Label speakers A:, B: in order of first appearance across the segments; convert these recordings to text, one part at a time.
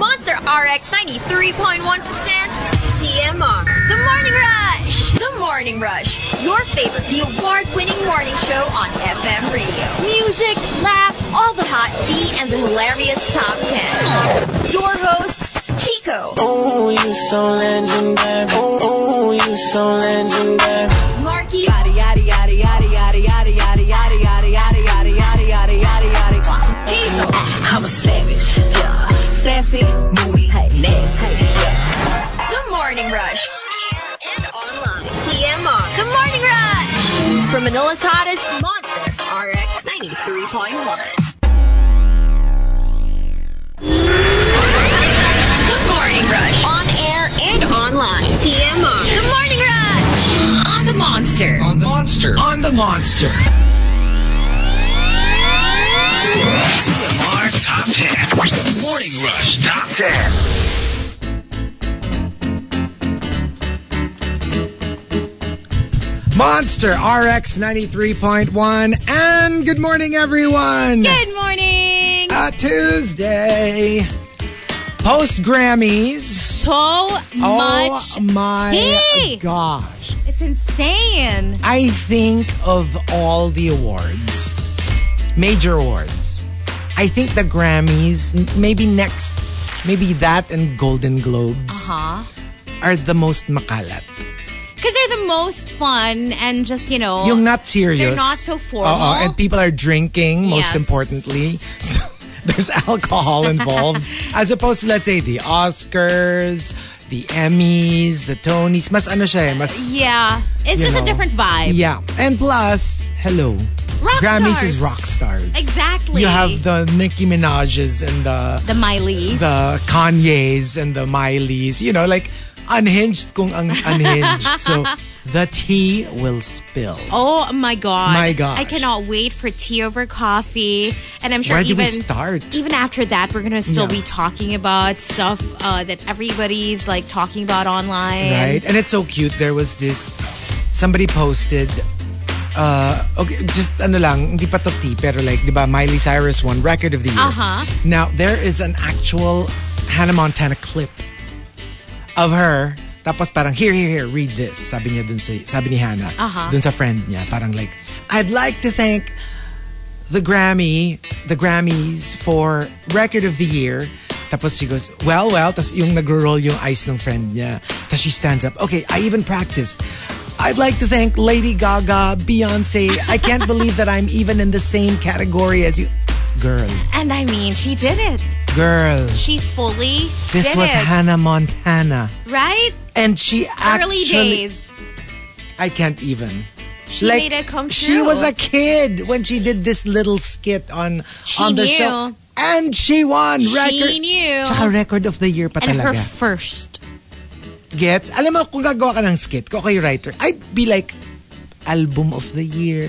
A: RX 93.1% TMR. The Morning Rush. The Morning Rush. Your favorite, the award-winning morning show on FM radio. Music, laughs, all the hot tea, and the hilarious top 10. Your hosts, Chico,
B: Ooh, you so legendary. Ooh, ooh, you so legendary.
A: Marky, Hazel,
C: I'm a savage. Yeah. Sassy, moody, nasty.
A: The Morning Rush. And online. TMR. The Morning Rush. From Manila's hottest monster, RX 93.1. The Morning Rush. On air and online. TMR. The Morning Rush. On the monster.
D: on the monster. On the monster. TMR Top 10. Morning Rush Top 10.
E: Monster RX 93.1. And good morning, everyone.
F: Good morning!
E: A Tuesday. Post Grammys.
F: So
E: Oh
F: much
E: my
F: tea!
E: gosh.
F: It's insane.
E: I think of all the awards, major awards, I think the Grammys, n- maybe next, maybe that and Golden Globes
F: Huh?
E: are the most makalat.
F: Because they're the most fun and just, you know.
E: Yung not serious.
F: Oh, They're not so formal.
E: Oo, and people are drinking, most
F: Yes.
E: importantly. So, there's alcohol involved. As opposed to, let's say, the Oscars, the Emmys, the Tonys. Mas ano siya eh, mas...
F: yeah. It's
E: you
F: just
E: know.
F: a different vibe.
E: Yeah. And plus, hello.
F: Rock
E: Grammys
F: stars.
E: is rock stars.
F: Exactly.
E: You have the Nicki Minaj's and the
F: The Miley's.
E: the Kanye's and the Miley's. You know, like unhinged kung ang unhinged. so the tea will spill.
F: oh my God.
E: My gosh.
F: I cannot wait for tea over coffee. And I'm sure
E: Where do
F: even.
E: we start?
F: Even after that, we're gonna still
E: Yeah.
F: be talking about stuff uh, that everybody's like talking about online.
E: Right? And it's so cute. There was this somebody posted uh, okay, just ano lang, hindi pa to tea, pero like, di ba, Miley Cyrus won Record of the Year.
F: Uh-huh.
E: Now, there is an actual Hannah Montana clip of her. Tapos parang, here, here, here, read this. Sabi niya dun si, sabi ni Hannah,
F: Uh-huh.
E: dun sa friend niya. Parang like, I'd like to thank the Grammy, the Grammys for Record of the Year. Tapos she goes, well, well. Tapos yung nagro-roll yung eyes ng friend niya. Tapos she stands up. Okay, I even practiced. I'd like to thank Lady Gaga, Beyonce. I can't believe that I'm even in the same category as you. Girl,
F: And I mean, she did it.
E: girl.
F: She fully
E: This
F: did
E: was
F: it.
E: Hannah Montana.
F: right?
E: And she actually...
F: Early days.
E: I can't even. She
F: made it come
E: She
F: true.
E: was a kid when she did this little skit on
F: She
E: on the
F: knew.
E: show. And she won record.
F: knew.
E: Tsaka record of the year pa
F: And her
E: talaga.
F: first.
E: Gets? Alam mo, kung gagawa ka ng skit, kung kayo writer, I'd be like, album of the year.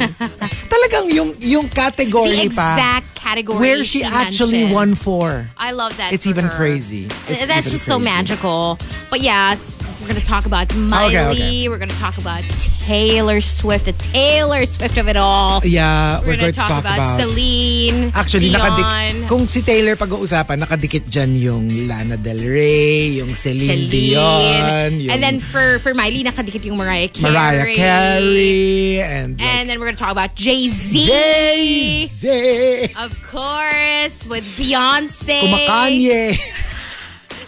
E: Talagang yung yung
F: The
E: category pa.
F: exact category.
E: Where she, actually won
F: mentioned.
E: for.
F: I love that.
E: It's
F: for
E: even
F: her.
E: crazy.
F: Th-
E: It's
F: That's
E: even
F: just so
E: crazy.
F: magical. But yes, we're going to talk about Miley.
E: okay.
F: We're going to talk about Taylor Swift, the Taylor Swift of it all.
E: Yeah, we're,
F: We're, going to talk, about, Celine.
E: Actually,
F: Dion,
E: nakadik- kung si Taylor pag-uusapan, nakadikit dyan yung Lana Del Rey, yung Celine,
F: Celine.
E: Dion, yung
F: and then for, for Miley, nakadikit yung Mariah Carey.
E: Mariah Carey, and, like,
F: And then we're going to talk about Jay Z.
E: Jay-Z,
F: Of course, with Beyonce.
E: Kumakanye.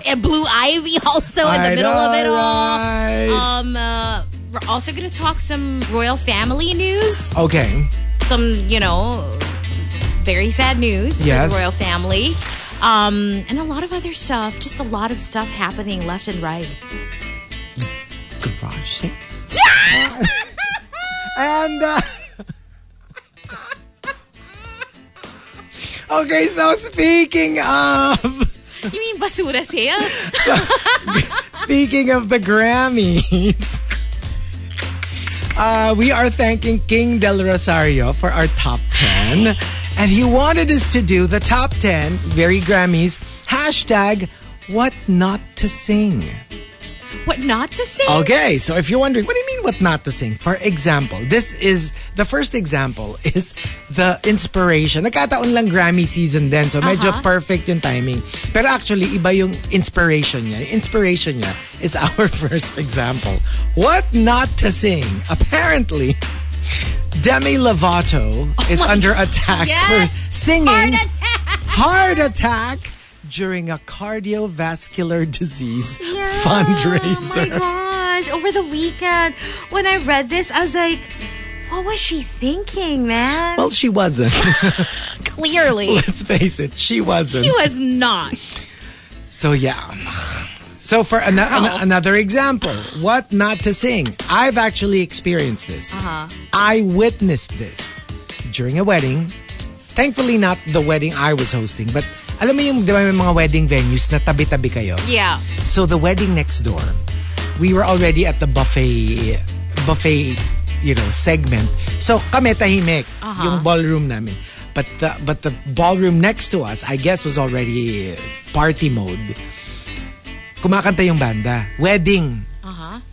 F: And Blue Ivy also Oh, in the
E: I
F: middle of it
E: know,
F: all.
E: right?
F: Um, uh, we're also going to talk some royal family news.
E: okay.
F: Some, you know, very sad news
E: Yes.
F: for the royal family. Um, and a lot of other stuff. Just a lot of stuff happening left and right.
E: Garage sale. and, uh, okay, so speaking of...
F: You mean basura sale?
E: Speaking of the Grammys, uh, we are thanking King Del Rosario for our top 10. And he wanted us to do the top 10 very Grammys hashtag what not to sing.
F: what not to sing.
E: Okay, so if you're wondering, what do you mean what not to sing? For example, this is the first example is the inspiration. Nagkataon lang Grammy season din, so medyo
F: Aha.
E: perfect yung timing. Pero actually, iba yung inspiration niya. Yung inspiration niya is our first example. What not to sing? Apparently, Demi Lovato is under attack
F: Oh Yes!
E: for singing
F: Heart attack!
E: heart attack during a cardiovascular disease
F: Yeah.
E: fundraiser.
F: Oh my gosh, over the weekend when I read this, I was like, what was she thinking, man?
E: Well, she wasn't.
F: Clearly,
E: Let's face it, she wasn't.
F: he was not.
E: So yeah. So for an- an- another example, what not to sing? I've actually experienced this. I witnessed this during a wedding. Thankfully, not the wedding I was hosting, but alam mo yung di ba, may mga wedding venues na tabi-tabi kayo.
F: Yeah.
E: So the wedding next door, we were already at the buffet buffet, you know, segment. So kami tahimik yung ballroom namin. But the but the ballroom next to us, I guess was already party mode. Kumakanta yung banda. Wedding.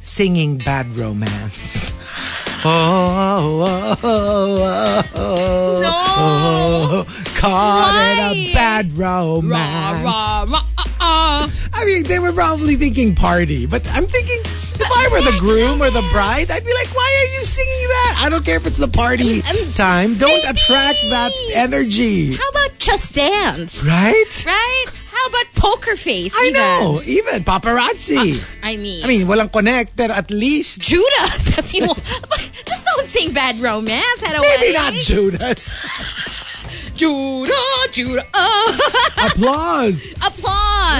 E: Singing Bad Romance. Oh, oh, oh, oh, oh,
F: No.
E: oh, caught in
F: Why?
E: a bad romance. I mean, they were probably thinking party, but I'm thinking if I were the groom or the bride, I'd be like, why are you singing that? I don't care if it's the party time. Don't
F: maybe.
E: attract that energy.
F: How about Just Dance?
E: Right?
F: Right? How about Poker Face?
E: I
F: even?
E: know. Even paparazzi.
F: I mean,
E: I mean, walang connect, pero at least.
F: Judas. If you want. just don't sing bad romance at a
E: Maybe
F: wedding.
E: not Judas.
F: Judah, Judah. Oh.
E: Applause.
F: Applause.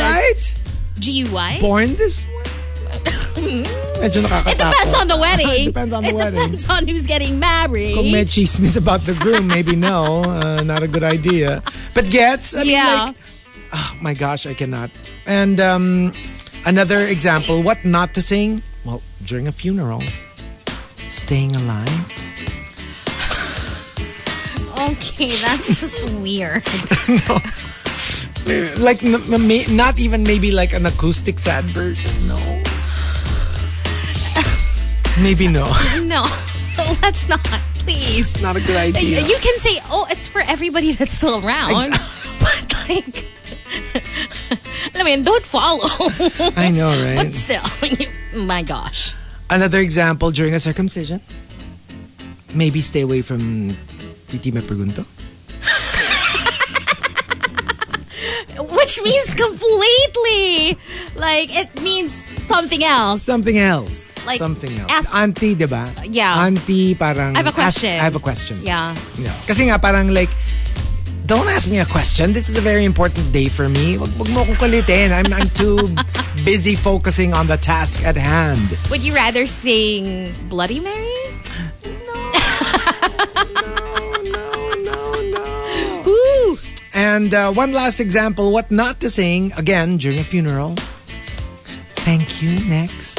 E: Right?
F: GY.
E: Born this way. Medyo
F: It depends
E: nakakatakot.
F: on the wedding.
E: Depends on the
F: it
E: wedding.
F: depends on who's getting married.
E: Kung may chismis about the groom, maybe no. Uh, not a good idea. But gets, I mean,
F: Yeah.
E: like, oh my gosh, I cannot. And um, another example, what not to sing? Well, during a funeral, staying alive.
F: Okay, that's just weird.
E: Like, n- m- may- not even maybe like an acoustic sad version. No. maybe no.
F: No, let's not, please.
E: not a good idea.
F: You can say, oh, it's for everybody that's still around. But like, I mean, don't follow.
E: I know,
F: But
E: right?
F: still, my gosh.
E: Another example during a circumcision. Maybe stay away from Titi Me Pregunto.
F: Which means completely. Like, it means something else.
E: Something else.
F: Like,
E: Something else.
F: ask-
E: Auntie, di ba?
F: Yeah.
E: Auntie, parang...
F: I have a
E: ask-
F: question.
E: I have a question.
F: Yeah.
E: No. Kasi nga, parang like, don't ask me a question. This is a very important day for me. Wag, wag mo akong kulitin. I'm, I'm too busy focusing on the task at hand.
F: Would you rather sing Bloody Mary? No. no, no, no. Ooh.
E: And uh, one last example, what not to sing, again, during a funeral. Thank you, next.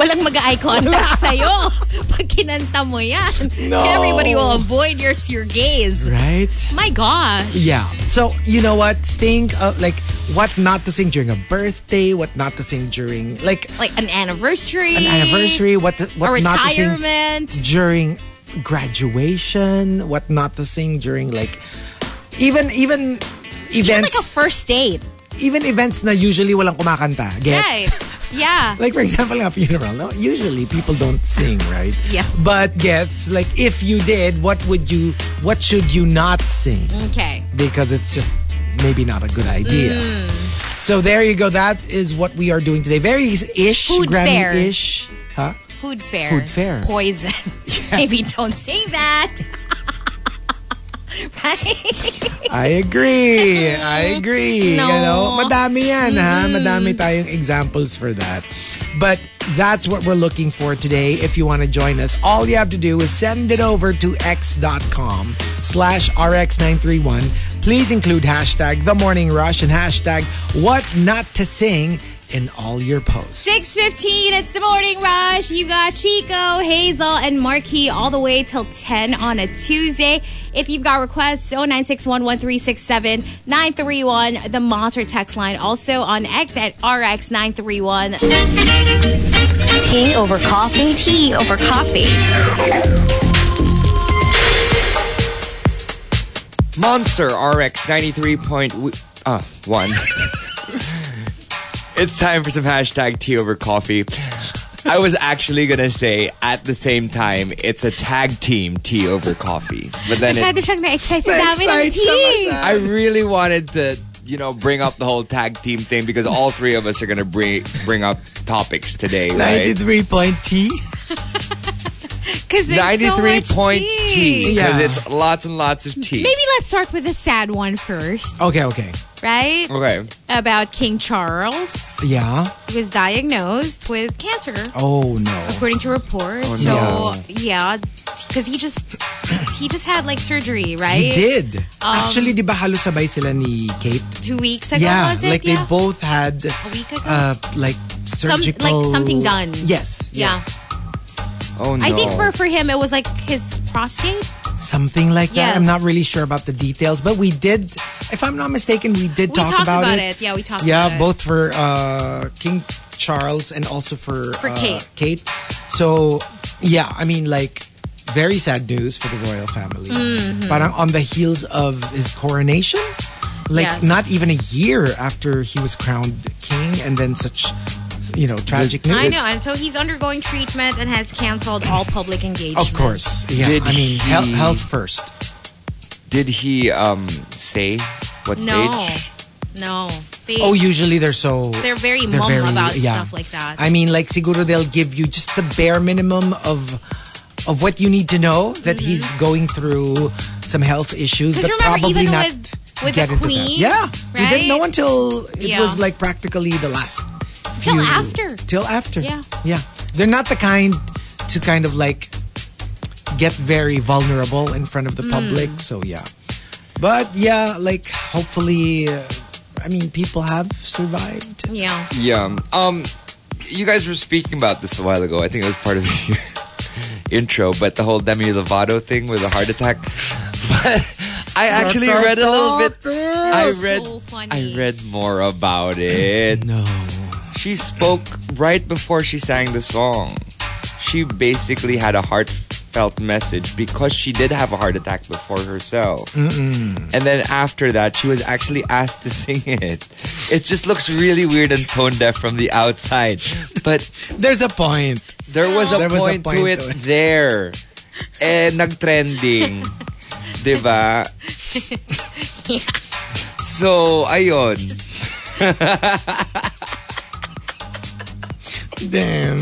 F: Walang mag-eye contact sa'yo pag kinanta mo yan.
E: No.
F: Everybody will avoid your, your gaze.
E: Right?
F: My gosh.
E: Yeah. So you know what? Think of like what not to sing during a birthday, what not to sing during like
F: Like an anniversary.
E: an anniversary, what to,
F: A
E: what not to sing
F: retirement.
E: during graduation, what not to sing during like even even
F: Even like a
E: events,
F: first date.
E: even, events na usually walang kumakanta. Gets?
F: Right. Yeah.
E: Like for example, a funeral. No, usually people don't sing, right?
F: Yes.
E: But gets like if you did, what would you? What should you not sing?
F: Okay.
E: because it's just maybe not a good idea.
F: Mm.
E: So there you go. That is what we are doing today. Very ish,
F: Food fair.
E: Grammy ish. Huh?
F: Food fair.
E: Food fair.
F: Poison. Maybe don't say that. right?
E: I agree. I agree.
F: Eh, No.
E: You know, madami yan, ha? Madami tayong examples for that. But that's what we're looking for today. If you want to join us, all you have to do is send it over to x.com slash rx931. Please include hashtag the morning rush and hashtag what not to sing in all your posts.
F: 6.15, it's the Morning Rush. You got Chico, Hazel, and Marquee all the way till 10 on a Tuesday. If you've got requests, 0961-1367-931, the Monster text line. Also on X at RX931.
G: Tea over coffee. Tea over coffee.
H: Monster RX 93.1. Uh, one. it's time for some hashtag tea over coffee. I was actually going to say at the same time, it's a tag team tea over coffee. But then it,
F: Masyado siyang na-excited namin ng
E: Na-excite siya
F: tea.
E: masyado.
H: I really wanted to, you know, bring up the whole tag team thing because all three of us are going to bring, bring up topics today, right?
E: 93.t.
F: Because there's
H: 93
F: so much
H: point
F: tea.
H: tea because
E: Yeah.
H: it's lots and lots of tea.
F: Maybe let's start with a sad one first,
E: Okay, okay.
F: right?
H: Okay.
F: About King Charles.
E: Yeah.
F: He was diagnosed with cancer.
E: Oh no.
F: according to report. so
E: Oh, no.
F: yeah, because he just he just had like surgery, right?
E: He
F: Um,
E: did. Actually, di ba halos sabay sila ni Kate?
F: Two weeks ago,
E: Yeah,
F: was it?
E: like
F: yeah.
E: they both had
F: a week ago.
E: uh like
F: like
E: surgical
F: something done.
E: Yes.
F: yeah.
E: yes.
H: Oh no.
F: I think for for him it was like his prostate.
E: Something like that.
F: Yes.
E: I'm not really sure about the details, but we did if I'm not mistaken, we did
F: We
E: talk
F: talked about,
E: it.
F: it. Yeah, we talked
E: Yeah,
F: about it.
E: both for uh King Charles and also for
F: For
E: uh,
F: Kate.
E: Kate. So, yeah, I mean like very sad news for the royal family.
F: Mm-hmm.
E: Parang on the heels of his coronation, like
F: Yes.
E: not even a year after he was crowned king, and then such, you know, tragic news.
F: I know, and so he's undergoing treatment and has canceled all public engagements.
E: Of course, yeah.
H: Did
E: I mean,
H: he-
E: health, health first.
H: Did he um say what
F: No,
H: stage?
F: no. They,
E: Oh, usually they're so
F: they're very mum
E: very-
F: about
E: yeah.
F: stuff like that.
E: I mean, like siguro they'll give you just the bare minimum of of what you need to know that
F: Mm-hmm.
E: he's going through some health issues.
F: Because
E: But
F: remember,
E: probably
F: even
E: not
F: with- with
E: get
F: the
E: into that.
F: Queen,
E: yeah, we
F: right?
E: didn't know until it
F: Yeah.
E: was like practically the last.
F: Till
E: few-
F: after.
E: Till after.
F: Yeah.
E: yeah. They're not the kind to kind of like get very vulnerable in front of
F: Mm.
E: the public. So yeah, but yeah, like hopefully. Uh, I mean, people have survived.
F: yeah,
H: Yeah. Um you guys were speaking about this a while ago. I think it was part of your intro, but the whole Demi Lovato thing with a heart attack. But I actually read a little bit I read
F: so funny.
H: I read more about it.
E: No.
H: She spoke right before she sang the song. She basically had a heartfelt message because she did have a heart attack before herself. And then after that, she was actually asked to sing it. It just looks really weird and tone deaf from the outside. But
E: There's a point.
H: there was a,
E: There was a
H: point, to
E: point
H: it
E: to it.
H: there. Eh, nag-trending. diba? So, ayun.
E: Damn.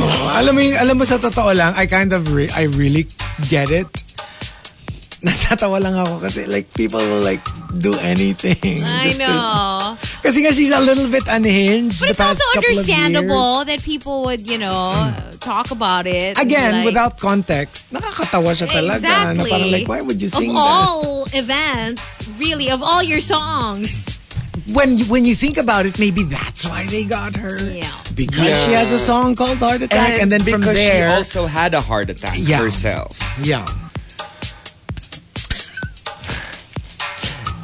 E: Oh, alam mo yung, alam mo sa totoo lang, I kind of, re- I really get it. Natatawa lang ako kasi like people will like do anything.
F: I
E: just to-
F: know.
E: kasi nga she's a little bit unhinged the
F: But it's
E: past
F: also
E: couple of years.
F: understandable that people would, you know, talk about it. and be
E: Again,
F: like-
E: without context, nakakatawa siya talaga. Na
F: Exactly.
E: parang like, why would you sing
F: of
E: that?
F: all events, really, of all your songs.
E: When, you- when you think about it, maybe that's why they got her.
F: Yeah.
E: Because she has a song called Heart Attack. And, then from
H: because
E: there...
H: she also had a heart attack
E: Yeah.
H: herself.
E: yeah.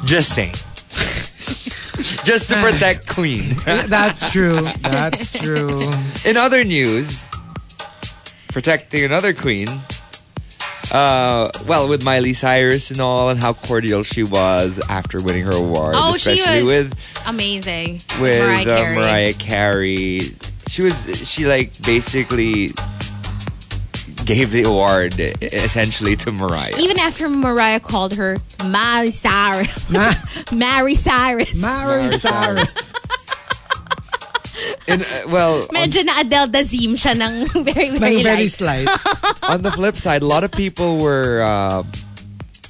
H: Just saying. Just to protect Queen.
E: That's true. That's true.
H: In other news, protecting another queen. Uh, well, with Miley Cyrus and all, and how cordial she was after winning her award,
F: Oh, she
H: especially
F: was-
H: with
F: Amazing.
H: with
F: Mariah Carey.
H: Uh, Mariah Carey. She was she like basically gave the award essentially to Mariah.
F: Even after Mariah called her Miley Cyrus.
E: Ma-
F: Mary Cyrus.
E: Mary Cyrus.
H: And, uh, well, on,
F: Medyo na Adele Dazim siya ng very, very,
E: Ng very
F: light.
E: slight.
H: on the flip side, a lot of people were uh,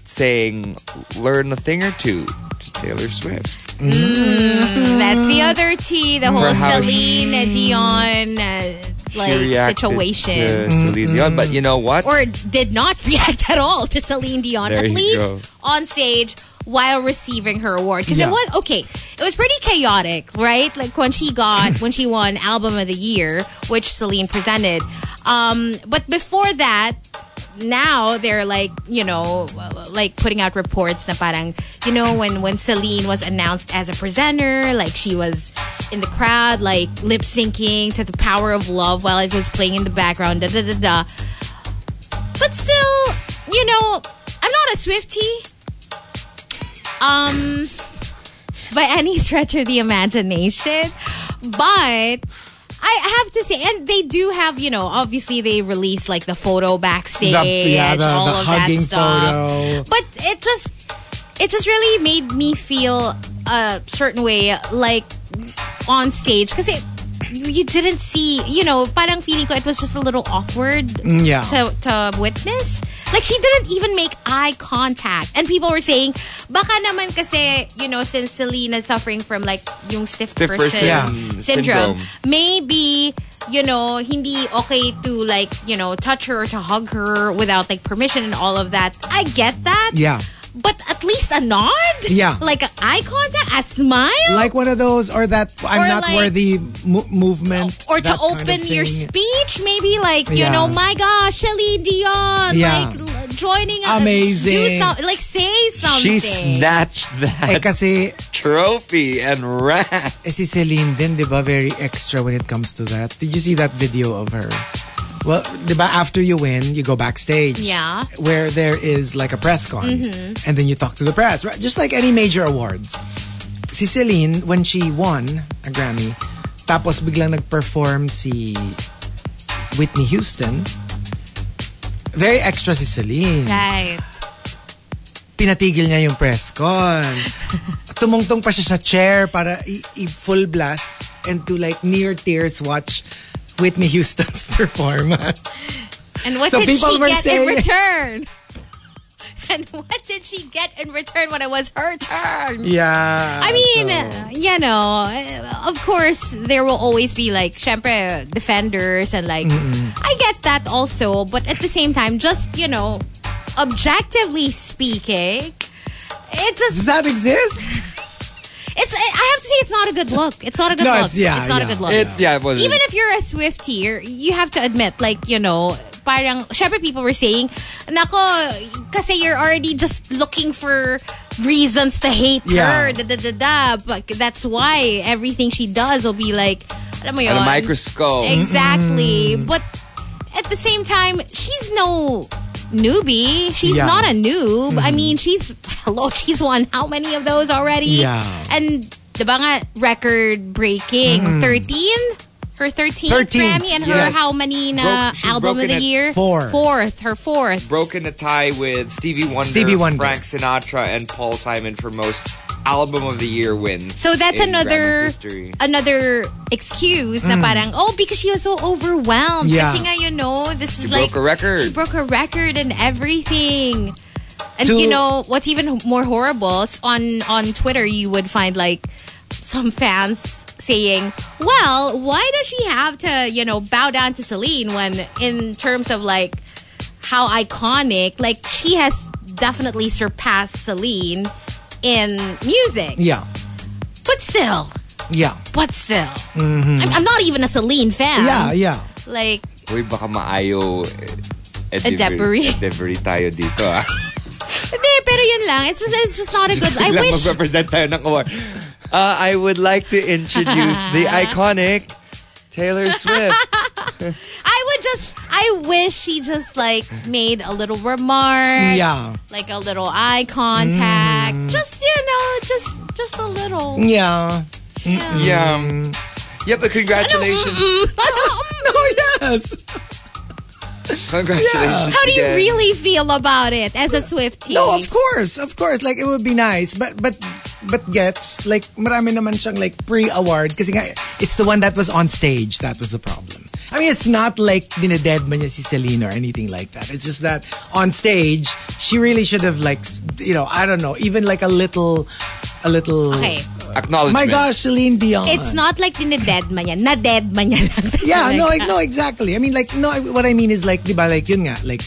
H: saying learn a thing or two to Taylor Swift.
F: That's the other tea, the whole
H: For how
F: Celine Dion uh,
H: She
F: like
H: reacted
F: situation.
H: to Celine
E: Mm-hmm.
H: Dion, but you know what?
F: or did not react at all to Celine Dion,
H: There
F: at
H: you
F: least
H: go.
F: on stage while receiving her award because
E: Yeah.
F: it was okay. It was pretty chaotic, right? Like when she got when she won Album of the Year, which Celine presented. Um, but before that, now they're like you know like putting out reports na parang you know when when Celine was announced as a presenter like she was in the crowd like lip syncing to the power of love while it was playing in the background da da da da but still you know I'm not a Swiftie um by any stretch of the imagination but I have to say, and they do have, you know, obviously they released like the photo backstage,
E: yeah, the-
F: all
E: the
F: of
E: hugging
F: that stuff.
E: photo.
F: But it just, it just really made me feel a certain way, like on stage, because it, you didn't see, you know, parang feeling ko it was just a little awkward
E: Mm, yeah.
F: to, to witness. Like she didn't even make eye contact. And people were saying, baka naman kasi, you know, since Selena's suffering from like yung stiff,
H: Stiff person
F: person
E: Yeah.
F: syndrome,
H: syndrome.
F: maybe you know, hindi okay to like, you know, touch her or to hug her without like permission and all of that. I get that.
E: Yeah.
F: But at least a nod?
E: Yeah.
F: Like a eye contact, a smile?
E: Like one of those, or that I'm
F: Or
E: not
F: like-
E: worthy mo- movement.
F: or to
E: that kind
F: open
E: of
F: your
E: thing.
F: speech, maybe like you
E: Yeah.
F: know, my gosh, Celine Dion,
E: Yeah.
F: like l- joining, us,
E: Amazing.
F: do some, like say something.
H: She snatched
E: Eh
H: that
E: kasi
H: trophy and ran.
E: eh, si Celine din, di ba, very extra when it comes to that. Did you see that video of her? Well, di ba, after you win, you go backstage.
F: Yeah.
E: Where there is like a press con. And then you talk to the press. Right? Just like any major awards. Si Celine, when she won a Grammy, tapos biglang nag-perform si Whitney Houston. Very extra si Celine.
F: Right.
E: pinatigil niya yung press con. Tumungtong pa siya sa chair para i- i- full blast and to like near tears watch Whitney Houston's performance.
F: And what
E: So
F: did she
E: people were
F: get
E: saying-
F: in return? And what did she get in return when it was her turn?
E: Yeah.
F: I mean,
E: so-
F: you know, uh, of course, there will always be like, syempre, defenders and like, I get that also, but at the same time, just, you know, objectively speaking, it
E: does
F: just,
E: that exist?
F: it's, I have to say, it's not a good look. It's not a good
E: No,
F: look.
E: it's- yeah,
F: not
E: Oh, yeah.
F: a good look.
H: It, yeah, it wasn't.
F: Even if you're a Swiftie, you're- you have to admit, like, you know, parang, syempre people were saying, nako, kasi you're already just looking for reasons to hate
E: Yeah.
F: her, da da da da. But that's why everything she does will be like, alam mo yun.
H: on a microscope.
F: Exactly.
E: Mm-hmm.
F: But at the same time, she's no newbie. She's
E: Yeah. Mm-hmm.
F: not a noob. I mean, she's hello, she's won how many of those already?
E: Yeah.
F: And diba nga record breaking 13 her 13th,
E: 13th,
F: Grammy and her
E: Mm. yes.
F: how many na
H: Broke- she's
F: album of
H: broken
F: the
H: it
F: year?
E: four.
F: Fourth, her fourth.
H: broken a tie with Stevie Wonder,
E: Stevie Wonder.
H: Frank Sinatra, and Paul Simon for most album of the year wins.
F: So that's
H: in Grammys
F: another
H: history.
F: another excuse na parang oh because she was so overwhelmed
E: Mm. Yeah.
F: kasi nga you know this is
H: She
F: like
H: broke a record.
F: she broke a record and everything. And
E: To-
F: you know what's even more horrible is on on Twitter you would find like some fans saying, "Well, why does she have to, you know, bow down to Celine when in terms of like how iconic, like she has definitely surpassed Celine in music."
E: Yeah.
F: But still,
E: Yeah.
F: but still. I'm, I'm not even a Celine fan.
E: Mm-hmm. Yeah, yeah.
F: Like,
H: Uy, baka maayo eh, eh,
F: Adepbery.
H: Adepbery tayo dito. ah.
F: hindi, pero yun lang. It's just, it's just not a good... I
H: Biglang
F: wish...
H: magpapresent tayo ng award. Uh, I would like to introduce the iconic Taylor Swift.
F: I would just... I wish she just, like, made a little remark.
E: Yeah. Mm.
F: Like, a little eye contact. Just, you know, just just a little.
E: Yeah.
H: yeah. Yeah, but uh, congratulations.
E: Oh, yes.
H: Congratulations.
F: How do you
H: again.
F: really feel about it as a Swiftie?
E: No, of course. Of course. Like, it would be nice. But, but, but gets, like, marami naman siyang, like, pre-award. Kasi nga, it's the one that was on stage. That was the problem. I mean, it's not like dinedead man niya si Celine or anything like that. It's just that on stage, she really should have, like, s- you know, I don't know, even like a little, a little...
F: Okay.
E: My
H: Acknowledgement.
E: gosh, Celine Dion.
F: It's not like dinedead man yan. Na-dead man yan.
E: Yeah, no,
F: Like,
E: no, exactly. I mean, like, no, I- what I mean is like, di ba, like, yun nga, like,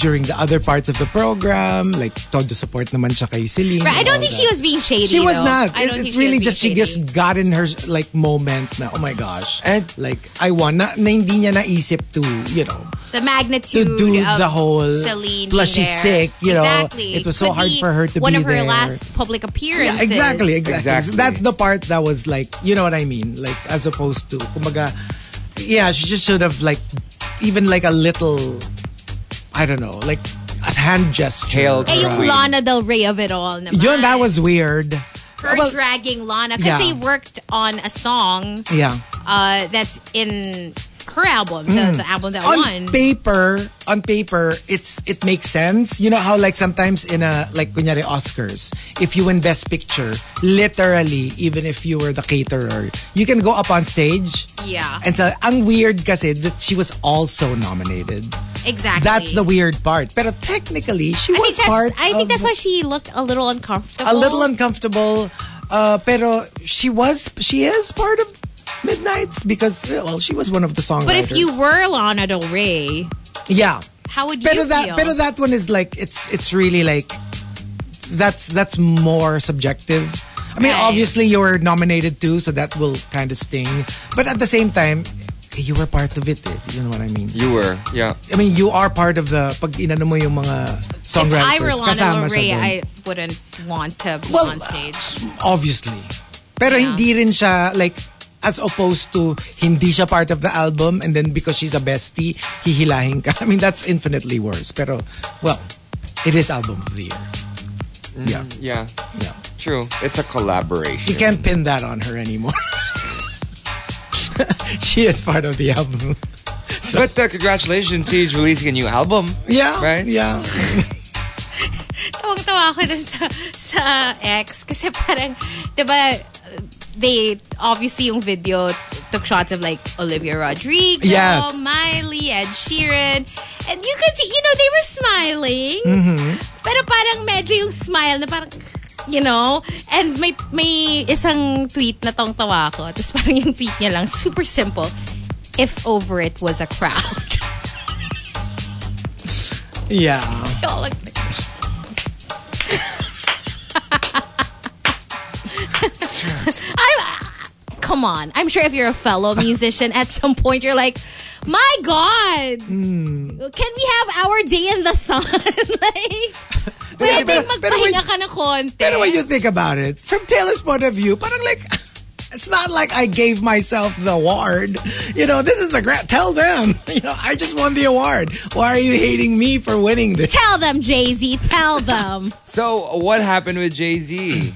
E: during the other parts of the program. Like, todo support naman siya kay Celine.
F: Right, I
E: and
F: don't
E: all
F: think
E: that.
F: she was being shady.
E: She was
F: though.
E: not.
F: I
E: It-
F: don't think
E: it's
F: she was
E: really
F: being
E: just she
F: shady.
E: just got in her like moment na oh my gosh.
H: And-
E: like I want na, na hindi niya naisip to, you know,
F: the
E: to
F: magnitude
E: do
F: of
E: the whole
F: Celine
E: plus
F: being
E: she's
F: there.
E: sick, you know.
F: Exactly.
E: It was so
F: Could
E: hard
F: be
E: for her to
F: one
E: be
F: of
E: there.
F: her last public appearances.
E: Yeah, exactly, exactly.
H: Exactly.
E: So that's the part that was like, you know what I mean? Like as opposed to kumbaga yeah, she just should have like even like a little I don't know, like a hand gesture.
H: Hail
F: Eh, yung
H: Right.
F: Lana Del Rey of it all naman.
E: Yun, that was weird.
F: her
E: Well,
F: dragging Lana because
E: Yeah.
F: they worked on a song
E: yeah.
F: uh, that's in her album, the, the album that
E: Mm. on
F: won.
E: paper, on paper, it's it makes sense. You know how like sometimes in a like kunyari Oscars, if you win Best Picture, literally, even if you were the caterer, you can go up on stage.
F: Yeah.
E: And so, ang weird kasi that she was also nominated.
F: exactly.
E: That's the weird part. Pero technically, she
F: I
E: was
F: think that's,
E: part.
F: I think
E: of-
F: that's why she looked a little uncomfortable.
E: a little uncomfortable. Uh, pero she was, she is part of Midnight's because well, she was one of the songwriters.
F: But if you were Lana Del Rey,
E: yeah,
F: how would you
E: Pero that
F: feel?
E: pero that one is like it's it's really like that's that's more subjective. I mean,
F: Right.
E: obviously you were nominated too, so that will kind of sting. But at the same time, you were part of it. eh. You know what I mean?
H: You were, yeah.
E: I mean, you are part of the pag inano mo yung mga
F: if I
E: songwriters.
F: were Lana
E: kasama siya
F: Del Rey,
E: dun.
F: I wouldn't want to be
E: Well,
F: on stage.
E: obviously. Pero
F: Yeah.
E: hindi rin siya like as opposed to hindi siya part of the album and then because she's a bestie, hihilahin ka. I mean, that's infinitely worse. Pero, well, it is album of the year. Yeah,
H: Yeah.
E: yeah.
H: True. It's a collaboration.
E: You can't pin that on her anymore. she is part of the album.
H: But uh, congratulations, she's releasing a new album.
E: Yeah,
H: Right?
E: yeah.
F: Tawang-tawa ako dun sa, sa ex. Kasi parang, di ba, they, obviously yung video took shots of like Olivia Rodrigo,
E: Yes.
F: Miley, Ed Sheeran. And you could see, you know, they were smiling. Pero parang medyo yung smile na parang, you know? And may, may isang tweet na tong tawa ko. Tapos parang yung tweet niya lang, super simple. If over it was a crowd.
E: Yeah.
F: Y'all like I come on. I'm sure if you're a fellow musician, at some point you're like, my God,
E: Hmm.
F: can we have our day in the sun? like,
E: Yeah,
F: pwedeng
E: pero- pero
F: magpahinga
E: when-
F: ka na konti.
E: But when you think about it, from Taylor's point of view, parang like, it's not like I gave myself the award. You know, this is the grant. Tell them, you know, I just won the award. Why are you hating me for winning this?
F: tell them, Jay-Z, tell them.
H: So what happened with Jay Z?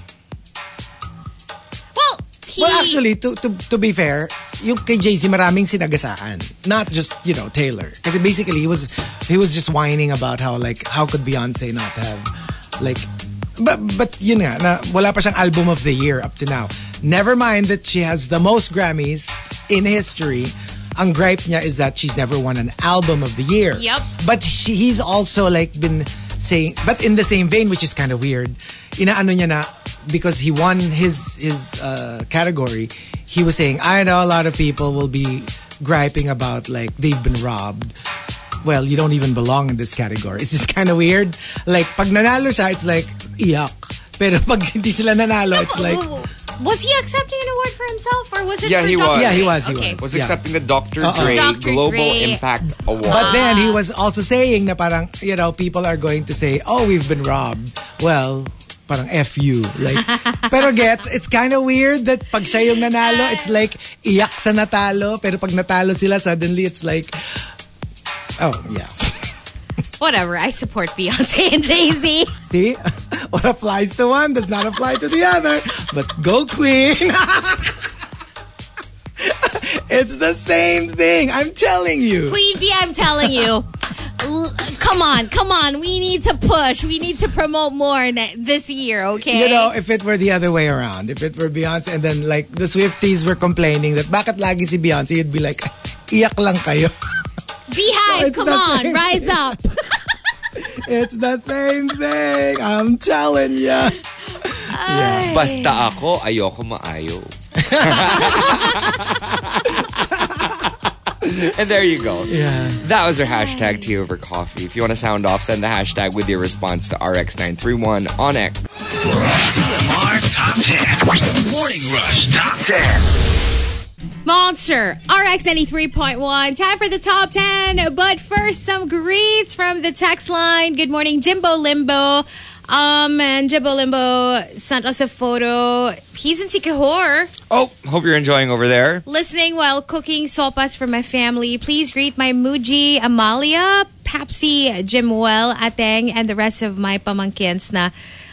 F: well, he,
E: Well, actually, to, to, to be fair, yung kay Jay-Z maraming sinagasaan. Not just, you know, Taylor. Kasi basically, he was he was just whining about how, like, how could Beyonce not have, like, but, but yun nga, na, wala pa siyang album of the year up to now. Never mind that she has the most Grammys in history. Ang gripe niya is that she's never won an album of the year.
F: Yep.
E: But she, he's also like been saying, but in the same vein, which is kind of weird. Inaano niya na because he won his his uh, category. He was saying, I know a lot of people will be griping about like they've been robbed. Well, you don't even belong in this category. It's just kind of weird. Like pag nanalo siya, it's like iyak. Pero pag hindi sila nanalo, it's like
F: was he accepting an award for himself or was it
H: Yeah,
F: for
H: he
F: Dr.
H: was.
E: yeah, he was, he
F: Okay.
E: was.
H: Was
E: yeah.
H: accepting the Dr. Dre
F: Dr.
H: Global
F: Uh-uh. Dre.
H: Impact Award.
E: But then he was also saying na parang, you know, people are going to say, oh, we've been robbed. Well, parang F you. Like, pero gets, it's kind of weird that pag siya yung nanalo, it's like, iyak sa natalo. Pero pag natalo sila, suddenly it's like, oh, yeah.
F: Whatever, I support Beyonce and Jay-Z.
E: See? What applies to one does not apply to the other. But go queen! it's the same thing. I'm telling you.
F: Queen Bee, I'm telling you. L- come on, come on. We need to push. We need to promote more ne- this year, okay?
E: You know, if it were the other way around, if it were Beyonce and then like the Swifties were complaining that bakit lagi si Beyonce, you'd be like, iyak lang kayo.
F: Beehive,
E: it's
F: come
E: the
F: on,
E: same.
F: rise up.
E: It's the same thing. I'm telling ya. Yeah.
H: Basta ako, ayoko maayo. and there you go.
E: Yeah.
H: That was our hashtag tea over coffee. If you want to sound off, send the hashtag with your response to RX931 on X.
D: TMR Top 10. Morning Rush Top 10.
F: Monster RX 93.1. Time for the top 10. But first, some greets from the text line. Good morning, Jimbo Limbo. Um, and Jimbo Limbo sent us a photo. He's in Sikihor
H: Oh, hope you're enjoying over there.
F: listening while cooking sopas for my family. Please greet my Muji, Amalia, Papsi, Jimwell, Ateng, and the rest of my pamangkins na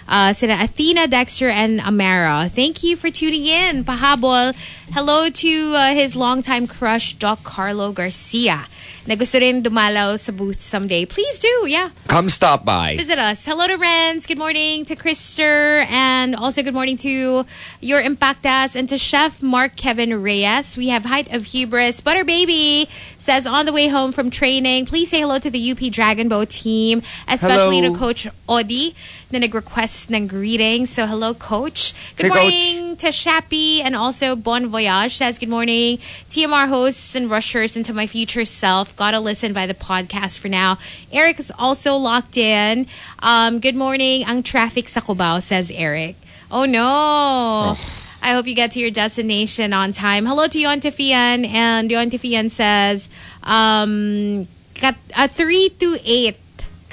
F: uh, sina Athena, Dexter, and Amara. Thank you for tuning in, Pahabol. Hello to uh, his longtime crush, Doc Carlo Garcia. Na gusto rin dumalaw sa booth someday. Please do, yeah
H: Come stop by.
F: visit us. Hello to Renz. Good morning to Krister. And also good morning to your Impactas and to Chef Mark Kevin Reyes. We have Height of Hubris. Butter Baby says on the way home from training, please say hello to the UP Dragon Boat team, especially
H: Hello.
F: to Coach Odi na nag-request ng greetings. So hello, Coach. Good
H: Hey, Coach.
F: morning to Shappy and also Bon Voyage says good morning. TMR hosts and rushers into my future self. Gotta listen by the podcast for now. Eric is also locked in. Um, good morning. Ang traffic sa Cubao says Eric. Oh no.
H: Oh.
F: I hope you get to your destination on time. Hello to Yon Tifian and Yon Tifian says um, kat, uh, 3 to 8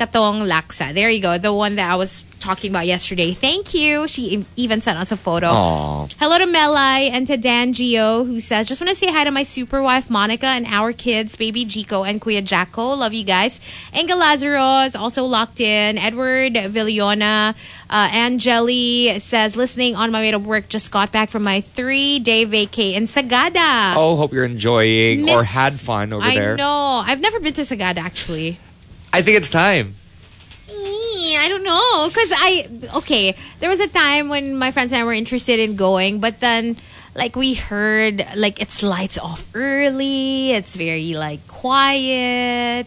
F: katong laksa. There you go. The one that I was talking about yesterday. Thank you. She e- even sent us a photo.
H: Aw.
F: Hello to Melai and to Dan Gio, who says, Just want to say hi to my super wife, Monica, and our kids, baby Jico and Kuya Jacko. Love you guys. Enga Lazaro is also locked in. Edward Villona, uh, Angeli says, Listening on my way to work, just got back from my three day vacay in Sagada.
H: Oh, hope you're enjoying or
F: Miss-
H: had fun over
F: I
H: there.
F: know. I've never been to Sagada, actually.
H: I think it's time.
F: Eh, I don't know. Because I, okay, there was a time when my friends and I were interested in going, but then, like, we heard, like, it's lights off early, it's very, like, quiet.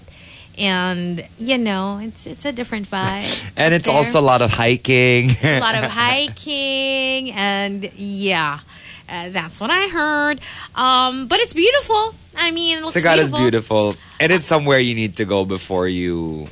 F: And you know, it's it's a different vibe.
H: And it's
F: There.
H: also a lot of hiking.
F: a lot of hiking, and yeah, uh, that's what I heard. Um, but it's beautiful. I mean, it looks
H: Sagada's beautiful. And it's somewhere you need to go before you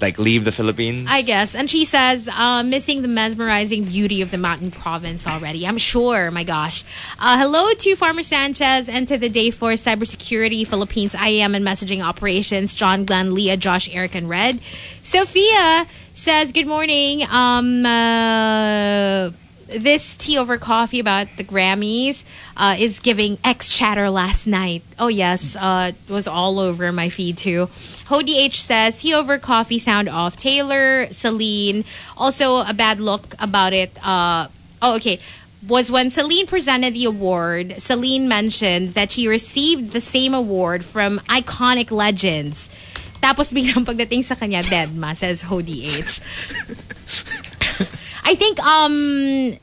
H: like leave the Philippines.
F: I guess. And she says, uh, missing the mesmerizing beauty of the mountain province already. I'm sure. My gosh. Uh, hello to Farmer Sanchez and to the Day for Cybersecurity Philippines IAM and Messaging Operations, John, Glenn, Leah, Josh, Eric, and Red. Sophia says, good morning. Um, uh, this tea over coffee about the Grammys uh, is giving X chatter last night. Oh yes, uh, it was all over my feed too. Hody H says tea over coffee sound off. Taylor, Celine, also a bad look about it. Uh, oh okay. Was when Celine presented the award, Celine mentioned that she received the same award from iconic legends. Tapos biglang pagdating sa kanya, dead ma, says Hody H. I think um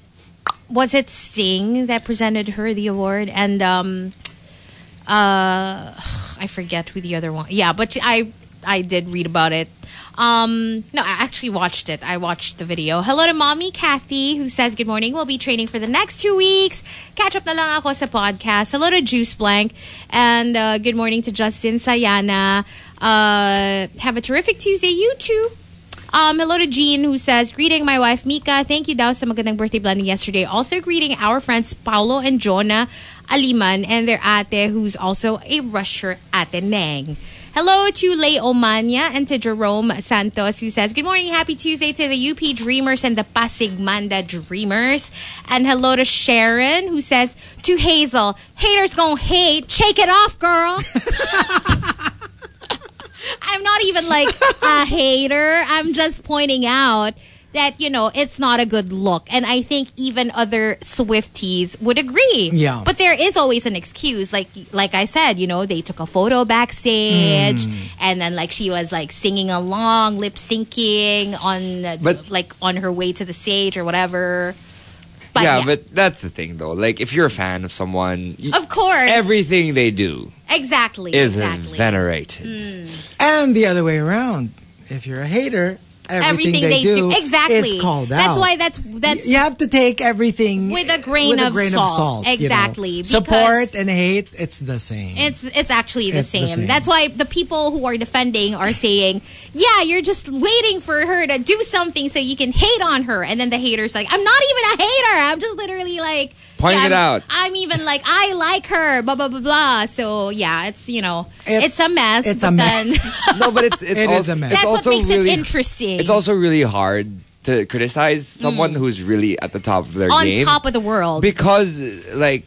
F: was it Sting that presented her the award and um uh I forget who the other one. Yeah, but I I did read about it. Um no, I actually watched it. I watched the video. Hello to mommy Kathy who says good morning. We'll be training for the next 2 weeks. Catch up na lang ako sa podcast. Hello to Juice Blank and uh, good morning to Justin Sayana. Uh have a terrific Tuesday you too. Um, hello to Jean who says, Greeting my wife Mika. Thank you daw sa magandang birthday blending yesterday. Also greeting our friends Paolo and Jonah Aliman and their ate who's also a rusher ate Neng. Hello to Lay Omania and to Jerome Santos who says, Good morning, happy Tuesday to the UP Dreamers and the Pasig Manda Dreamers. And hello to Sharon who says, To Hazel, haters gonna hate. Shake it off, girl. I'm not even like a hater. I'm just pointing out that, you know, it's not a good look. And I think even other Swifties would agree.
E: Yeah.
F: But there is always an excuse. Like like I said, you know, they took a photo backstage
E: Mm.
F: and then like she was like singing along, lip syncing on the-
H: But-
F: like on her way to the stage or whatever. But
H: yeah,
F: yeah,
H: but that's the thing though. Like if you're a fan of someone, you-
F: of course.
H: everything they do
F: exactly.
H: is
F: exactly. Mm.
H: venerated.
E: And the other way around. If you're a hater, everything, they, do,
F: Exactly.
E: is called out.
F: That's why that's that's
E: you have to take everything
F: With a grain
E: with a
F: of
E: grain you
F: salt.
E: know.
F: Exactly,
E: Support
F: because-
E: and hate, it's the same.
F: It's it's actually the,
E: It's the
F: same.
E: same.
F: That's why the people who are defending are saying, "Yeah, you're just waiting for her to do something so you can hate on her." And then the haters like, "I'm not even a hater. I'm just literally like
H: Point
F: yeah,
H: it
F: I'm-
H: out."
F: I'm even like I like her. Blah blah blah blah." So yeah, it's you know,
E: It's-
F: it's, a mess.
E: it's
F: but
E: a
F: then-
H: No, but it's, it's
E: It
H: also,
E: is a mess.
H: It's
F: that's what
H: also
F: makes
H: really,
F: it interesting. Mm.
H: It's also really hard to criticize someone who's really at the top of their
F: on
H: game
F: top of the world,
H: because like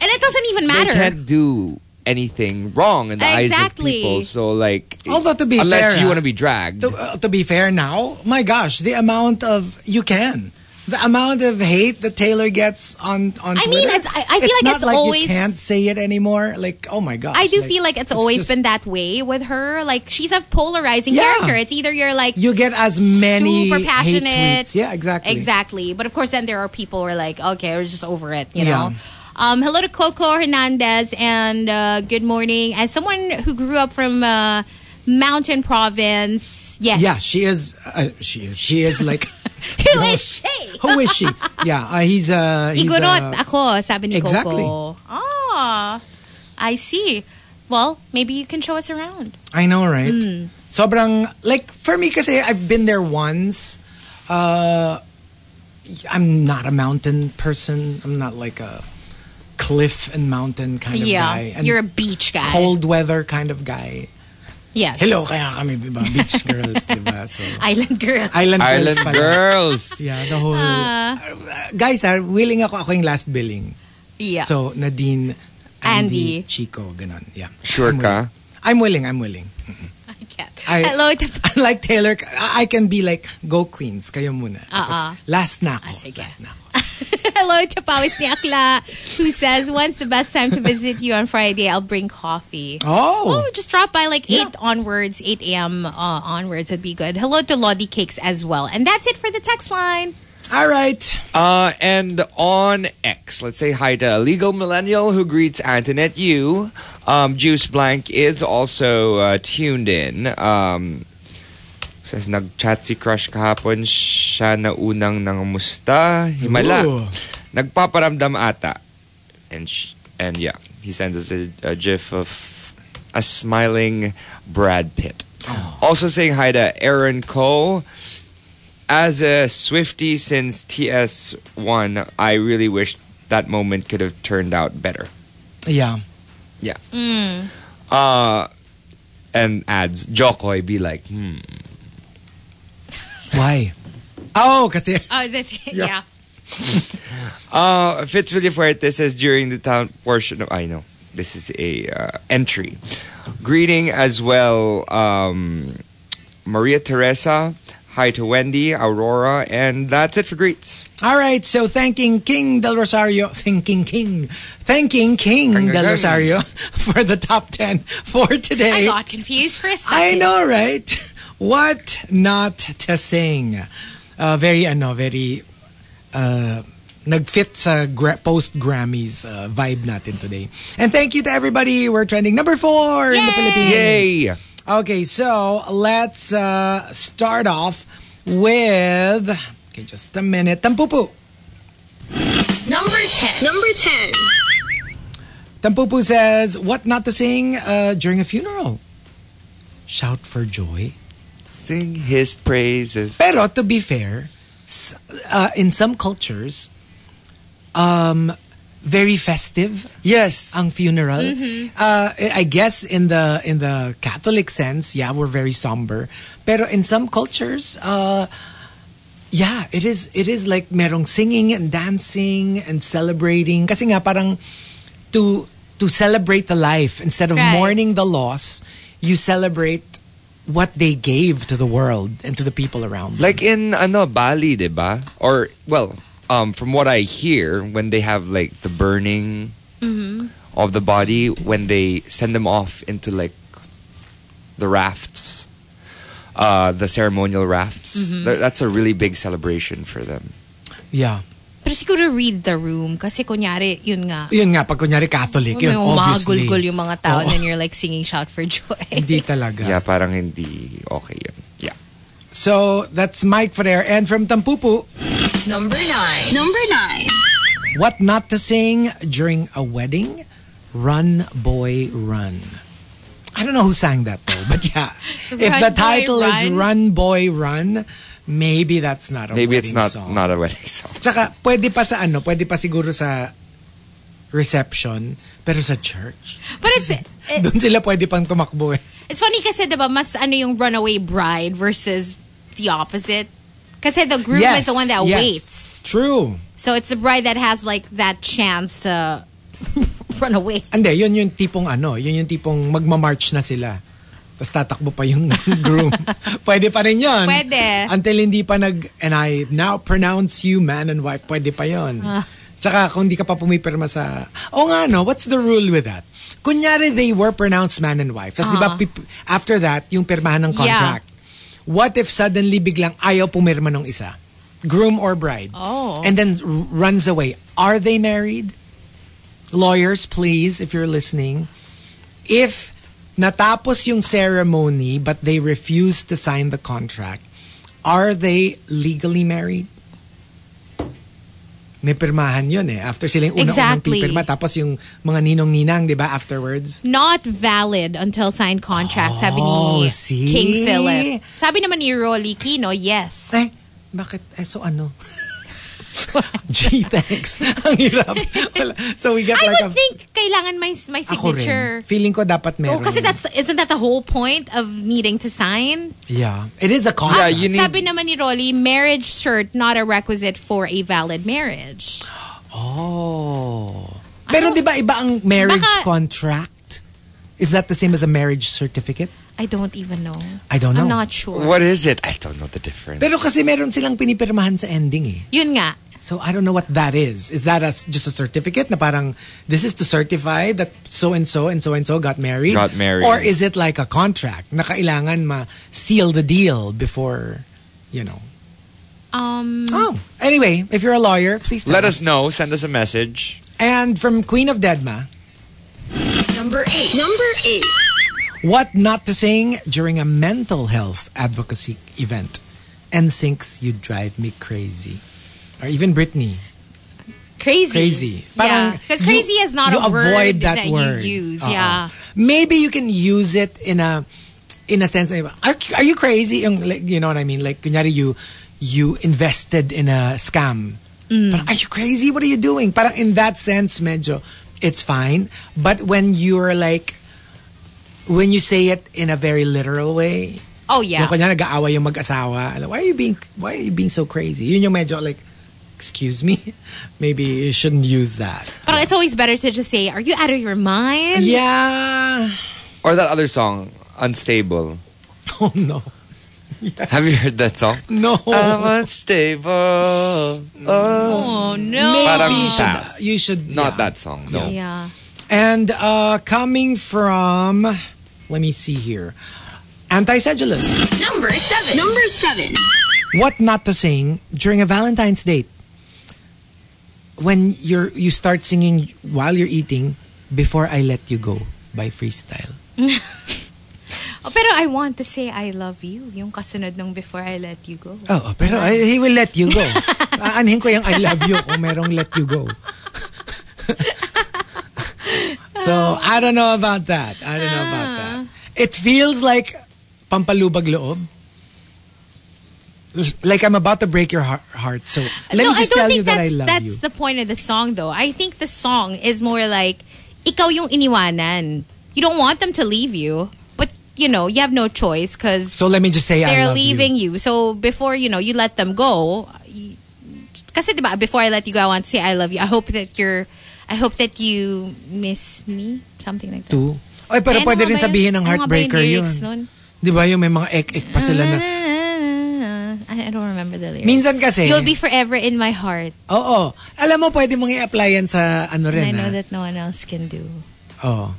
F: and it doesn't even
H: they
F: matter.
H: can't do anything wrong in the
F: Exactly.
H: eyes of people. So like,
E: Although to be
H: unless
E: fair,
H: you
E: ah,
H: want to be dragged,
E: to, uh, to be fair now, my gosh, the amount of you can. The amount of hate that Taylor gets on on
F: I mean,
E: Twitter,
F: it's- I- I feel like
E: not
F: it's
E: like you
F: always-
E: can't say it anymore. Like, oh my gosh,
F: I do feel like it's, always
E: just-
F: been that way with her. Like she's a polarizing
E: Yeah.
F: character. It's either you're like
E: you get as many
F: super passionate.
E: hate tweets. Yeah, exactly.
F: Exactly. But of course, then there are people who are like, okay, we're just over it, you
E: Yeah.
F: know? Um, hello to Coco Hernandez and uh, good morning. As someone who grew up from uh, Mountain Province, yes.
E: Yeah, she is. Uh, she is. She is like.
F: Who is she?
E: Who is she? Yeah, uh, he's uh, he's
F: Igorot
E: uh,
F: ako, sabi ni
E: Exactly.
F: Coco. Ah, I see. Well, maybe you can show us around.
E: I know, right?
F: Mm.
E: Sobrang like for me, kasi I've been there once. Uh, I'm not a mountain person. I'm not like a cliff and mountain kind of
F: yeah,
E: guy. And
F: you're a beach guy.
E: cold weather kind of guy.
F: Yes.
E: Hello, kaya kami diba? beach girls, diba? So
F: Island girl.
E: island, girls.
H: Island
E: pala.
H: girls.
E: Yeah, the whole.
F: Uh.
E: guys, ah, willing ako ako yung last billing.
F: yeah.
E: So Nadine, Andy,
F: Andy.
E: Chico, ganun. Yeah.
H: Sure ka?
E: I'm willing. I'm willing.
F: I can't.
E: I-
F: Hello to
E: like Taylor, I I can be like, go Queens, kayo muna. Tapos, Last na ako.
F: Ah, sige.
E: Last na ako.
F: Hello to Pawis ni Akla, who says, When's the best time to visit you on Friday? I'll bring coffee.
E: Oh!
F: Oh, just drop by like 8 onwards, 8 a.m. Uh, onwards would be good. Hello to Lodi Cakes as well. And that's it for the text line.
E: All right.
H: Uh, and on X, let's say hi to legal millennial who greets Antoinette you. Um, Juice Blank is also uh, tuned in. Um, says nagchat si crush kahapon siya na unang nangamusta. Himala.
E: Ooh.
H: Nagpaparamdam ata. And sh- and yeah, he sends us a, a gif of a smiling Brad Pitt. Also saying hi to Aaron Cole. As a Swifty since TS1, I really wish that moment could have turned out better.
E: Yeah.
H: Uh, and adds, Jokoy be like, hmm.
E: Why? Oh, kasi,
F: Oh, the yeah. yeah.
H: Uh, Fitz Villafuerte says during the town portion of, I know, this is a uh, entry. Greeting as well, um, Maria Teresa. Hi to Wendy, Aurora, and that's it for greets.
E: all right, so thanking King Del Rosario, thanking King, thanking King
H: Kang-
E: Del
H: kang.
E: Rosario for the top 10 for
F: I
E: today.
F: got confused for a
E: I
F: second.
E: know, right? What not to sing. Uh, very, ano, very, uh, nag-fit sa gra- post-Grammys uh, vibe natin today. And thank you to everybody. We're trending number four in the Philippines.
H: Yay!
E: Okay, so let's uh, start off with, okay, just a minute, Tampupu.
A: Number 10. Number 10.
E: Tampupu says, what not to sing uh, during a funeral? Shout for joy.
H: Sing his praises.
E: Pero to be fair, s- uh, in some cultures, um, very festive
H: Yes.
E: ang funeral. Uh, I I guess in the in the Catholic sense, yeah, we're very somber. Pero in some cultures, uh, yeah, it is it is like merong singing and dancing and celebrating. Kasi nga parang to to celebrate the life instead of
F: Right.
E: mourning the loss, you celebrate what they gave to the world and to the people around.
H: Like in ano Bali, 'di ba? Or well, um from what I hear when they have like the burning of the body when they send them off into like the rafts. Uh, the ceremonial rafts. Th- That's a really big celebration for them.
E: yeah.
F: Pero siguro read the room kasi kunyari, yun nga.
E: Yun nga, pag kunyari Catholic,
F: May
E: yun, obviously. Oh.
F: umagulgul yung mga tao
E: Oo.
F: and then you're like singing Shout for Joy.
E: Hindi talaga.
H: Yeah, parang hindi okay yun. Yeah.
E: So that's Mike Ferrer. And from Tampupu,
A: Number nine. Number nine.
E: what not to sing during a wedding? Run, boy, run. I don't know who sang that though, but yeah. if
F: Run,
E: the
F: boy,
E: title is
F: run.
E: Run, Boy, Run, maybe that's not a
H: Maybe it's
E: wedding
H: not
E: song.
H: not a wedding song.
E: Tsaka, pwede pa sa ano, pwede pa siguro sa reception, pero sa church.
F: But it's it,
E: Doon sila pwede pang tumakbo eh.
F: it's funny kasi 'di ba mas ano yung runaway bride versus the opposite. Kasi the groom is the one that
E: yes.
F: waits.
E: True.
F: So it's the bride that has like that chance to run away.
E: Hindi, yun yung tipong ano, yun yung tipong magmamarch na sila. Tapos tatakbo pa yung groom. pwede pa rin yun.
F: Pwede.
E: Until hindi pa nag, and I now pronounce you man and wife, pwede pa yun. Tsaka kung hindi ka pa pumipirma sa, o nga no, what's the rule with that? Kunyari they were pronounced man and wife. Tapos di ba, pip- after that, yung pirmahan ng contract. What if suddenly biglang ayaw pumirma ng isa? Groom or bride.
F: Oh.
E: And then r- runs away. Are they married? lawyers, please, if you're listening, if natapos yung ceremony but they refuse to sign the contract, are they legally married? May pirmahan yun eh. After sila yung una-unang
F: Exactly.
E: pipirma, tapos yung mga ninong-ninang, di ba, afterwards?
F: Not valid until signed contract, sabi
E: Oh,
F: ni
E: see?
F: King Philip. Sabi naman ni Rolly Kino, yes.
E: Eh, bakit? Eh, so ano? Gee, thanks. Ang hirap. Wala. So we got
F: I
E: like
F: would
E: a...
F: think kailangan my, my
E: ako
F: signature.
E: rin. Feeling ko dapat
F: Oh,
E: meron.
F: kasi that's isn't that the whole point of needing to sign?
E: Yeah. It is a
H: Yeah,
E: contract.
H: you need
F: Sabi naman ni Rolly, marriage shirt not a requisite for a valid marriage.
E: Oh. Pero 'di ba iba ang marriage
F: Baka-
E: contract? Is that the same as a marriage certificate?
F: I don't even know.
E: I don't know.
F: I'm not sure.
H: What is it? I don't know the difference.
E: Pero kasi meron silang pinipirmahan sa ending eh.
F: Yun nga.
E: So I don't know what that is. Is that a, just a certificate na parang this is to certify that so and so and so and so got married?
H: Got married.
E: Or is it like a contract na kailangan ma-seal the deal before, you know?
F: Um,
E: Oh. Anyway, if you're a lawyer, please tell
H: Let us know. Send us a message.
E: And from Queen of Deadma,
A: Number eight. Number eight.
E: What not to sing during a mental health advocacy event. NSYNC's You Drive Me Crazy. Or even Britney.
F: crazy.
E: Crazy. Parang
F: yeah. Because
E: you-
F: crazy is not
E: you
F: a word
E: avoid that, word. Uh-uh.
F: you use.
E: Oo.
F: Yeah.
E: Maybe you can use it in a in a sense na, are, are you crazy? Yung, like, you know what I mean? Like kunyari you you invested in a scam. Parang, are you crazy? What are you doing? Parang in that sense medyo it's fine. But when you're like when you say it in a very literal way,
F: Oh yeah.
E: Yung kanya nag-aaway yung mag-asawa. Alam, Why are you being why are you being so crazy? Yun yung medyo like excuse me. Maybe you shouldn't use that.
F: But it's always better to just say, "Are you out of your mind?"
E: Yeah.
H: Or that other song, Unstable.
E: Oh no.
H: Have you heard that song?
E: No.
F: Um,
H: I'm unstable. Oh.
F: Oh no.
E: Maybe
H: Parang
E: you should,
H: pass.
E: you should
H: Not
E: yeah.
H: that song. No.
F: Yeah.
E: And uh coming from let me see here. Anti-sedulous.
A: Number seven. Number seven.
E: What not to sing during a Valentine's date? When you're you start singing while you're eating before I let you go by freestyle.
F: Oh, pero I want to say I love you. Yung kasunod nung before I let you go.
E: Oo, pero I- he will let you go. Aanhin ko yung I love you kung merong let you go. so, I don't know about that. I don't know
F: Ah.
E: about that. It feels like pampalubag loob. Like I'm about to break your heart. heart. So, let
F: no,
E: me just
F: I don't
E: tell
F: think
E: you that I
F: that's
E: love
F: that's
E: you.
F: the point of the song though. I think the song is more like ikaw yung iniwanan. You don't want them to leave you, but you know, you have no choice cuz
E: So, let me just say I
F: they're
E: love
F: leaving you. So before, you know, you let them go, y- kasi 'di ba, before I let you go, I want to say I love you. I hope that you're I hope that you miss me, something like that.
E: you. Too. Ay, pero
F: Eh, ano
E: pwede
F: nga
E: rin
F: ba yun?
E: sabihin ng
F: Ano nga ba yung
E: heartbreaker yun.
F: lyrics nun?
E: Di ba yung may mga ek-ek pa sila na.
F: Ah, I I don't remember the lyrics.
E: Minsan eh. kasi,
F: You'll be forever in my heart.
E: oo. Alam mo, pwede mong i-apply yan sa ano
F: And I
E: rin.
F: know
E: ah.
F: that no one else can do.
E: Oh.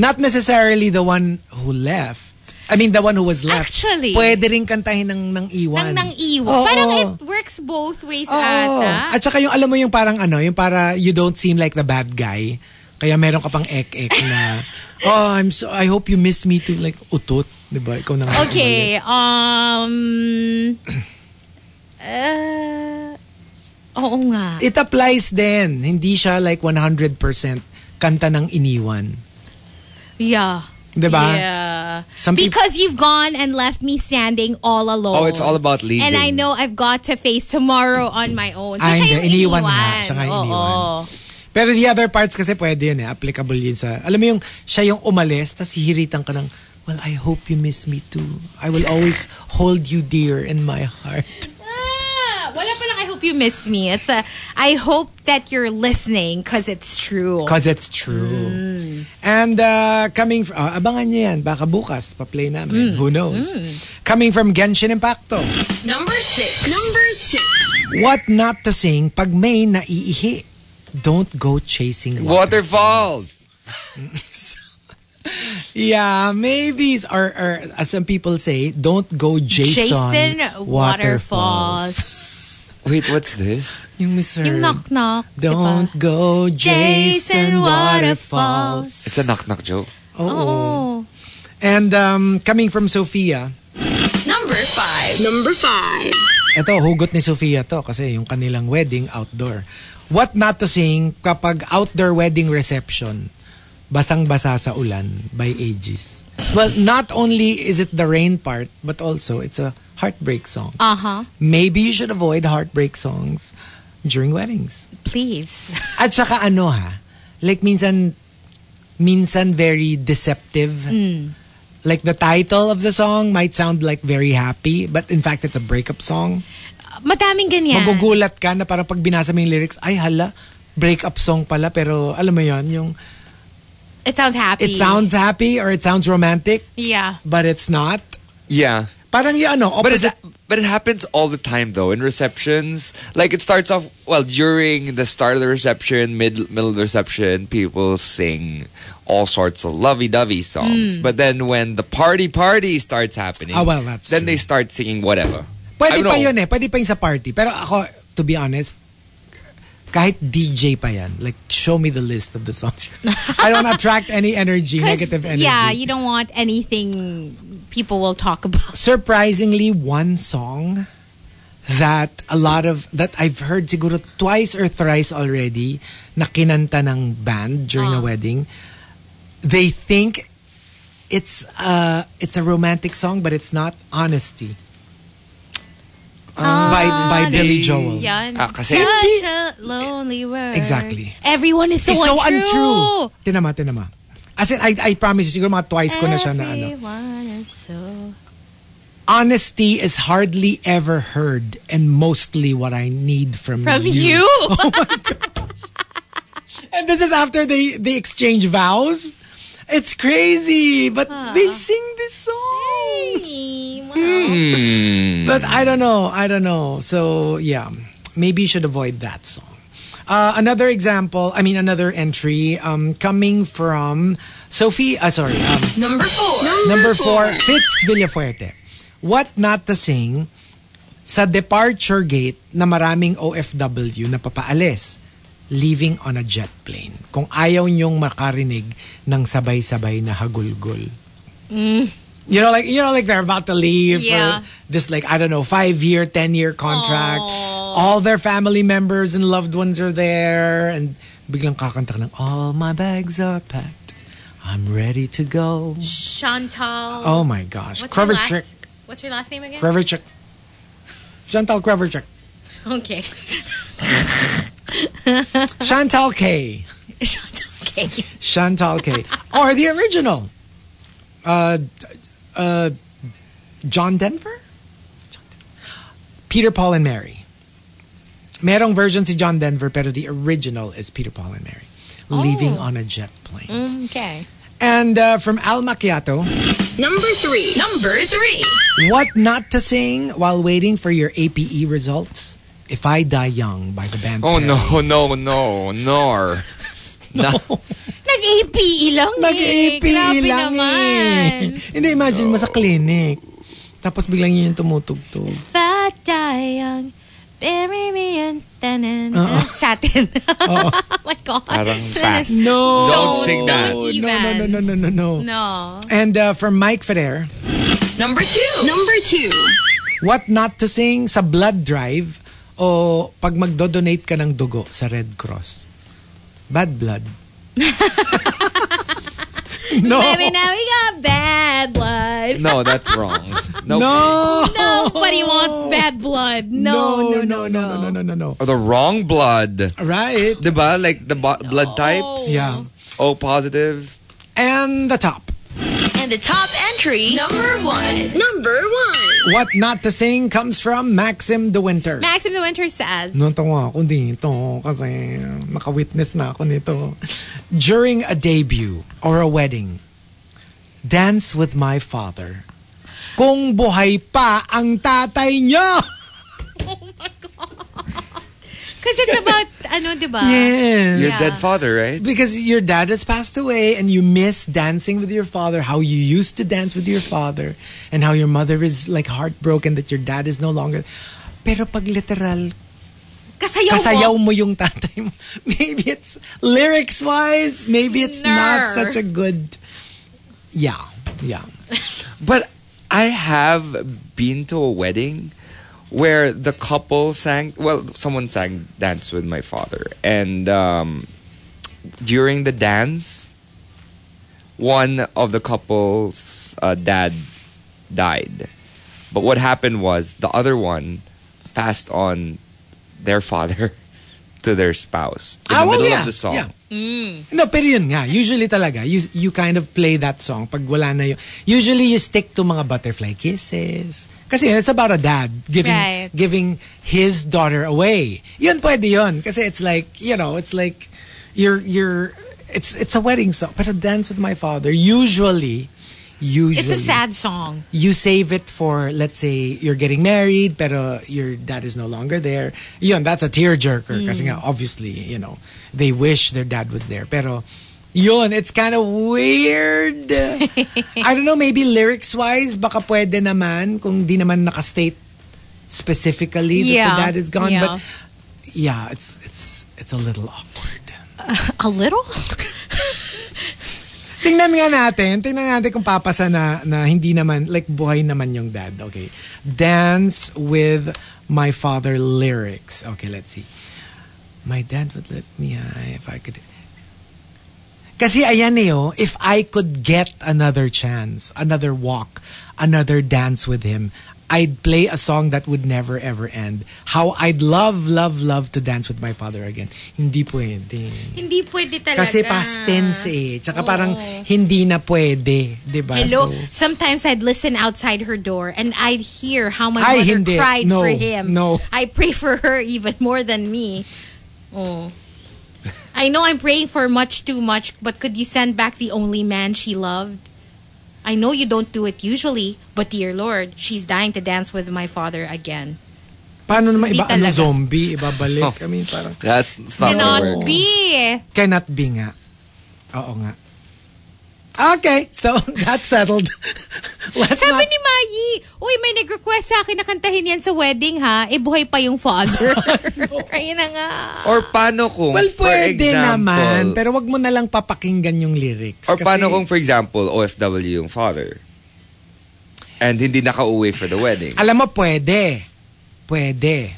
E: Not necessarily the one who left. I mean, the one who was left.
F: Actually.
E: Pwede rin kantahin ng, ng iwan.
F: Nang nang iwan.
E: Oo.
F: Parang it works both ways
E: Oo.
F: ata.
E: At saka yung alam mo yung parang ano, yung para you don't seem like the bad guy. Kaya meron ka pang ek-ek na, oh, I'm so, I hope you miss me too. Like, utot. Diba? Ikaw na nga.
F: Okay, um... Uh, oo nga.
E: It applies din. Hindi siya like 100% kanta ng iniwan.
F: Yeah.
E: Diba?
F: Yeah.
E: Some peop-
F: because you've gone and left me standing all alone.
H: Oh, it's all about leaving.
F: And I know I've got to face tomorrow on my own. So
E: Ah,
F: siya yung
E: hindi. Iniwan
F: iniwan.
E: nga. Siya nga yung
F: Oo.
E: iniwan. Pero the other parts kasi pwede yun eh. Applicable yun sa, alam mo yung, siya yung umalis, tas hihiritan ka ng, well, I hope you miss me too. I will always hold you dear in my heart.
F: Ah, Wala palang I hope you miss me. It's a I hope that you're listening because it's true.
E: Because it's true.
F: Mm.
E: And uh, coming from, uh, abangan niyo yan, baka bukas, pa-play namin.
F: Mm.
E: Who knows? Coming from Genshin Impacto,
A: Number six. Number six.
E: what not to sing pag may naiihi? Don't go chasing water.
H: Waterfalls.
E: Yeah, maybe, or, or as some people say, don't go Jason,
F: Jason Waterfalls.
H: Wait, what's this?
E: Yung Mr.
F: Yung knock knock.
E: Don't go Jason
F: Jason Waterfalls.
E: Waterfalls.
H: It's a knock knock joke.
E: Oo.
F: Oh.
E: And um, coming from Sophia,
A: Number five. Number five.
E: Ito, hugot ni Sofia to kasi yung kanilang wedding outdoor. What not to sing kapag outdoor wedding reception, basang-basa sa ulan by Aegis. Well, not only is it the rain part, but also it's a heartbreak song.
F: Uh huh.
E: Maybe you should avoid heartbreak songs during weddings.
F: Please.
E: At saka ano ha, like minsan, minsan very deceptive. Like the title of the song might sound like very happy, but in fact it's a breakup song.
F: Madaming ganyan.
E: magugulat ka na parang pag binasa mo yung lyrics, ay hala, breakup song pala. Pero alam mo yon yung
F: It sounds happy.
E: it sounds happy or it sounds romantic,
F: Yeah.
E: but it's not.
H: Yeah.
E: Parang yung ano,
H: But, it's,
E: opposite.
H: but it happens all the time though in receptions. Like it starts off well during the start of the reception, mid middle of the reception, people sing all sorts of lovey-dovey songs.
F: Hmm.
H: But then when the party party starts happening,
F: Oh,
E: Ah, well, that's
H: then
E: true.
H: they start singing whatever.
E: Pwede pa
H: I know.
E: yun eh. Pwede pa yung sa party. Pero ako, to be honest, kahit DJ pa yan, like, show me the list of the songs. I don't attract any energy,
F: 'Cause,
E: negative energy.
F: Yeah, you don't want anything people will talk about.
E: surprisingly one song that a lot of that I've heard siguro twice or thrice already na kinanta ng band during
F: Ah.
E: a wedding. They think it's a it's a romantic song but it's not Honesty.
F: Ah.
E: by by Billy Joel.
F: Uh, Yan.
H: Ah, kasi-
F: Such a lonely world.
E: Exactly.
F: Everyone is so
E: It's so
F: untrue.
E: untrue. Tinama, tinama. As in, I, I promise you, siguro mga twice ko na siya na ano.
F: Everyone is so...
E: Honesty is hardly ever heard and mostly what I need from,
F: From you?
E: And this is after they, they exchange vows. It's crazy, but they sing this song. But I don't know. I don't know. So, yeah, maybe you should avoid that song. Uh, another example, I mean, another entry um, coming from Sophie, uh, sorry, um,
A: Number four.
E: number four, Fitz Villafuerte. What not to sing sa departure gate na maraming OFW na papaalis leaving on a jet plane. Kung ayaw niyong makarinig ng sabay-sabay na hagulgol. You know, like you know, like they're about to leave
F: Yeah.
E: for this, like I don't know, five year, ten year contract. All their family members and loved ones are there, and biglang kakanta ka ng all my bags are packed. I'm ready to go.
F: Chantal.
E: Oh my gosh.
F: What's her last-
E: Kreverchuk.
F: What's your last name again?
E: Kreverchuk. Chantal Kreverchuk.
F: okay.
E: Chantal K.
F: Chantal K.
E: Chantal K. or the original. Uh, uh, John Denver? Peter, Paul, and Mary. Merong version si John Denver, pero the original is Peter, Paul, and Mary.
F: Oh.
E: Leaving on a jet plane.
F: Okay.
E: And uh, from Al Macchiato,
A: Number three. Number three.
E: What Not to Sing While Waiting for Your APE Results? If I Die Young by the band.
H: Oh
E: Perry.
H: no, no, no, nor. no.
F: Nag-APE lang eh.
E: Nag-APE
F: Grabe
E: lang
F: naman.
E: eh. Hindi, imagine mo sa clinic. Tapos biglang yun yung tumutugtog.
F: Fat die young, bury me in tanan.
E: Oo.
F: Satin. oh my God.
H: Parang pass.
E: No.
H: Don't sing that.
E: No,
F: even.
E: no, no, no, no, no, no.
F: No.
E: And uh, from Mike Ferrer,
A: Number two. Number two.
E: what not to sing sa blood drive o pag magdodonate ka ng dugo sa Red Cross? Bad blood. no.
F: Baby, now we got bad blood.
H: No, that's wrong. Nope.
E: No.
F: Nobody wants bad blood. No, no, no,
E: Oh. no, no, no, no, no, no.
H: Or the wrong blood.
E: Right.
H: Diba? Like the bo- blood types?
E: Yeah.
H: O positive.
E: And the top.
A: And the top entry. Number one. Number one.
E: What not to sing comes from Maxim the Winter.
F: Maxim the Winter says.
E: Natawa ako dito kasi naka-witness na ako nito. During a debut or a wedding, dance with my father. Kung buhay pa ang tatay niyo!
F: Because it's about, ano, diba?
E: Yes!
H: Your
F: Yeah.
H: dead father, right?
E: Because your dad has passed away and you miss dancing with your father, how you used to dance with your father, and how your mother is like heartbroken that your dad is no longer. Pero pag literal,
F: Kasayaw,
E: kasayaw
F: mo.
E: mo yung tatay mo. Maybe it's lyrics wise, maybe it's not
F: Ner.
E: such a good. Yeah, yeah.
H: But I have been to a wedding where the couple sang. Well, someone sang "Dance with My Father," and um, during the dance, one of the couple's uh, dad died. But what happened was the other one passed on their father to their spouse in
E: Ah,
H: the
E: well,
H: middle
E: yeah,
H: of the song.
E: yeah. No, pero yun nga. Usually talaga, you, you kind of play that song pag wala na yun. Usually you stick to mga butterfly kisses. Kasi yun, it's about a dad giving
F: Right.
E: giving his daughter away. Yun pwede yun. Kasi it's like, you know, it's like you're, you're, it's, it's a wedding song. Pero dance with my father, usually, usually.
F: It's a sad song.
E: you save it for let's say you're getting married pero your dad is no longer there yun that's a
F: Mm.
E: tearjerker kasi nga obviously you know they wish their dad was there pero yun it's kind of weird I don't know maybe lyrics wise baka pwede naman kung di naman nakastate specifically that
F: Yeah.
E: the dad is gone
F: Yeah.
E: but yeah it's it's it's a little awkward
F: A little?
E: Tingnan nga natin. Tingnan natin kung papasa na, na hindi naman, like buhay naman yung dad. Okay. Dance with my father lyrics. Okay, let's see. My dad would let me high if I could... Kasi ayan eh, oh, if I could get another chance, another walk, another dance with him, I'd play a song that would never ever end. How I'd love, love, love to dance with my father again. Hindi pwede.
F: Hindi pwede talaga.
E: Kasi past tense eh. Tsaka parang hindi na pwede. Diba?
F: Hello.
E: So,
F: Sometimes I'd listen outside her door and I'd hear how my
E: Ay,
F: mother
E: hindi.
F: cried
E: No,
F: for him.
E: no.
F: I pray for her even more than me. Oh. I know I'm praying for much too much, but could you send back the only man she loved? I know you don't do it usually, but dear Lord, she's dying to dance with my father again.
E: paano naman
F: hindi
E: iba? Ano,
F: talaga.
E: zombie?
H: Oh.
E: Ibabalik? I mean, parang
H: That's it's not gonna
F: Cannot
H: work.
F: be.
E: cannot be nga. Oo nga. Okay, so that's settled. Let's
F: Sabi
E: not...
F: ni Mayi, uy, may nag-request sa akin na kantahin yan sa wedding ha. Eh, buhay pa yung father. Ayun na nga.
H: Or paano kung,
E: Well,
H: for
E: pwede
H: example,
E: naman. Pero wag mo na lang papakinggan yung lyrics.
H: Or
E: Kasi-
H: paano kung, for example, OFW yung father? And hindi nakauwi for the wedding.
E: Alam mo, pwede. Pwede.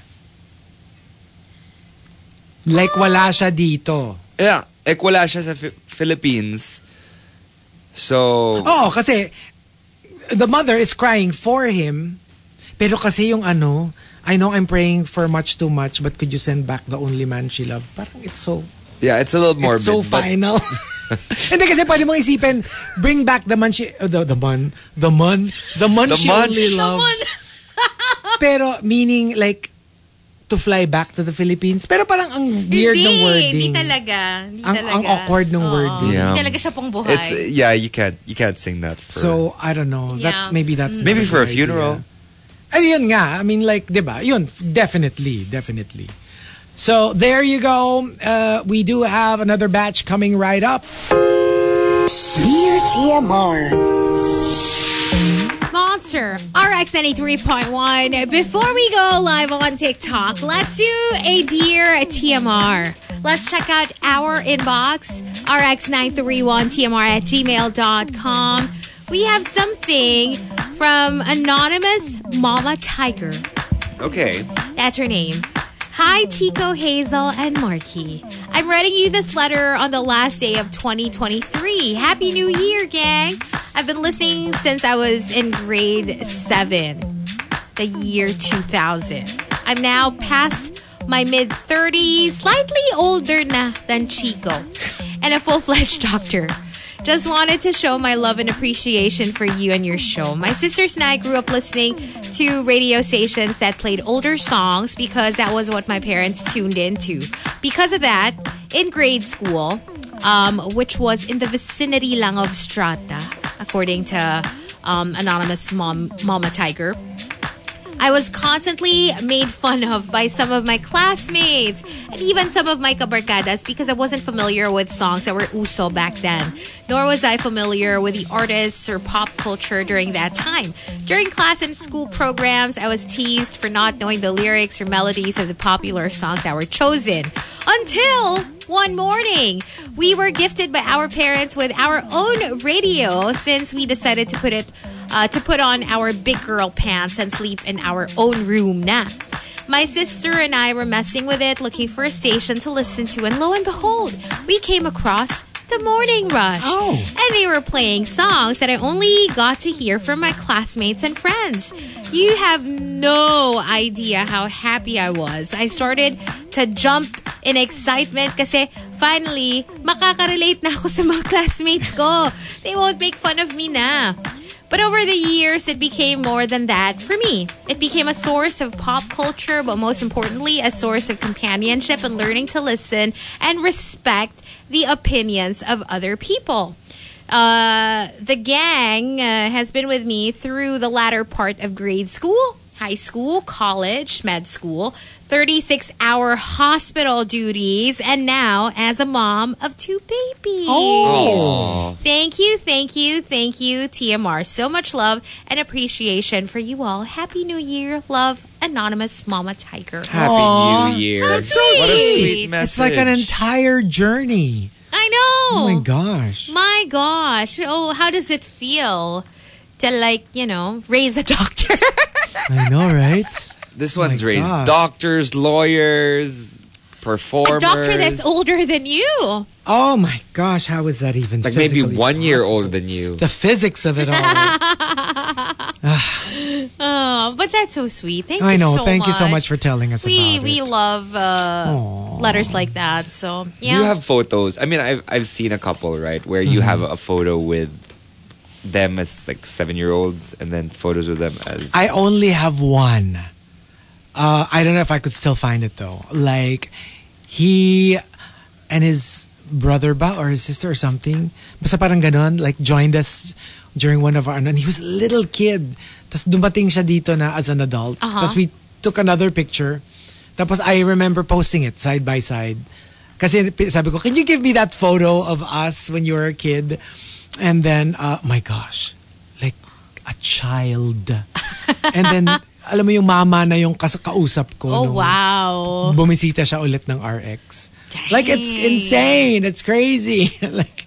E: Like wala siya dito.
H: Yeah. Eh, wala siya sa Fi- Philippines. So,
E: Oo, Oh, kasi the mother is crying for him. Pero kasi yung ano, I know I'm praying for much too much, but could you send back the only man she loved? Parang it's so,
H: yeah, it's a little morbid.
E: it's so
H: but-
E: final. Hindi kasi pwede mong isipin, bring back the man she, uh, the, the man, the man, the man
H: The
E: she
H: man.
E: only
H: The
E: loved. pero meaning like, to fly back to the Philippines. Pero parang ang weird
F: hindi,
E: ng wording.
F: Hindi talaga. Hindi
E: Ang-
F: talaga.
E: ang awkward ng
F: Oo.
E: wording.
H: Yeah.
F: Hindi talaga siya pang buhay.
H: It's, yeah, you can't, you can't sing that for...
E: So, I don't know. That's
F: Yeah. Mm.
E: maybe that's
H: Maybe
E: not
H: for a
E: good idea.
H: funeral.
E: Ay, yun nga. I mean, like, di ba? Yun, f- definitely, definitely. So, there you go. Uh, we do have another batch coming right up.
G: Dear TMR.
F: Monster RX 93.1. Before we go live on TikTok, let's do a Dear TMR. Let's check out our inbox, rx931tmr at gmail.com. We have something from Anonymous Mama Tiger.
H: Okay.
F: That's her name. Hi, Chico, Hazel, and Marky. I'm writing you this letter on the last day of 2023. Happy New Year, gang. I've been listening since I was in grade seven, the year 2000. I'm now past my mid 30s, slightly older na than Chico, and a full fledged doctor. Just wanted to show my love and appreciation for you and your show. My sisters and I grew up listening to radio stations that played older songs because that was what my parents tuned into. Because of that, in grade school, um, which was in the vicinity lang of Strata, according to um, anonymous mom, Mama Tiger, I was constantly made fun of by some of my classmates and even some of my kabarkadas because I wasn't familiar with songs that were uso back then. Nor was I familiar with the artists or pop culture during that time. During class and school programs, I was teased for not knowing the lyrics or melodies of the popular songs that were chosen. Until one morning, we were gifted by our parents with our own radio since we decided to put it uh, to put on our big girl pants and sleep in our own room na. My sister and I were messing with it, looking for a station to listen to, and lo and behold, we came across the Morning Rush.
E: Oh.
F: And they were playing songs that I only got to hear from my classmates and friends. You have no idea how happy I was. I started to jump in excitement kasi finally, makaka-relate na ako sa mga classmates ko. They won't make fun of me na. But over the years, it became more than that for me. It became a source of pop culture, but most importantly, a source of companionship and learning to listen and respect the opinions of other people. Uh, the gang uh, has been with me through the latter part of grade school, high school, college, med school, 36 hour hospital duties, and now as a mom of two babies. Thank you, thank you, thank you, TMR. So much love and appreciation for you all. Happy New Year. Love, Anonymous Mama Tiger.
H: Happy New Year.
F: That's so
H: What a
F: sweet.
H: sweet message.
E: It's like an entire journey.
F: I know.
E: Oh, my gosh.
F: My gosh. Oh, how does it feel to, like, you know, raise a doctor?
E: I know, right?
H: This one's
E: Oh my
H: raised
E: gosh.
H: doctors, lawyers, performers.
F: a doctor that's older than you.
E: Oh my gosh, how is that even
H: Like maybe
E: physically
H: one year
E: possible?
H: older than you.
E: The physics of it all.
F: Oh, but that's so sweet. Thank
E: I
F: you
E: know.
F: so
E: Thank
F: much.
E: you so much for telling us
F: We,
E: about
F: we
E: it.
F: love uh,
E: Aw.
F: letters like that. So, yeah.
H: You have photos. I mean, I've I've seen a couple, right, where you have
F: Mm-hmm.
H: a photo with them as like seven year olds, and then photos of them as
E: I only have one. Uh, I don't know if I could still find it though. Like he and his brother ba or his sister or something. Basta parang ganon, like joined us during one of our and he was a little kid. Tapos dumating siya dito na as an adult.
F: Uh-huh.
E: Tapos we took another picture. Tapos I remember posting it side by side. Kasi pi- sabi ko, can you give me that photo of us when you were a kid? And then, uh, my gosh, like a child. And then, alam mo yung mama na yung kas- kausap ko.
F: oh,
E: nung
F: wow.
E: Bumisita siya ulit ng RX. Like, it's
F: Dang.
E: insane. It's crazy. like,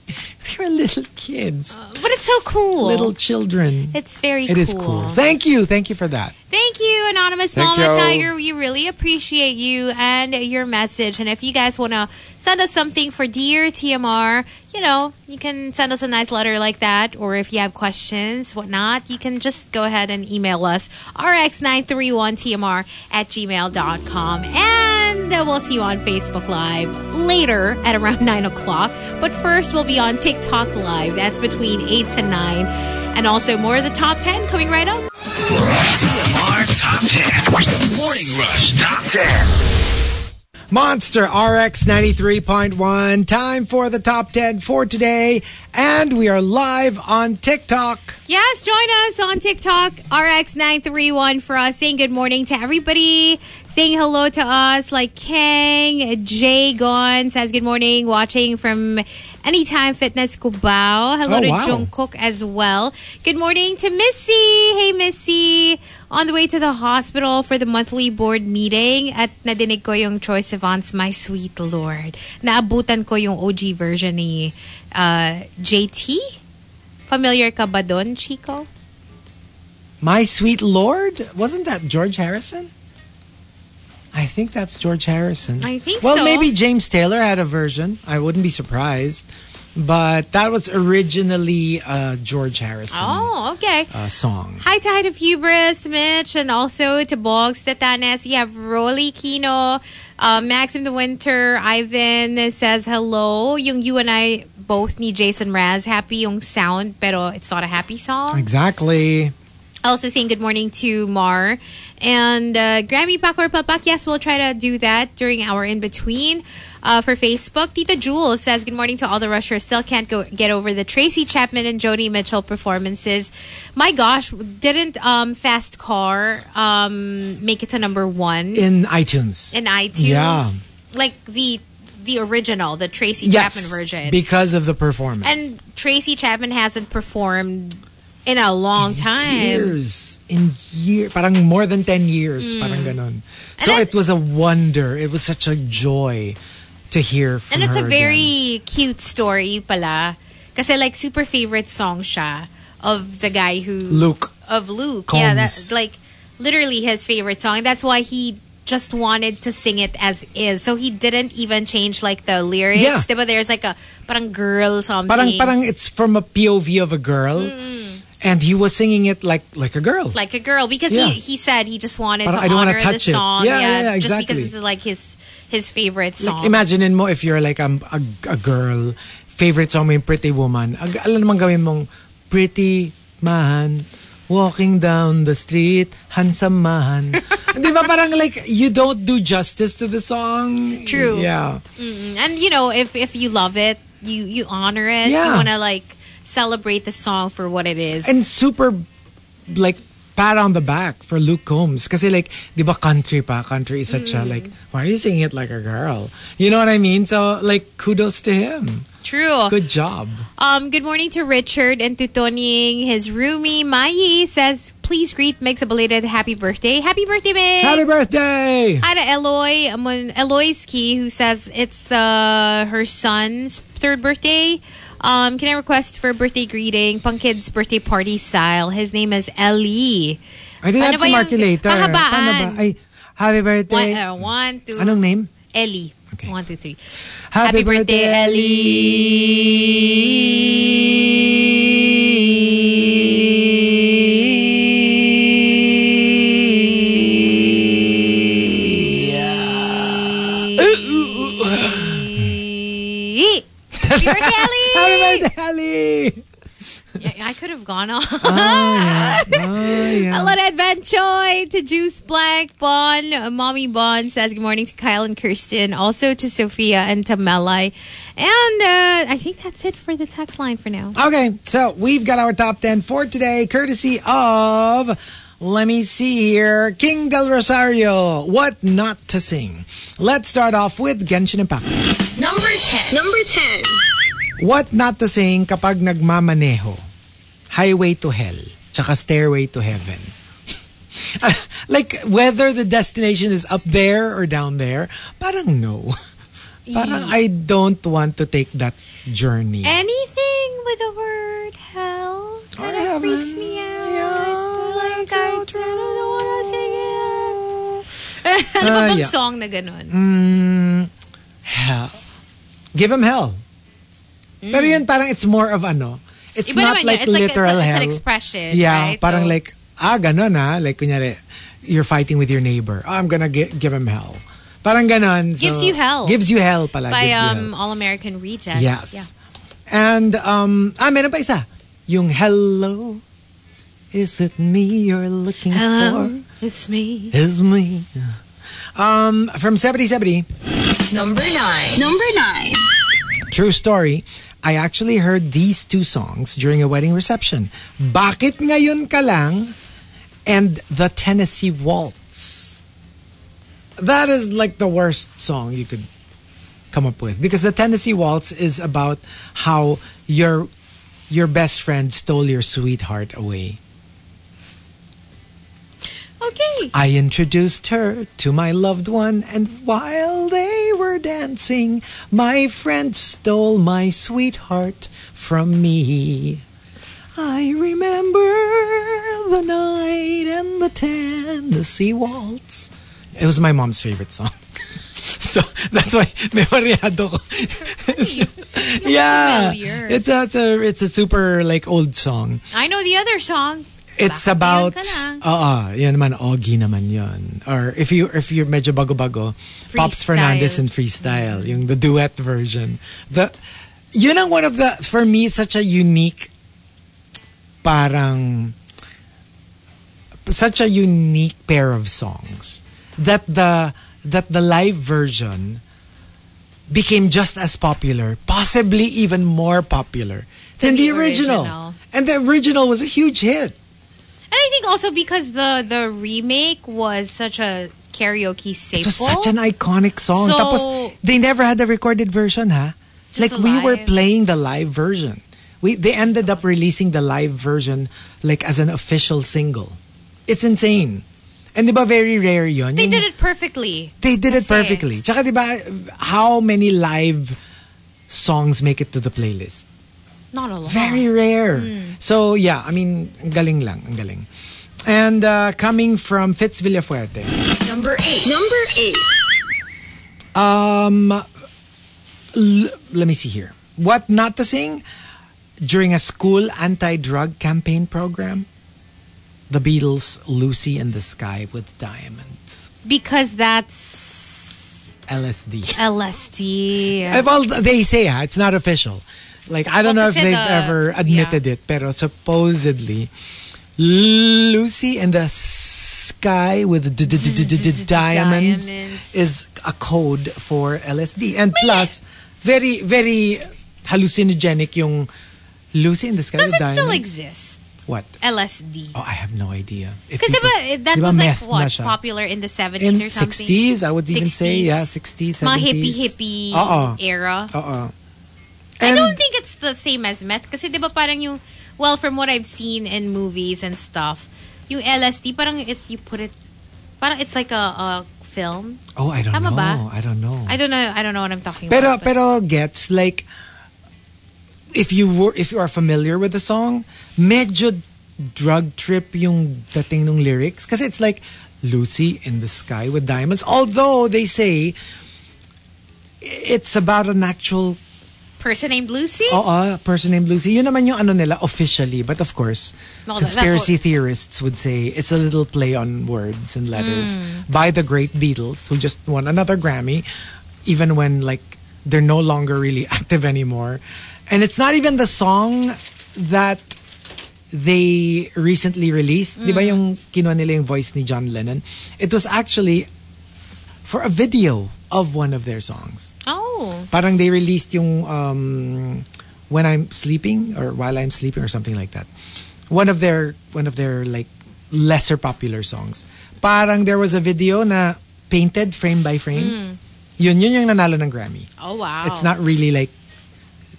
E: they're little kids.
F: But it's so cool.
E: Little children.
F: It's very
E: It
F: Oh. cool.
E: is cool. Thank you. Thank you for that.
F: Thank you, Anonymous
H: Thank
F: Mama
H: you.
F: Tiger. We really appreciate you and your message. And if you guys want to send us something for Dear TMR, you know, you can send us a nice letter like that. Or if you have questions, whatnot, you can just go ahead and email us rx931tmr at gmail.com. And we'll see you on Facebook Live later at around 9 o'clock. But first, we'll be on TikTok Live. That's between 8 to 9. And also more of the top 10 coming right up.
D: TMR Top 10. Morning Rush Top 10.
E: Monster RX 93.1. Time for the top 10 for today. And we are live on TikTok.
F: Yes, join us on TikTok, RX931 for us, saying good morning to everybody, saying hello to us, like Kang, Jay Gon says good morning, watching from Anytime Fitness Cubao. Hello
E: Oh,
F: to
E: wow.
F: Jungkook as well. Good morning to Missy. Hey, Missy. on the way to the hospital for the monthly board meeting at nadinig ko yung Troy Sivan's My Sweet Lord. Naabutan ko yung OG version ni uh, JT. Familiar ka ba doon, Chico?
E: My Sweet Lord? Wasn't that George Harrison? I think that's George Harrison.
F: I think
E: well,
F: so.
E: maybe James Taylor had a version. I wouldn't be surprised. But that was originally a George Harrison
F: Oh, okay.
E: uh, song.
F: Hi to Height of Hubris, to Mitch, and also to Boggs, Tatanes. We have Rolly Kino, uh, Maxim the Winter, Ivan says hello. Yung you and I both need Jason Raz. Happy yung sound, pero it's not a happy song.
E: Exactly.
F: Also saying good morning to Mar. And uh, Grammy Pakor Papak, yes, we'll try to do that during our in between. Uh, for Facebook, Tita Jules says, Good morning to all the rushers. Still can't go get over the Tracy Chapman and Joni Mitchell performances. My gosh, didn't um, Fast Car um, make it to number one
E: In iTunes.
F: in iTunes?
E: Yeah.
F: Like the the original, the Tracy
E: yes.
F: Chapman version.
E: Because of the performance.
F: and Tracy Chapman hasn't performed in a long time.
E: years in year parang more than 10
F: Mm.
E: years parang ganun so
F: then-
E: it was a wonder it was such a joy to hear from
F: And it's a
E: her again.
F: very cute story pala. Kasi like super favorite song siya of the guy who
E: Luke
F: of Luke. Yeah, that's
E: Combs.
F: like literally his favorite song. And that's why he just wanted to sing it as is. So he didn't even change like the lyrics.
E: Yeah.
F: Diba there's like a parang girl something.
E: parang parang it's from a POV of a girl
F: Mm-hmm.
E: and he was singing it like like a girl
F: like a girl because
E: Yeah.
F: he, he said he just wanted
E: Parang I
F: to
E: don't wanna
F: honor
E: touch it.
F: the song.
E: Yeah, yeah, yeah,
F: Just because
E: exactly.
F: it's like his his favorite song.
E: Like, imaginein mo if you're like um, a, a girl, favorite song mo yung Pretty Woman, ag, alam naman gawin mong Pretty Man, walking down the street, handsome man. Di ba parang like, you don't do justice to the song.
F: True.
E: Yeah.
F: and you know if if you love it you you honor it you
E: Yeah.
F: want to like celebrate the song for what it is
E: And super, like, pat on the back for Luke Combs. Kasi like, di ba country pa? Country is such a
F: Mm.
E: like, why are you singing it like a girl? You know what I mean? So like, kudos to him.
F: true
E: Good job.
F: um good morning to richard and to Tonying his roomie Mayi says please greet Mix a belated happy birthday happy birthday Mix
E: Happy birthday!
F: Hi to Eloy um, Mon- Eloyski who says it's uh her son's third birthday um, can I request for a birthday greeting? Punk Kid's birthday party style. His name is Ellie.
E: I think
F: Ano
E: that's
F: ba
E: si
F: yung-
E: Marky later.
F: Mahabaan.
E: Paano ba? Ay, happy
F: One,
E: birthday.
F: uh, one, two.
E: Anong name?
F: Ellie.
E: Okay.
F: One, two, three.
E: Happy,
F: birthday, Happy birthday, Ellie!
E: Happy birthday, Ellie!
F: Yeah, I could have gone on.
E: Oh, yeah.
F: Hello to Advenchoy, to Juice Blank, Bon, Mommy Bon says good morning to Kyle and Kirsten, also to Sophia and to Melai. And uh, I think that's it for the text line for now.
E: Okay, so we've got our top 10 for today, courtesy of, let me see here, King Del Rosario, What Not to Sing. Let's start off with Genshin Impact.
A: Number 10. Number 10.
E: What not to sing kapag nagmamaneho? Highway to hell, tsaka stairway to heaven. like, whether the destination is up there or down there, parang no. Parang I don't want to take that journey.
F: Anything with the word hell
E: Or
F: kind of freaks
E: heaven.
F: me out.
E: Yeah,
F: like,
E: that's
F: I,
E: so
F: I don't want to sing it. ano
E: Ah,
F: ba bang
E: yeah.
F: song na ganun?
E: Mm, hell. Give him hell. Pero yun, parang it's more of ano. It's
F: Mm. Iba
E: not
F: naman
E: like
F: yun. It's like it's,
E: literal
F: a- it's
E: hell.
F: an expression.
E: Yeah,
F: right?
E: parang
F: So-
E: like, ah, ganun ah. Like, kunyari, you're fighting with your neighbor. Ah, I'm gonna gi- give him hell. Parang ganun. So,
F: Gives you hell.
E: Gives you hell pala.
F: by
E: gives you hell.
F: um, All American Rejects.
E: Yes.
F: Yeah.
E: And, um, ah, meron pa isa. Yung hello, is it me you're looking for?
F: It's me.
E: Is me. Um, from 7070,
A: Number 9. Number 9.
E: true story, I actually heard these two songs during a wedding reception. Bakit ngayon ka lang? And the Tennessee Waltz. That is like the worst song you could come up with because the Tennessee Waltz is about how your your best friend stole your sweetheart away.
F: Okay.
E: I introduced her to my loved one, and while they were dancing, my friend stole my sweetheart from me. I remember the night and the Tennessee waltz. It was my mom's favorite song. so that's why memoryado ko. yeah.
F: familiar.
E: It's a, it's a it's a super like old song.
F: I know the other song.
E: It's
F: Bakit
E: about
F: yan ka lang?
E: Oo, yan naman Ogie naman 'yon. Or if you if you're medyo bago-bago, Pops
F: Freestyle.
E: Fernandez and Freestyle, yung the duet version. The yun ang one of the for me such a unique parang such a unique pair of songs that the that the live version became just as popular, possibly even more popular than, the,
F: the
E: original.
F: original.
E: And the original was a huge hit.
F: And I think also because the the remake was such a
E: It
F: karaoke staple.
E: was such an iconic song.
F: So-
E: Tapos, they never had the recorded version, huh? like
F: Just the
E: we were
F: live.
E: playing the live version. We they ended up releasing the live version like as an official single. It's insane. And di ba very rare yun?
F: they
E: Yung-
F: did it perfectly.
E: They did it
F: Kasi-
E: perfectly. Tsaka di ba, how many live songs make it to the playlist?
F: Not a lot.
E: Very rare.
F: Hmm.
E: So yeah, I mean, ang galing lang, ang galing. And uh, coming from Fitz Villafuerte.
A: Number eight. Number eight.
E: Um, l- let me see here. What not to sing during a school anti-drug campaign program? The Beatles, "Lucy in the Sky with Diamonds,"
F: because that's
E: LSD.
F: LSD.
E: Eh, Well, they say ah, it's not official. Like I don't know
F: Well,
E: if
F: kasi
E: they've
F: the-
E: ever admitted it, pero supposedly, "Lucy in the Sky with d- d- d- d- d- d- Diamonds"
F: Mm-hmm. Diamonds.
E: is a code for LSD, and plus, very very hallucinogenic yung "Lucy in the Sky
F: Does
E: with
F: it still
E: Diamonds."
F: exist?
E: What?
F: LSD.
E: Oh, I have no idea. If
F: Because
E: people-
F: eh, that
E: Diba
F: was like
E: meth na
F: what
E: siya?
F: popular in the seventies
E: in
F: or something.
E: 60s, I would even say
F: 60s.
E: yeah, 60s, 70s.
F: Mga hippie hippie
E: Oo.
F: era.
E: Uh-uh.
F: I
E: And-
F: don't think it's the same as meth kasi 'di ba parang yung well from what I've seen in movies and stuff, yung LSD parang it you put it parang it's like a, a film.
E: Oh, I don't
F: Tama
E: know.
F: ba?
E: I don't know.
F: I don't know I don't know what I'm talking
E: Pero
F: about. but-
E: pero gets like if you were if you are familiar with the song, medyo drug trip yung dating ng lyrics kasi it's like Lucy in the sky with diamonds. Although they say it's about an actual
F: person named Lucy?
E: oo, person named Lucy. Yun naman yung ano nila officially, but of course,
F: No, that- that's
E: conspiracy theorists would say it's a little play on words and letters
F: Hmm.
E: by the great Beatles who just won another Grammy even when like they're no longer really active anymore. And it's not even the song that they recently released, di ba
F: Hmm.
E: yung kinuha nila yung voice ni John Lennon? It was actually for a video of one of their songs
F: Oh.
E: parang they released yung um, when I'm sleeping or while I'm sleeping or something like that. One of their one of their like lesser popular songs. Parang there was a video na painted frame by frame. Yun yun yung nanalo ng Grammy.
F: Oh wow.
E: It's not really like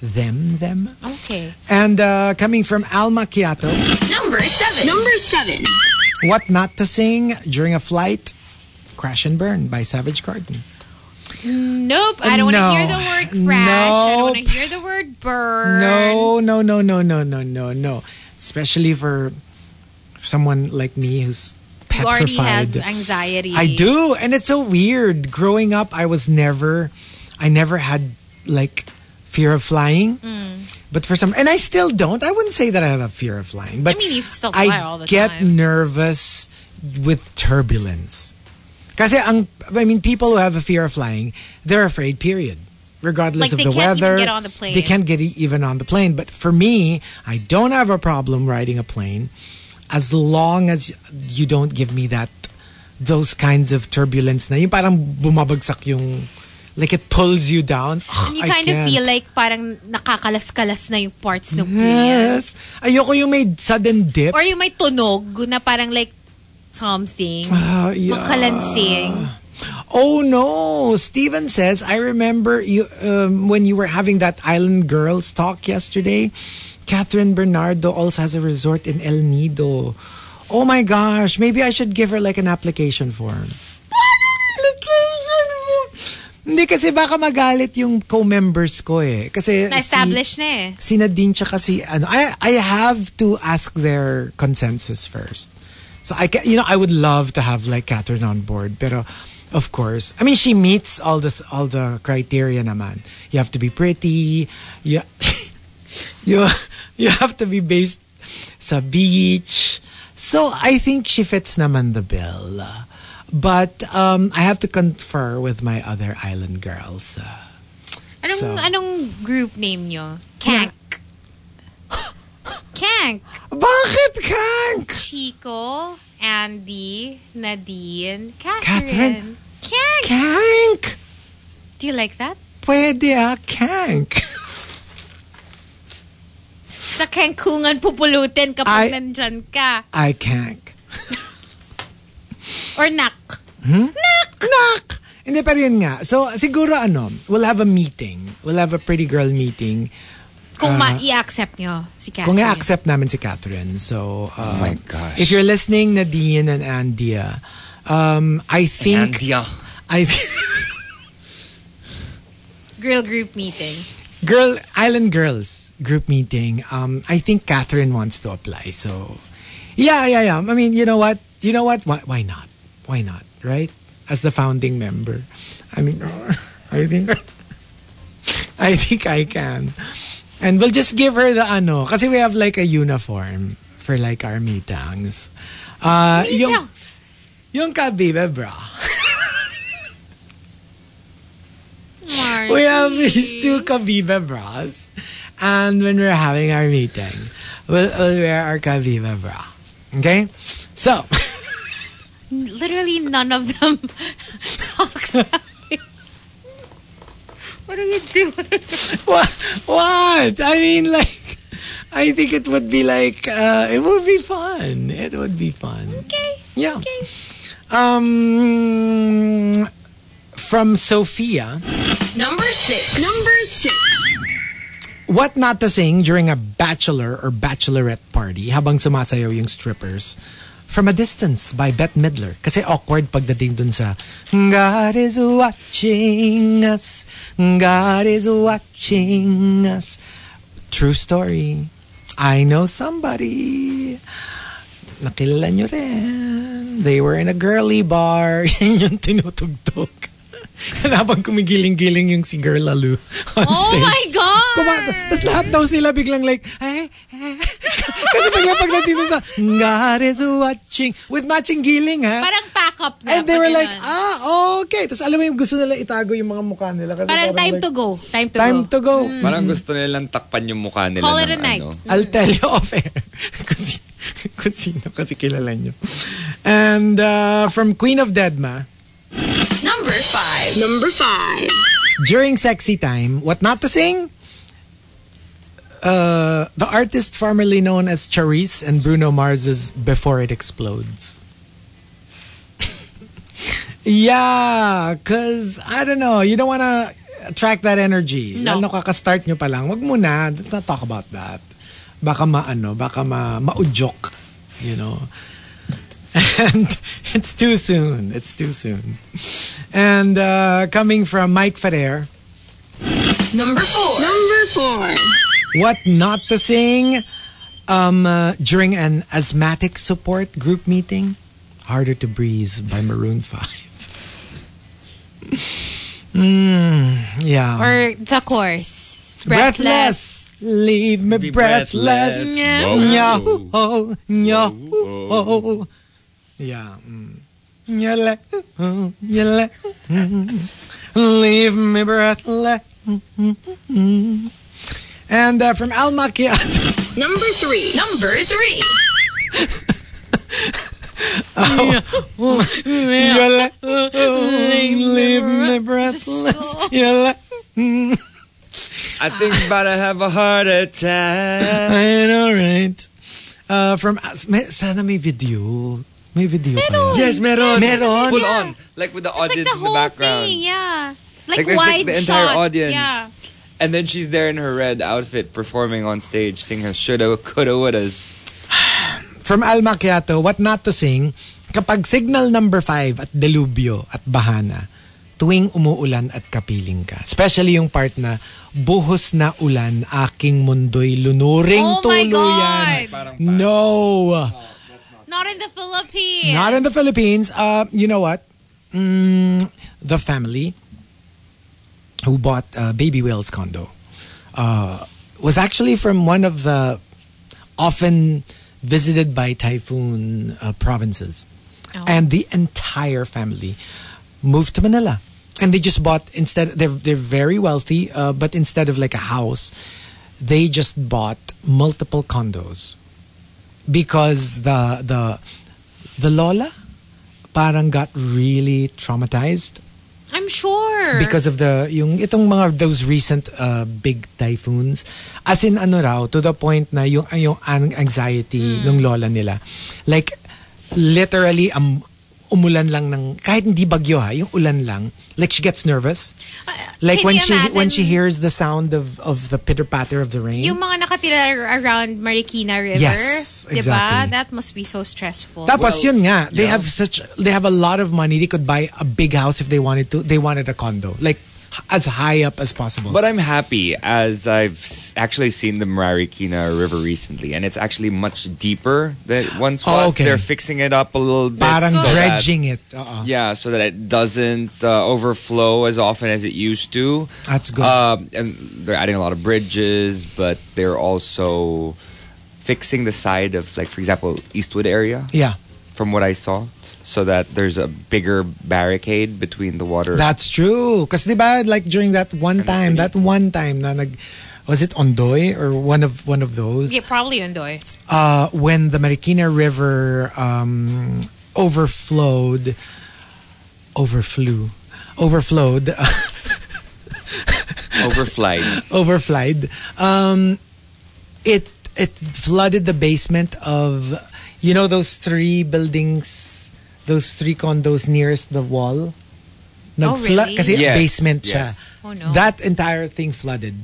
E: them them.
F: Okay.
E: And uh, coming from Al Macchiato.
A: Number seven. Number seven.
E: What Not to Sing During a Flight, Crash and Burn by Savage Garden.
F: Nope. I don't
E: No.
F: want to hear the word crash. I don't want
E: Nope.
F: to hear the word burn.
E: No, no, no, no, no, no, no, no. Especially for someone like me who's
F: You
E: petrified.
F: already has anxiety.
E: I do, and it's so weird. Growing up, I was never, I never had like fear of flying.
F: Mm.
E: But for some, and I still don't. I wouldn't say that I have a fear of flying, but
F: I mean, you still fly
E: I
F: all the
E: get
F: time.
E: nervous with turbulence. Kasi ang, I mean, people who have a fear of flying, they're afraid. Period. Regardless
F: Like,
E: of
F: they
E: the
F: can't even
E: weather,
F: get on the plane.
E: they can't get e- even on the plane. But for me, I don't have a problem riding a plane, as long as you don't give me that those kinds of turbulence. Na yung parang bumabagsak yung, like it pulls you down. Ugh,
F: And you
E: I
F: kind of
E: can't.
F: feel like parang nakakalas-kalas na yung parts ng plane.
E: Yes. Ayoko yung may sudden dip.
F: Or yung may tunog na parang like something.
E: Ah, yeah.
F: Makalansing.
E: Oh no, Steven says, I remember you um, when you were having that Island Girls talk yesterday. Catherine Bernardo also has a resort in El Nido. oh my gosh, maybe I should give her like an application form. application form? Hindi kasi baka magalit yung co-members ko eh. Kasi si,
F: Na-establish na eh.
E: si Nadine tsaka si ano, I, I have to ask their consensus first. So I ca- you know I would love to have like Catherine on board, pero of course, I mean she meets all this all the criteria naman. You have to be pretty. You you you have to be based sa beach. So I think she fits naman the bill. But um, I have to confer with my other island girls.
F: Anong,
E: So-
F: anong group name nyo? Kank. Kank.
E: Bakit, Kank?
F: Chico, Andy, Nadine,
E: Catherine.
F: Catherine. Kank.
E: Kank!
F: Do you like that?
E: Pwede ah, kank.
F: Sa kankungan pupulutin
E: I-
F: kapag nandyan ka.
E: I kank.
F: Or nak.
E: Knock! Hmm? Hindi, pero yun nga. So, siguro ano, we'll have a meeting. We'll have a pretty girl meeting.
F: Kung ma i-accept nyo si
E: Ah.
F: Catherine.
E: Kung i-accept namin si Catherine. So, uh,
H: Oh my gosh.
E: if you're listening, Nadine and Andia, um, I think...
H: Andia.
E: I
F: Girl group meeting.
E: girl Island Girls group meeting. Um, I think Catherine wants to apply. So, yeah, yeah, yeah. I mean, you know what? You know what? Why, why not? Why not? Right? As the founding member, I mean, I think, I think I can. And we'll just give her the ano, kasi we have like a uniform for like our meetangs. Uh, yung, yung kabibe bra.
F: Mar-
E: We have these two Kaviva bras. And when we're having our meeting, we'll, we'll wear our Kaviva bra. Okay? So,
F: Literally none of them talks. what do we do?
E: what? what? I mean, like, I think it would be like, uh, it would be fun. It would be fun.
F: Okay.
E: Yeah. Um, from Sophia.
A: Number six. Number six.
E: What not to sing during a bachelor or bachelorette party habang sumasayaw yung strippers. From a Distance by Bette Midler. Kasi awkward pagdating dun sa God is watching us. God is watching us. True story. I know somebody. Nakilala nyo rin. They were in a girly bar. Yan yung tinutugtog. Habang kumigiling-giling yung si Girl Lalu on
F: Oh
E: stage.
F: my God!
E: Kuma- Tapos lahat daw sila biglang like, eh, eh. Kasi bigla pagdating dun sa, God is watching, with matching giling ha.
F: Parang pack up na.
E: And they were
F: pag
E: like,
F: ganun.
E: ah, okay. Tapos alam mo yung gusto nila itago yung mga mukha nila. Kasi
F: Parang time to
E: like,
F: go. Time to
E: Time
F: go.
E: to go.
H: Mm-hmm. Parang gusto nilang takpan yung mukha nila.
F: Call it
H: ng
F: a night.
H: ano.
E: I'll tell you off air. kung, si- kung sino kasi kilala nyo. And uh, from Queen of Deadma,
A: Number five. Number five.
E: during sexy time, what not to sing? Uh, the artist formerly known as Charisse and Bruno Mars's Before It Explodes. yeah, cause I don't know, you don't wanna attract that energy.
F: No.
E: Lalo kaka-start nyo pa lang, wag muna, let's not talk about that. Baka maano, baka ma maudyok, you know. And it's too soon, it's too soon. And uh, coming from Mike Ferrer,
A: Number four. Number four.
E: what not to sing um, uh, during an asthmatic support group meeting? Harder to Breathe by Maroon 5. Mm, yeah.
F: Or the course.
E: Leave me
H: Be
E: breathless.
H: breathless.
F: Yeah.
H: Whoa.
E: Nyaho, oh, nyaho, oh. Yeah. mm. Nyala, oh, nyala, mm. Leave me breathless. And uh, from Al Macchiato.
A: Number three. Number three.
E: You're like, oh, leave me breathless. You're like,
H: I think about to have a heart attack.
E: I know, right? Uh, from, may, sana may video. May video kayo.
H: yes, meron.
E: Meron?
H: Full on. Like with the
F: It's like
H: audience
F: the
H: in the
F: whole
H: background.
F: thing, yeah. Like,
H: Like, there's like
F: wide
H: the entire
F: shot.
H: audience.
F: Yeah.
H: And then she's there in her red outfit performing on stage, singing her shoulda, coulda, wouldas.
E: From Al Macchiato, What Not to Sing, kapag signal number 5 at Delubyo at Bahana, tuwing umuulan at kapiling ka. Especially yung part na buhos na ulan, aking mundo'y lunuring
F: Oh my
E: tuluyan.
F: God!
E: No!
F: Not in the Philippines.
E: Not in the Philippines. Uh, you know what? Mm, the family who bought uh, Baby Whale's condo uh, was actually from one of the often visited by typhoon uh, provinces. And the entire family moved to Manila. And they just bought instead they're they're very wealthy, uh, but instead of like a house, they just bought multiple condos because the the the lola parang got really traumatized
F: I'm sure.
E: because of the yung itong mga those recent uh, big typhoons as in ano raw to the point na yung yung an- anxiety
F: Mm.
E: nung lola nila like literally um, umulan lang ng kahit hindi bagyo ha yung ulan lang like she gets nervous like
F: Uh, can
E: when
F: you
E: she when she
F: imagine-
E: hears the sound of of the pitter patter of the rain
F: Yung mga nakatira around Marikina
E: Mm-hmm.
F: River,
E: Yes,
F: diba?
E: exactly.
F: That must be so stressful.
E: Tapos yun nga, they have such they have a lot of money. They could buy a big house if they wanted to. They wanted a condo, like h- as high up as possible.
H: But I'm happy as I've s- actually seen the Marikina River recently, and it's actually much deeper than it once
E: Oh,
H: was.
E: okay.
H: They're fixing it up a little bit.
E: parang
H: so that-
E: dredging it. Uh-uh.
H: yeah, so that it doesn't uh, overflow as often as it used to.
E: That's good.
H: Um, and they're adding a lot of bridges, but they're also fixing the side of, like, for example, Eastwood area,
E: yeah,
H: from what I saw, so that there's a bigger barricade between the water.
E: that's true. Kasi diba, like during that one time, that one time na nag was it Ondoy or one of one of those
F: yeah, probably Undoy.
E: uh, when the Marikina River um, overflowed, overflew, overflowed,
H: overflight.
E: overflied. Um, it it flooded the basement of you know those three buildings, those three condos nearest the wall.
F: Oh, really?
E: Kasi
H: Yes,
E: basement siya.
H: yes.
F: Oh no.
E: That entire thing flooded.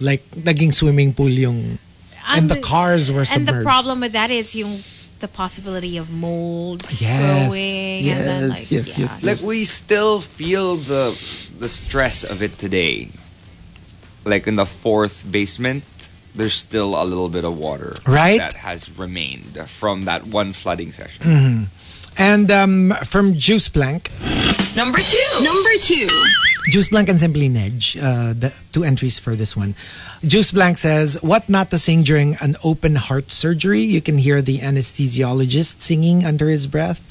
E: Like naging swimming pool yung and the cars were
F: And the
E: submerged.
F: problem with that is yung the possibility of mold
E: Yes,
F: growing and then
E: yes,
F: like
E: yes,
F: yeah.
E: yes,
H: like we still feel the the stress of it today like in the fourth basement there's still a little bit of water
E: Right. Mm,
H: that has remained from that one flooding session
E: and um, from Juice Blank,
A: Number two. Number two.
E: Juice Blank and Simply Nedge, uh, the two entries for this one. Juice Blank says, What not to sing during an open heart surgery? You can hear the anesthesiologist singing under his breath,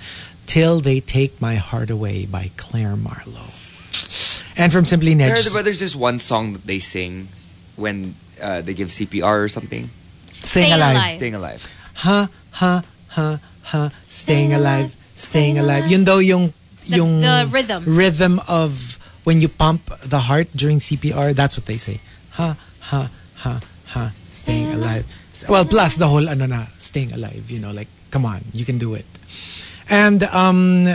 E: Till They Take My Heart Away by Claire Marlowe. And from Simply
H: There-
E: Nedge,
H: but there's just one song that they sing when uh, they give CPR or something
E: Staying
F: Staying
E: Alive.
F: Alive.
H: staying alive
E: Ha, ha, ha, ha, Staying Alive, Staying Alive. Yun daw yung,
F: The-
E: yung
F: the rhythm.
E: rhythm of when you pump the heart during CPR, that's what they say. Ha, ha, ha, ha, staying alive. Well, plus the whole ano na, staying alive, you know, like, come on, you can do it. And um,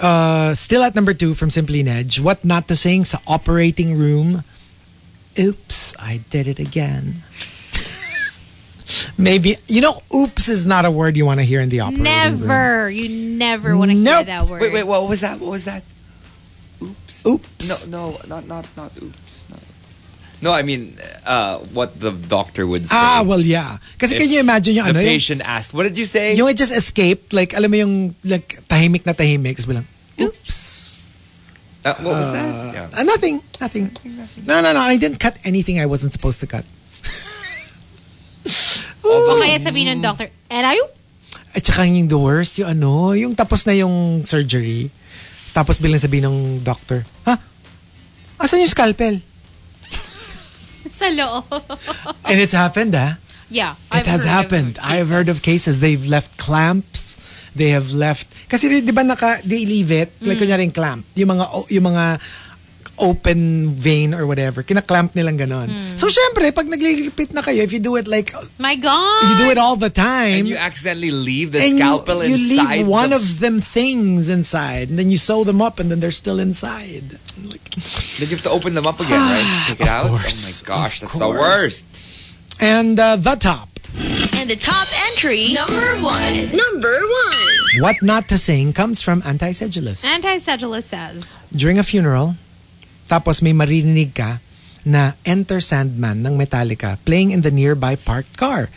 E: uh, still at number two from Simply Nedge, what not to sing sa operating room. Oops, I did it again. Maybe, you know, oops is not a word you want to hear in the operating room.
F: Never. You never want to
E: Nope.
F: hear that word.
H: wait wait what was that what was that oops
E: Oops.
H: no no not not not oops not oops no i mean uh, what the doctor would say
E: Ah, well, yeah. Kasi
H: If
E: can you imagine yung
H: the
E: ano, yung,
H: patient asked what did you say
E: yung it just escaped, like, alam mo yung like, tahimik na tahimik, tapos bilang, oops.
H: Uh, what was that yeah.
E: Ah, nothing, nothing. No, no, no, I didn't cut anything I wasn't supposed to cut.
F: O kaya sabihin ng doctor, and I
E: At saka yung the worst, yung ano, yung tapos na yung surgery, tapos bilang sabi ng doctor, ha? Asan yung scalpel?
F: sa loob.
E: And it's happened, ah.
F: yeah.
E: It has happened. I've heard of cases. They've left clamps. They have left. Kasi rin, di ba naka, they leave it. Like
H: Mm.
E: kunyari yung clamp. Yung mga, o- yung mga open vein or whatever. Kinaklamp nilang ganon.
H: Mm.
E: So syempre, pag naglilipit na kayo, if you do it like,
F: My God.
E: you do it all the time.
H: and you accidentally leave the
E: and you-
H: scalpel
E: you,
H: inside
E: leave one
H: the-
E: of them things inside. And then you sew them up and then they're still inside. Like,
H: then you have to open them up again right take it
E: Ah, Of
H: out
E: course,
H: oh my gosh
E: of
H: that's the
E: course.
H: worst
E: And uh, the top
A: And the top entry, number one. Number one.
E: What Not to Sing comes from Anti-Sedulous.
F: Anti-sedulous says.
E: During a funeral, tapos may maririnig ka na Enter Sandman ng Metallica playing in the nearby parked car.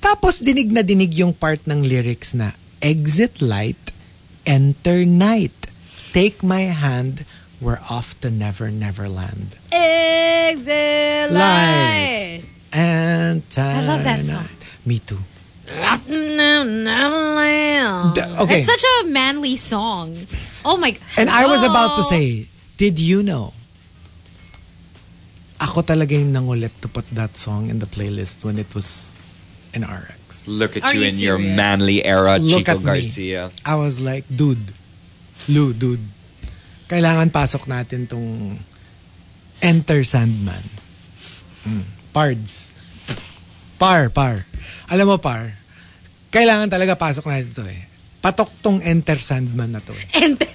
E: Tapos dinig na dinig yung part ng lyrics na Exit light, enter night. Take my hand, we're off to never never land.
F: Exit
E: Lights. Enter
F: I love that song.
E: night. Me too.
F: No, no, no.
E: D- okay.
F: It's such a manly song. Oh my.
E: And I was about to
F: Oh.
E: say, did you know? Ako talaga yung nangulit to put that song in the playlist when it was in RX.
H: Look at
F: Are
H: you,
F: you
H: in your
F: serious?
H: manly era,
E: Look
H: Chico
E: at me.
H: Garcia.
E: I was like, dude, Lou, dude, kailangan pasok natin tong Enter Sandman. Mm. Pards. Par, par. Alam mo, par, kailangan talaga pasok natin to eh. Patok tong Enter Sandman na to eh.
F: Enter.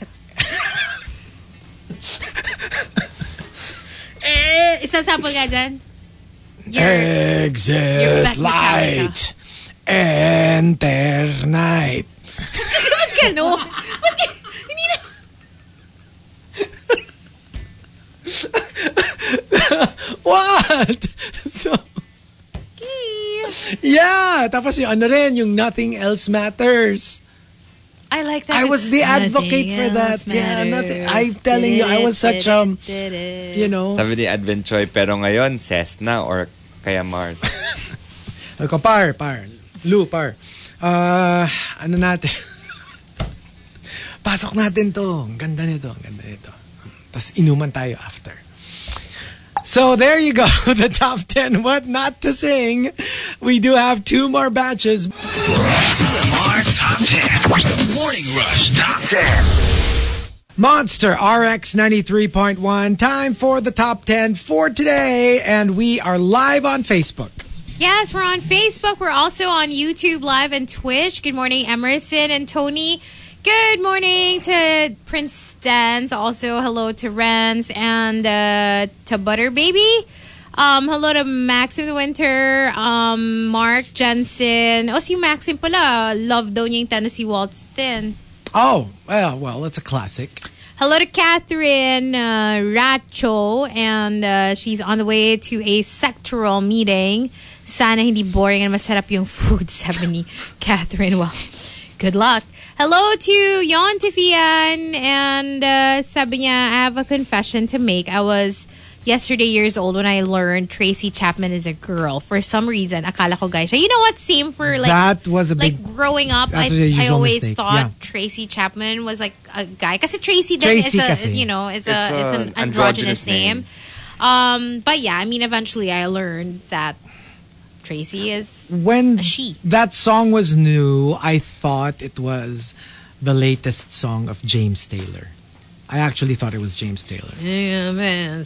F: eh, isang sample nga dyan. Your,
E: Eh.
F: your
E: Exit
F: best Metallica.
E: light. Enter night.
F: Ba't gano? Ba't y- hindi na...
E: What? So, yeah. Tapos yung ano rin, yung nothing else matters.
F: I like that.
E: I was the
F: Nothing
E: advocate for that.
F: else
E: Yeah,
F: matters.
E: nothing. I'm telling you, I was such um, you know.
H: Sabi ni Advent Choi, pero ngayon, Cessna or kaya Mars.
E: Ako, par, par. Lou, par. Ah, ano natin? Pasok natin to. Ang ganda nito, ang ganda nito. Tapos inuman tayo after. So there you go, the top 10 what not to sing. We do have two more batches.
D: TMR Top 10. Morning Rush Top 10.
E: Monster RX 93.1, time for the top 10 for today. And we are live on Facebook.
F: Yes, we're on Facebook. We're also on YouTube Live and Twitch. Good morning, Emerson and Tony. Good morning to Prince Dance. Also, hello to Renz and uh, to Butter Baby. Um, hello to Max of the Winter, um, Mark Jensen. O si Maxim pala, love daw niya yung Tennessee Waltz din.
E: Oh, well, well, it's a classic.
F: Hello to Catherine uh, Racho, and uh, she's on the way to a sectoral meeting. Sana hindi boring and masarap yung food, sabi ni Catherine. Well, good luck. Hello to Yon Tifian, and uh, sabi niya, I have a confession to make. I was yesterday years old when I learned Tracy Chapman is a girl. For some reason, akala ko guy siya. You know what? Same for like
E: that was a big.
F: like growing up, I,
E: that's the
F: I
E: usual
F: always
E: mistake, yeah.
F: thought Tracy Chapman was like a guy. Because Tracy then
E: Tracy
F: is a
E: kasi.
F: you know is a it's,
H: It's a
F: an androgynous,
H: androgynous
F: name.
H: name.
F: Um, but yeah, I mean, eventually I learned that Tracy is
E: when
F: a she.
E: that song was new, I thought it was the latest song of James Taylor. I actually thought it was James Taylor. then I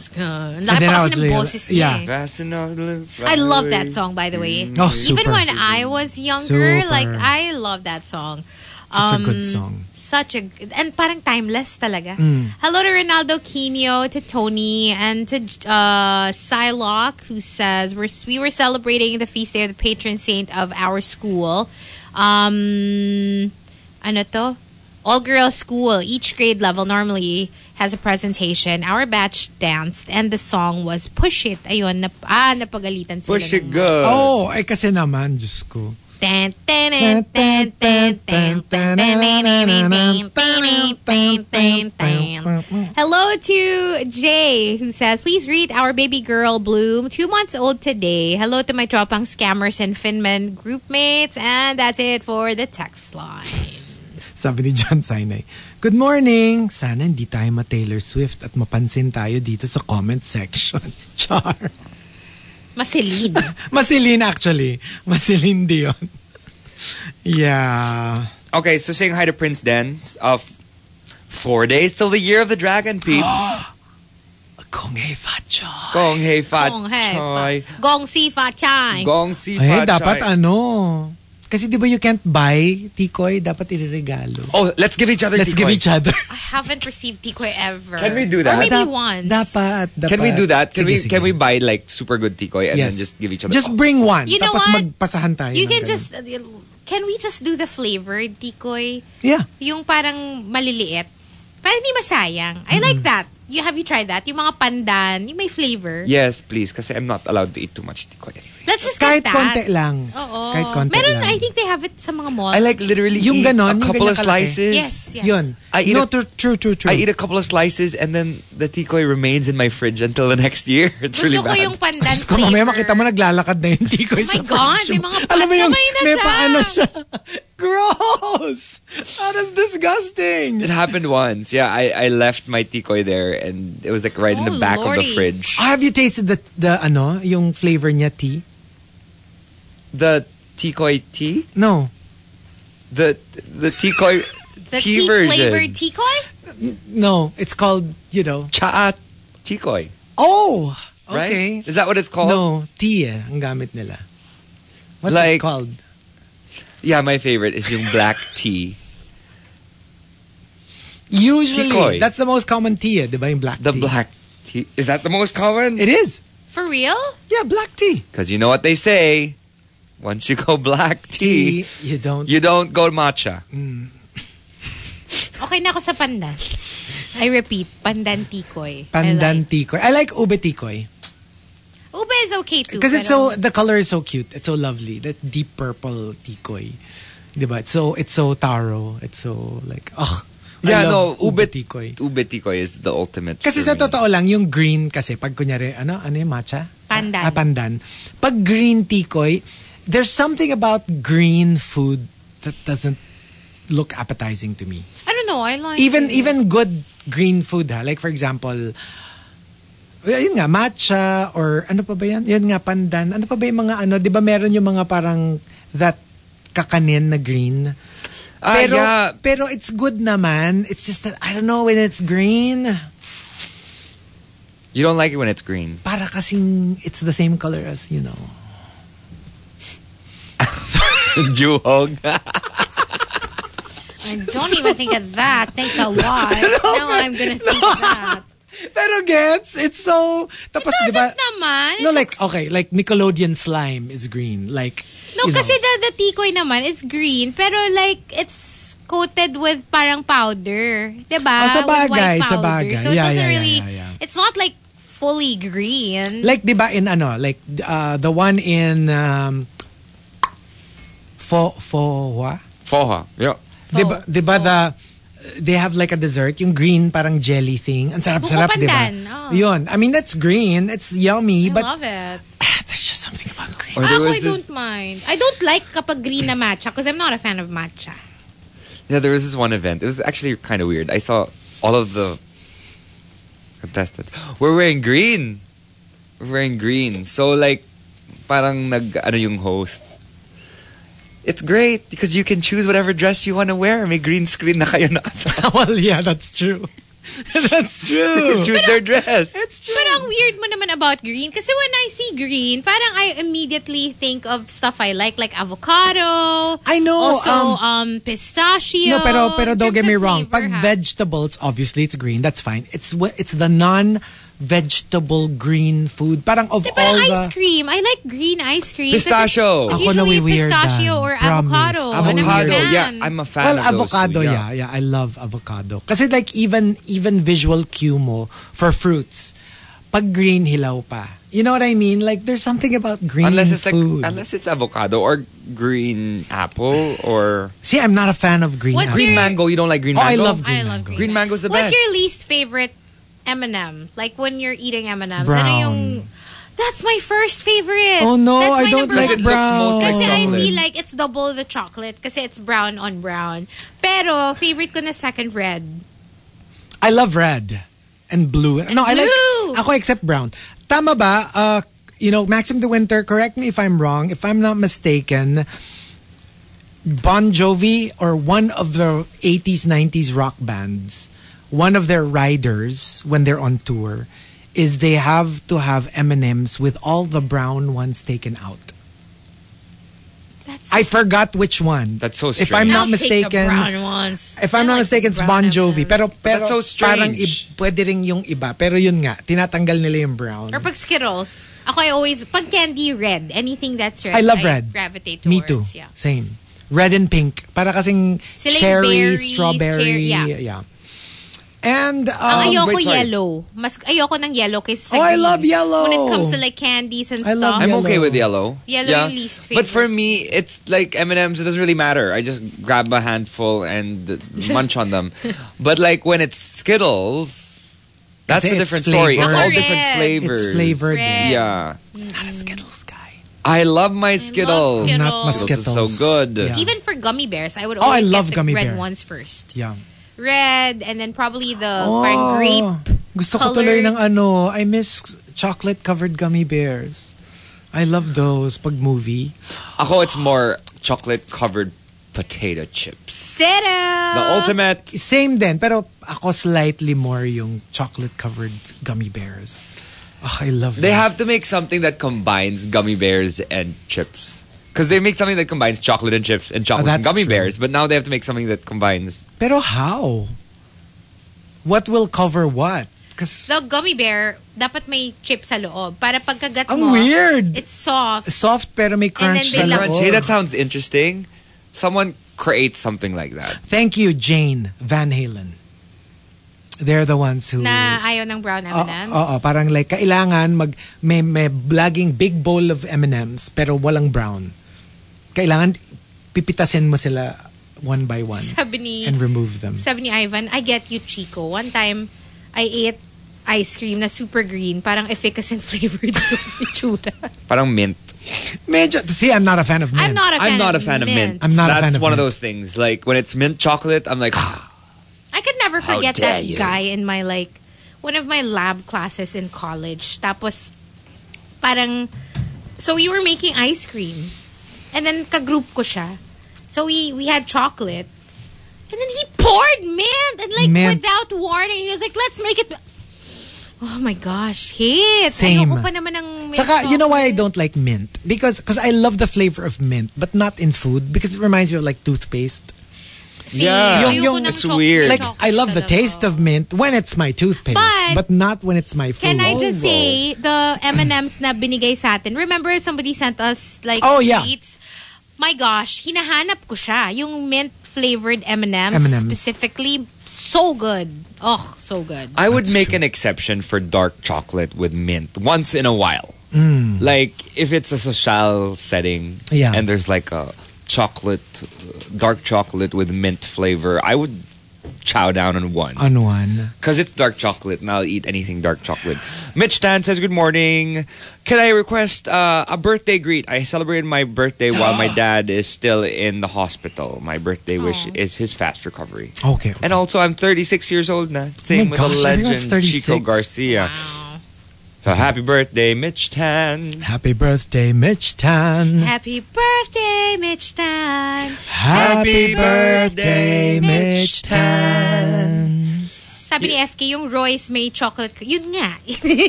E: was like- yeah.
F: Yeah.
H: Fast enough to live
F: eh. I love
H: by the
F: that song, by the way.
E: Oh,
F: Even
E: super.
F: when I was younger,
E: Super.
F: like I love that song.
E: Such a
F: um,
E: good song.
F: Such a g- and parang timeless talaga.
H: Mm.
F: Hello to Ronaldo Quino, to Tony, and to uh, Psylocke, who says we're we were celebrating the feast day of the patron saint of our school. Um, ano to? All girls school, each grade level normally has a presentation. Our batch danced and the song was Push It. Ayun, nap ah, napagalitan sila.
H: Push
F: ng-
H: it good.
E: Oh, ay kasi naman, Diyos ko.
F: Tan, tan, tan, tan, tan, tan, tan, tan, tan, tan, tan, tan, tan, tan, tan. Hello to Jay who says, please read our baby girl Bloom, two months old today. Hello to my tropang scammers and Finman group mates. And that's it for the text line.
E: Sabi ni John Sinai, Good morning! Sana hindi tayo ma-Taylor Swift at mapansin tayo dito sa comment section. Char.
F: Masilid.
E: Masilin actually. Masilin di yun. Yeah.
H: Okay, so saying hi to Prince Dance of four days till the year of the dragon, peeps.
E: Kung e facho.
H: Gong hei fat
F: Gong hei
H: choy.
F: Gong si fa chai.
H: Gong si
E: Eh,
H: fat
E: dapat
H: choy.
E: ano, Kasi di ba you can't buy tikoy, dapat iriregalo.
H: Oh, let's give each other
E: Let's give
H: decoy.
E: each other.
F: I haven't received decoy ever.
H: Can we do that?
F: Or maybe
E: Dap-
F: once.
E: Dapat, dapat.
H: Can we do that? Can
E: Sige,
H: we
E: sige.
H: can we buy like super good tikoy and
E: Yes.
H: then just give each other?
E: Just
H: Oh.
E: bring one.
F: You know
E: tapos
F: what?
E: magpasahan tayo. ng
F: You can
E: ganun.
F: just. uh, Can we just do the flavored decoy?
E: Yeah.
F: Yung parang maliliit. Para hindi masayang. I like that. You have you tried that? Yung mga pandan, yung may flavor.
H: Yes, please. Kasi I'm not allowed to eat too much tikoy anyway.
F: Let's just
E: Kahit
F: get that. Oh,
E: konti lang.
F: Oo.
E: Kahit konti
F: Meron,
E: lang.
F: I think they have it sa mga mall.
H: I like literally
E: Yung
H: eat
E: ganon,
H: a
E: yung
H: couple of
E: ganyan kalaki.
H: slices.
F: Yes, yes.
E: Yun.
H: I eat
E: no,
H: a-
E: true, true, true, true.
H: I eat a couple of slices and then the tikoy remains in my fridge until the next year. It's
F: Gusto
H: really
F: ko
H: bad.
F: yung pandan
E: Diyos ko,
F: flavor.
E: mamaya makita mo naglalakad na yung tikoy
F: Oh my
E: sa
F: God,
E: fridge
F: may
E: mo.
F: mga
E: Alam mo yung,
F: patkamay na
E: may
F: siya.
E: paano siya. Gross! That is disgusting.
H: It happened once. Yeah, I, I left my tikoy there and it was like right in
F: Oh,
H: the back of
F: lordy.
H: the fridge.
E: Have you tasted the, the ano, yung flavor niya tea?
H: The tikoy tea?
E: No.
H: The the tikoy
F: the
H: tea,
F: tea flavored
H: version.
F: decoy?
E: No. It's called, you know.
H: Chaat tikoy,
E: Oh!
H: right?
E: Okay.
H: Is that what it's called?
E: No, tea eh, ang gamit nila. What's
H: Like-
E: it called?
H: Yeah, my favorite is yung black tea.
E: Usually,
H: Tikoy.
E: that's the most common tea, eh, di ba? Yung black
H: The
E: tea.
H: black tea. Is that the most common?
E: It is.
F: For real?
E: Yeah, black tea.
H: Because you know what they say. Once you go black tea,
E: you don't.
H: you don't go matcha.
F: Okay na ako sa pandan. I repeat, pandan tikoy.
E: Pandan
F: I like.
E: tikoy. I like ube tikoy.
F: Ube is okay too.
E: Because it's so,
F: pero-
E: the color is so cute. It's so lovely. That deep purple tikoy. Diba? It's so, it's so taro. It's so like, ugh. I
H: Yeah,
E: love
H: no, ube-
E: tikoy.
H: Ube tikoy is the ultimate.
E: Kasi
H: for
E: sa
H: me.
E: totoo lang, yung green kasi, pag kunyari, ano, ano yung matcha?
F: Pandan.
E: Ah, pandan. Pag green tikoy, there's something about green food that doesn't look appetizing to me.
F: I don't know, I like
E: Even
F: it.
E: even good green food ha. Like for example, yun nga, matcha or ano pa ba yan? Yun nga, pandan. Ano pa ba yung mga ano? Di ba meron yung mga parang that kakanin na green?
H: Ah,
E: pero,
H: yeah.
E: pero it's good naman. It's just that, I don't know, when it's green,
H: You don't like it when it's green.
E: para kasing it's the same color as, you know.
H: Juhog.
F: I don't even think of that. Thanks a lot. now I'm gonna think of that.
E: Pero gets, it's so... Tapos, di ba?
F: Doesn't naman.
E: No, like, okay, like Nickelodeon slime is green. Like,
F: No,
E: you know.
F: kasi the, the tikoy naman is green, pero like, it's coated with parang powder. Diba?
E: Oh, sa
F: Ah,
E: bagay,
F: With white
E: sa
F: powder.
E: bagay.
F: So it
E: Yeah, yeah,
F: doesn't
E: yeah,
F: really,
E: yeah, yeah.
F: it's not like fully green.
E: Like, di ba in ano, like, uh, the one in, um, Fo, Fo, wa?
H: Foha. Yeah.
E: Di ba, di ba the, they have like a dessert, yung green parang jelly thing. Ang sarap-sarap, di ba?
F: Buko pandan, oh.
E: Yun. I mean, that's green. It's yummy,
F: I
E: but
F: love it.
E: there's just something about green.
H: Or there
F: Ako, I
H: was this.
F: don't mind. I don't like kapag green na matcha because I'm not a fan of matcha.
H: Yeah, there was this one event. It was actually kind of weird. I saw all of the contestants were wearing green. We're wearing green. So like, parang nag ano yung host. It's great because you can choose whatever dress you want to wear. May green screen na kayo nakasama.
E: well, yeah, that's true. that's
H: You can
E: true.
H: choose their dress.
E: It's true.
F: Pero ang weird mo naman about green kasi when I see green, parang I immediately think of stuff I like like avocado.
E: I know,
F: Also,
E: um,
F: um, pistachio.
E: No, pero pero don't
F: In
E: get me
F: terms of
E: wrong.
F: flavor,
E: Pag
F: ha?
E: vegetables, obviously it's green. That's fine. It's wh- it's the non vegetable green food. Parang of
F: Di,
E: all
F: parang
E: the
F: ice cream. I like green ice cream. kasi
H: Pistachio.
F: It's
E: Ako
F: usually
E: nawi-weird,
F: pistachio
E: ah.
F: or
E: Promise.
F: avocado.
E: Ako
F: And I'm a
H: avocado.
F: fan.
H: Yeah, I'm a fan
E: well,
H: of those
E: avocado,
H: two,
E: yeah. yeah, I love avocado. Kasi like even even visual cue mo for fruits, pag green hilaw pa. You know what I mean? Like there's something about green
H: unless it's like
E: food.
H: unless it's avocado or green apple or
E: See, I'm not a fan of green.
F: What's
E: apple.
H: green
F: your-
H: mango. You don't like green
E: Oh, I
H: mango.
E: love
F: I
E: green
F: love
E: mango.
F: green.
H: green mango's the
F: What's
H: best.
F: your least favorite M&M? Like when you're eating M&Ms, ano
E: Brown.
F: yung That's my first favorite.
E: Oh no,
F: That's
E: I
F: my
E: don't
F: number
E: like
F: one.
H: It looks most
E: brown.
H: like
F: Kasi I
H: chocolate.
F: feel like it's double the chocolate kasi it's brown on brown. Pero favorite ko na second red.
E: I love red and blue. no, I
F: blue!
E: like ako except brown. Tama ba? Uh, you know, Maxim De Winter, correct me if I'm wrong. If I'm not mistaken, Bon Jovi or one of the 80s 90s rock bands, one of their riders when they're on tour is they have to have M&Ms with all the brown ones taken out.
F: That's-
E: I forgot which one.
H: That's so
E: If I'm
H: strange.
E: not
F: I'll take the
E: mistaken,
F: brown ones.
E: if
F: I
E: I'm not
F: like the
E: mistaken, it's
F: brown
E: Bon Jovi.
F: M&Ms.
E: Pero, pero
H: That's so strange.
E: parang i- pwede rin yung iba. Pero yun nga, tinatanggal nila yung brown.
F: Or pag Skittles. Ako, I always, pag candy, red. Anything that's red.
E: I love red.
F: gravitate
E: Me
F: towards.
E: too.
F: Yeah.
E: Same. Red and pink. Para kasing
F: Sila yung
E: cherry,
F: berries,
E: strawberry.
F: cherry, yeah.
E: And,
F: Ang
E: um,
F: ayoko
H: wait, sorry.
F: yellow. Mas ayoko ng yellow kaysa sa
E: Oh, I
F: green.
E: love yellow.
F: When it comes to like candies and
E: I love
F: stuff.
H: I'm
E: Yellow.
H: okay with yellow.
F: Yellow yung least
H: But for me, it's like M&Ms. It doesn't really matter. I just grab a handful and munch on them. But like when it's Skittles, that's
E: Kasi
H: a
E: it's
H: different story. It's all
F: flavored.
H: different
F: Correct.
H: flavors.
E: it's flavored.
F: Red. Mm-hmm.
H: Yeah,
E: Not a Skittles guy.
H: I love my Skittles.
F: Skittles.
E: Not my
H: Skittles
E: Skittles.
H: is so good.
E: Yeah.
F: Even for gummy bears, I would
E: Oh, I
F: always
E: love
F: get the
E: gummy
F: red
E: bear.
F: ones first.
E: Yeah.
F: Red and then probably the
E: Oh.
F: parang grape.
E: Gusto ko tuloy
F: colored.
E: ng ano, I miss chocolate-covered gummy bears. I love those pag movie.
H: Ako, it's more chocolate covered potato chips.
F: Sit down.
H: The ultimate.
E: Same din, pero ako slightly more yung chocolate-covered gummy bears. Ah, I love
H: They
E: that.
H: have to make something that combines gummy bears and chips. Because they make something that combines chocolate and chips and chocolate and
E: Oh, that's
H: gummy
E: true.
H: bears, but now they have to make something that combines.
E: Pero how? What will cover what? Kasi
F: The gummy bear, dapat may chip sa loob. Para pagkagat
E: ang
F: mo,
E: weird!
F: it's soft.
E: Soft pero may
F: And then
E: crunch
F: they
E: sa
F: love-
H: Crunch. Hey,
E: loob.
H: that sounds interesting. Someone create something like that.
E: Thank you, Jane Van Halen. They're the ones who...
F: Na ayaw ng brown M&M's.
H: Ah,
E: Oo, oo, parang like kailangan mag may may laging big bowl of M&Ms pero walang brown. Kailangan pipitasin mo sila one by one
F: Sabi ni,
E: and remove them.
F: sabi ni Ivan, I get you, Chico. One time, I ate ice cream na super green. Parang efficacy and flavored yung itsura.
H: Parang mint.
E: Medyo see I'm not a fan of mint.
F: I'm not a fan,
H: I'm not a fan of mint.
E: I'm not a
H: That's
E: fan of
H: one of
E: mint.
H: those things. Like when it's mint chocolate, I'm like,
F: I could never
H: How
F: forget
H: dare
F: that
H: you.
F: guy in my like one of my lab classes in college. Tapos parang so we were making ice cream. And then kagroup ko siya. So we we had chocolate. And then he poured mint and like
E: Mint.
F: without warning. He was like, "Let's make it Oh my gosh, hate.
E: Same.
F: Ayoko pa naman ng mint
E: Tsaka, you know why I
F: chocolate.
E: don't like mint? Because cause I love the flavor of mint, but not in food because it reminds me of like toothpaste.
F: Same.
H: Yeah.
F: Ayoko
E: Yung- yung-
F: ng
H: It's
F: chocolate.
H: weird.
E: Like
F: Chocolate
E: I love the
F: talaga.
E: taste of mint when it's my toothpaste,
F: But-
E: but not when it's my food.
F: Can I just say, the M&Ms na binigay sa atin, remember somebody sent us like
E: Oh, yeah.
F: sheets? My gosh, hinahanap ko siya. Yung mint-flavored M&Ms,
E: M&Ms.
F: specifically, so good. Oh, so good.
H: I would make an exception for dark chocolate with mint once in a while.
E: Mm.
H: Like if it's a social setting
E: Yeah.
H: and there's like a chocolate, dark chocolate with mint flavor, I would chow down on one.
E: on one?
H: Because it's dark chocolate and I'll eat anything dark chocolate. Mitch Tan says, Good morning. Can I request uh, a birthday greet? I celebrated my birthday while my dad is still in the hospital. My birthday wish is his fast recovery.
E: Okay.
H: And also, I'm 36 years old now. Same with
E: gosh,
H: the
E: everyone's
H: legend Chico
E: 36.
H: Garcia. So happy birthday, Mitch Tan.
E: Happy birthday, Mitch Tan.
F: Happy birthday, Mitch Tan.
E: Happy birthday, Mitch Tan.
F: Sabi ni FK, yung Royce may chocolate. Yun nga.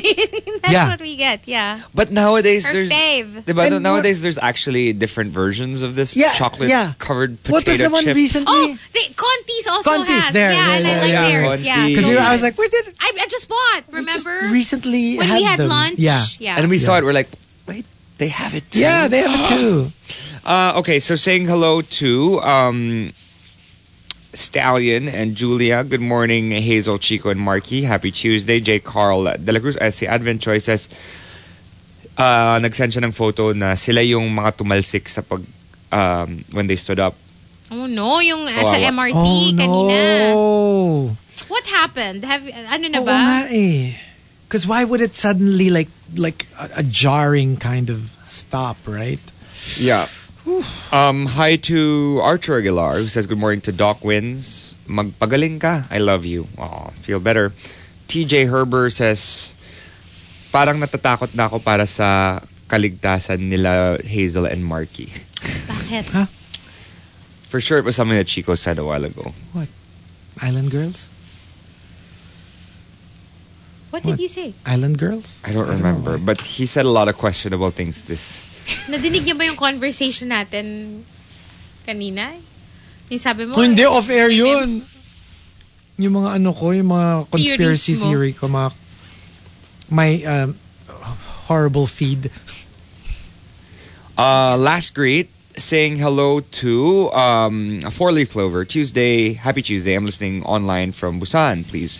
F: That's
E: Yeah.
F: what we get, yeah.
H: But nowadays,
F: Her
H: there's.
F: fave.
H: Diba,
E: And
H: nowadays, there's actually different versions of this
E: Yeah,
H: chocolate
E: yeah.
H: covered potato
E: What was the one
H: chip.
E: recently?
F: Oh, the, Conti's also
E: Conti's,
F: has.
E: there,
F: yeah,
E: yeah,
F: and I
E: yeah,
F: like
H: yeah.
F: theirs. Yeah,
H: Conti's.
E: Because
F: so
E: I was
F: good.
E: like, where did
F: I, I just bought,
E: we just
F: remember?
E: recently
F: when
E: had
F: we had
E: them.
F: lunch.
E: Yeah.
F: yeah.
H: And we saw
E: Yeah.
H: it, we're like, wait, they have it too.
E: Yeah, they have it too.
H: Uh, okay, so saying hello to um, Stallion and Julia. Good morning, Hazel, Chico, and Marky. Happy Tuesday. J. Carl De La Cruz. Uh, si Advent Choice says, uh, nagsend siya ng photo na sila yung mga tumalsik sa pag, um, when they stood up.
F: Oh no, yung uh, sa
H: Kawawa.
F: MRT
E: Oh
F: kanina.
E: no.
F: What happened? Have ano na
E: Oo
F: ba?
E: nga eh. Because why would it suddenly like like a, a jarring kind of stop, right?
H: Yeah. Um, hi to Archer Aguilar, who says good morning to Doc Wins. Magpagaling ka. I love you. Aw, feel better. TJ Herber says, parang natatakot na ako para sa kaligtasan nila Hazel and Marky.
F: Bakit?
H: For sure, it was something that Chico said a while ago.
E: Island Girls?
F: What
E: What?
F: did you say?
E: Island Girls?
H: I don't
E: know
H: remember,
E: why.
H: but he said a lot of questionable things this
F: Nadinig niyo ba yung conversation natin kanina? Yung sabi mo?
E: Oh, hindi, off-air yun. Yung mga ano ko, yung mga conspiracy
F: Theories mo.
E: theory ko, mga, my um, horrible feed.
H: Uh, last greet, saying hello to um, Four Leaf Clover. Tuesday, happy Tuesday. I'm listening online from Busan. Please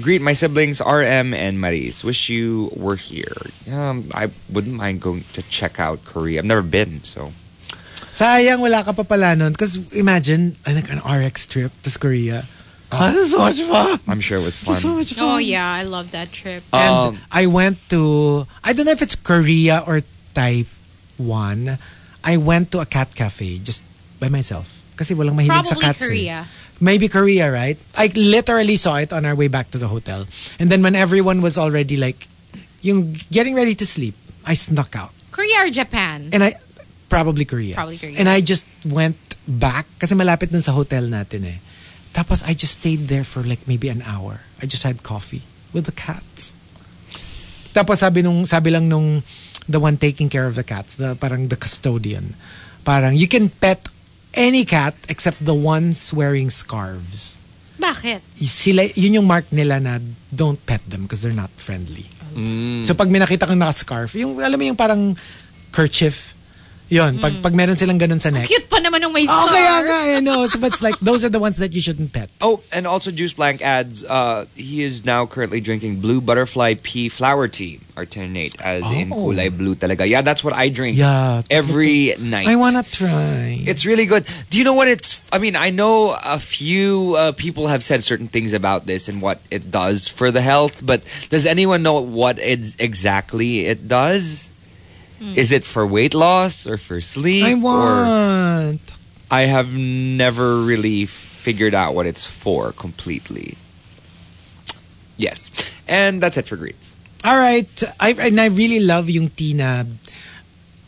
H: greet my siblings RM and Maris. Wish you were here. Um, I wouldn't mind going to check out Korea. I've never been, so
E: Sayang, wala ka pa pala nun. Because imagine, like an RX trip, to Korea. Ah, that's so much fun.
H: I'm sure it was
E: That's so
H: fun.
E: much fun.
F: Oh yeah, I love that trip.
E: And
H: Um,
E: I went to, I don't know if it's Korea or Taiwan. I went to a cat cafe just by myself. Kasi walang mahilig sa
F: Probably
E: cats. eh.
F: Korea.
E: Maybe Korea, right? I literally saw it on our way back to the hotel. And then when everyone was already like, yung getting ready to sleep, I snuck out.
F: Korea or Japan?
E: And I, probably Korea.
F: Probably Korea.
E: Eh, And I just went back kasi malapit dun sa hotel natin eh. Tapos I just stayed there for like maybe an hour. I just had coffee with the cats. Tapos sabi nung sabi lang nung the one taking care of the cats, the parang the custodian. Parang you can pet any cat except the ones wearing scarves.
F: Bakit?
E: Sila yun yung mark nila na don't pet them because they're not friendly. So pag may nakita kang naka-scarf, yung alam mo yung parang kerchief. Yun, pag pag meron silang ganun sa neck.
F: Cute pa naman nung
E: Eh.
F: may
E: Oh,
F: scar.
E: kaya nga, I know. So, but it's like, those are the ones that you shouldn't pet.
H: Oh, and also Juice Blank adds uh, he is now currently drinking blue butterfly pea flower tea, alternate as in
E: Oh.
H: kulay blue talaga. Yeah, that's what I drink
E: Yeah.
H: every night.
E: I wanna try.
H: It's really good. Do you know what it's? I mean, I know a few uh, people have said certain things about this and what it does for the health, but does anyone know what it, exactly it does? Is it for weight loss or for sleep?
E: I
H: Or
E: want.
H: I have never really figured out what it's for completely. Yes, and that's it for greets.
E: All right. I, and I really love yung tea na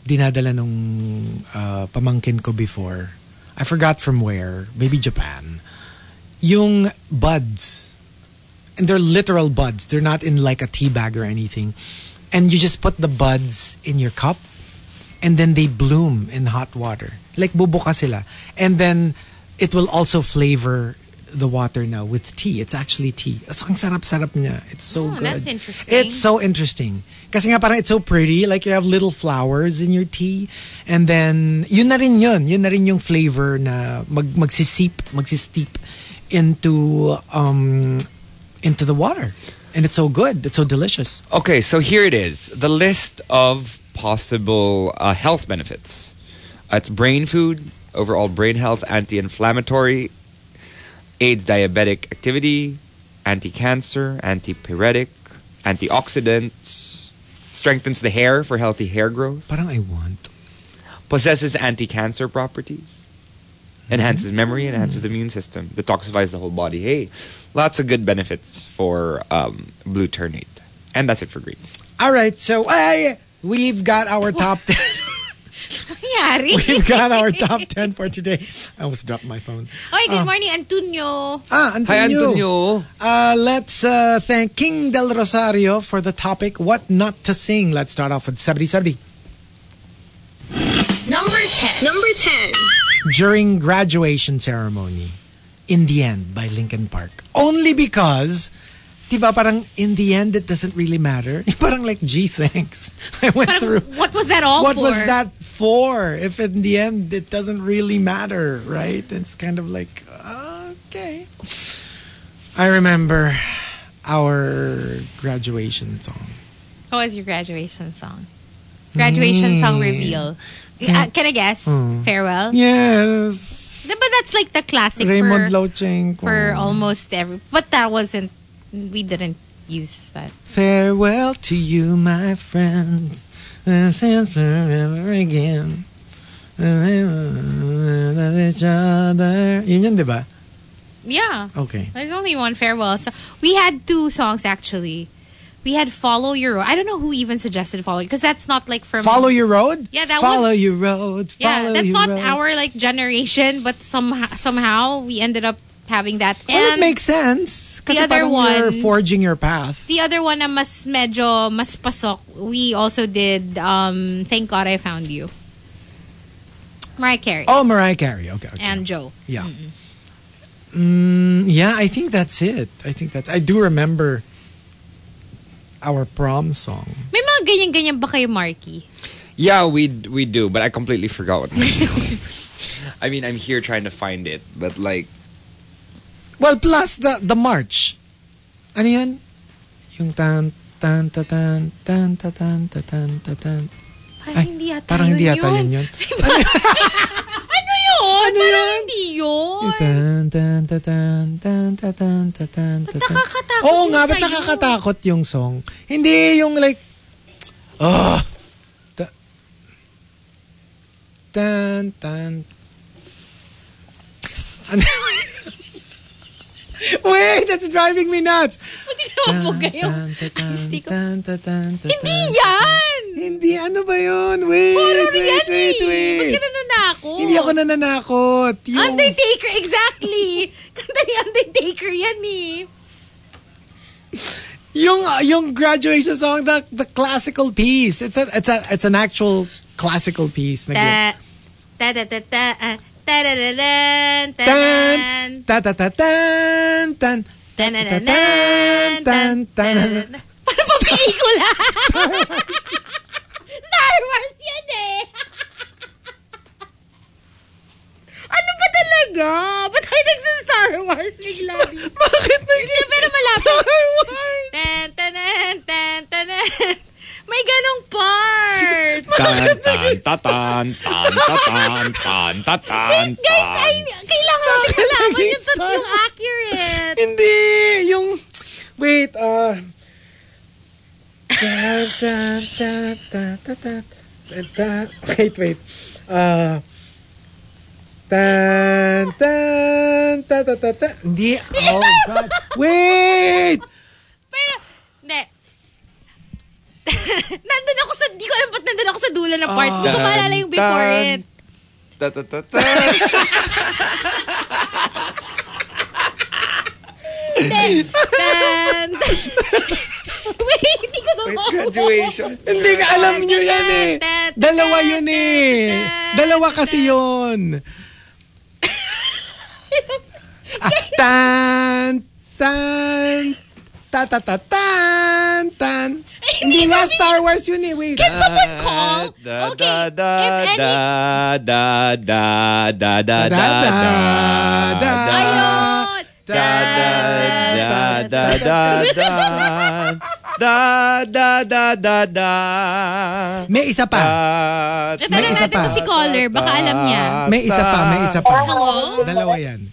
E: dinadala nung uh, pamangkin ko before. I forgot from where. Maybe Japan. Yung buds. And they're literal buds. They're not in like a tea bag or anything. And you just put the buds in your cup and then they bloom in hot water. Like bubuka sila. And then it will also flavor the water now with tea. It's actually tea. It's ang sarap-sarap niya. It's so
F: Oh,
E: good.
F: that's interesting.
E: It's so interesting. Kasi nga parang it's so pretty. Like you have little flowers in your tea. And then, yun na rin yun. Yun na rin yung flavor na mag, magsisip, magsisteep into, um, into the water. And it's so good. It's so delicious.
H: Okay, so here it is the list of possible uh, health benefits. Uh, it's brain food, overall brain health, anti inflammatory, aids diabetic activity, anti cancer, antipyretic, antioxidants, strengthens the hair for healthy hair growth,
E: Parang I want.
H: possesses anti cancer properties. Enhances memory, enhances the immune system, detoxifies the whole body. Hey, lots of good benefits for um, blue ternate. And that's it for greens.
E: All right, so ay, we've got our top 10.
F: Nangyari?
E: we've got our top 10 for today. I almost dropped my phone.
F: Oy,
E: Oh.
F: good morning, Antonio.
E: Ah, Antonio.
H: Hi, Antonio.
E: Uh, let's uh, thank King Del Rosario for the topic, What Not to Sing. Let's start off with 7070.
A: Number 10. Number 10.
E: During graduation ceremony, In the End by Linkin Park. Only because, di ba parang in the end, it doesn't really matter. Parang like, gee, thanks. I went through.
F: Parang, what was that all
E: what
F: for?
E: was that for if in the end it doesn't really matter right it's kind of like okay i remember our graduation song
F: What was your graduation song? Graduation song
E: Mm.
F: reveal. Uh, can I guess? Farewell?
E: yes
F: No, But that's like the classic
E: raymond
F: for,
E: lochenko
F: for almost every... But that wasn't... We didn't use that.
E: farewell to you my friend This is forever again each other yun yun diba
F: Yeah.
E: okay
F: There's only one farewell. So we had two songs actually. We had Follow Your Road. I don't know who even suggested Follow because that's not like from
E: follow your road
F: Yeah, that was-
E: follow your road
F: Yeah,
E: follow
F: that's
E: your
F: not
E: road.
F: our like generation, but somehow somehow we ended up having that.
E: Well, it
F: And
E: makes sense. Kasi
F: the other
E: parang you're
F: one-
E: forging your path.
F: the other one na mas medyo mas pasok, we also did um, Thank God I Found You. Mariah Carey
E: Oh, Mariah Carey. Okay, okay.
F: and Joe.
E: Yeah. Mm, yeah, I think that's it. I think that's I do remember our prom song.
F: May mga ganyan-ganyan ba kayo, Marky?
H: Yeah, we we do, but I completely forgot what my song was. I mean, I'm here trying to find it, but like,
E: Well, plus the the march. Ano yan? Yung tan tan ta tan tan ta tan ta tan ta tan.
F: Parang hindi yata
E: Parang
F: yun
E: hindi yata
F: yun.
E: yun yun.
F: Ano yun?
E: Ano
F: Parang
E: yun?
F: hindi yun.
E: Yung tan tan ta tan tan ta tan ta tan ta tan.
F: Nakakatakot
E: Oo
F: yung
E: nga, ba't
F: sa'yo.
E: nakakatakot yung song? Hindi yung like, ah, ta- tan, tan. Ano? Wait, that's driving me nuts.
F: Ano po kayo? Gusti ko. Hindi yan!
E: Hindi, ano ba yun? Wait,
F: Horror yan
E: wait, wait,
F: eh. Ba't
E: wait.
F: ka nananako?
E: Hindi ako nananakot. Yung,
F: Undertaker, exactly! Kanta ni Undertaker yan eh.
E: yung, uh, yung graduation song, the, the classical piece. It's a, it's a, it's an actual classical piece. na ganyan.
F: Ta, ta ta ta ta, ah, ta da da dan, ta dan,
E: Tan, ta ta ta tan, tan,
F: ta na na
E: ta
F: na,
E: tan, tan, tan.
F: tan. Parang sa pelikula. Star Wars yan eh. Ano ba talaga? Ba't tayo nagsa-Star Wars bigla dito?
E: Bakit naging
F: Pero malapit.
E: Star Wars?
F: Tan, tanan, tan, tanan. May ganong part.
H: tan tan ta tan tan ta tan tan ta tan.
F: Guys, ay, kailangan natin
E: Bakit
F: malaman
E: naging
F: yung sa
E: Star
F: yung
E: Wars?
F: accurate.
E: Hindi, yung, wait, ah, ta ta ta ta ta ta ta ta- wait, wait, ah, tan, tan, ta ta ta ta, hindi, oh god, wait,
F: Pero, hindi. nandun ako sa, di ko alam ba't nandun ako sa dulo ng part. Hindi ko
H: Ah,
F: maalala yung before it.
H: Tan, Ta ta ta ta.
F: Then, then, Wait, hindi ko na
H: Wait,
F: maalala.
H: graduation.
E: Hindi ka alam nyo yan eh. Dalawa yun eh. Dalawa kasi yun. Ah, tan, tan, ta ta ta tan, tan. Hindi nga Star Wars yun eh. Wait.
F: Can someone call?
H: Ah, Da,
F: Okay,
H: da, da,
F: if any...
H: da, da, da, da, da,
E: Da, da,
H: da,
E: da.
H: da,
F: Ayun!
E: Da, da,
H: da, da, da, da. Da, da, da, da, da.
E: May isa pa.
H: Da, da,
E: May
F: Tatanong
E: isa
F: natin
E: pa.
F: to si caller. Baka alam niya.
H: Ah.
E: May isa pa, may isa pa.
F: Hello?
E: Dalawa yan.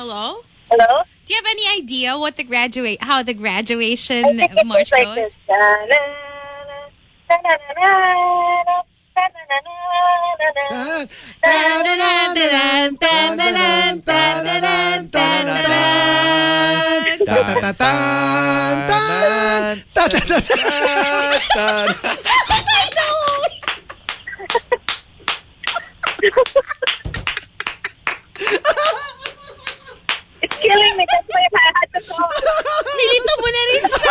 F: Hello?
I: Hello?
F: Do you have any idea what the graduate, how the graduation march
I: it's like
F: goes?
I: this. Da-na-na, da-na-na-na, da-na-na-na-na-na.
E: Tan, tan-da-dan, tan-da-dan, tan-da-dan, tan-da-dan. Ta-ta-ta-tan, tan, ta-ta-ta-tan.
H: da, da.
I: It's killing me. That's why I had to call.
F: Nilito mo na rin siya.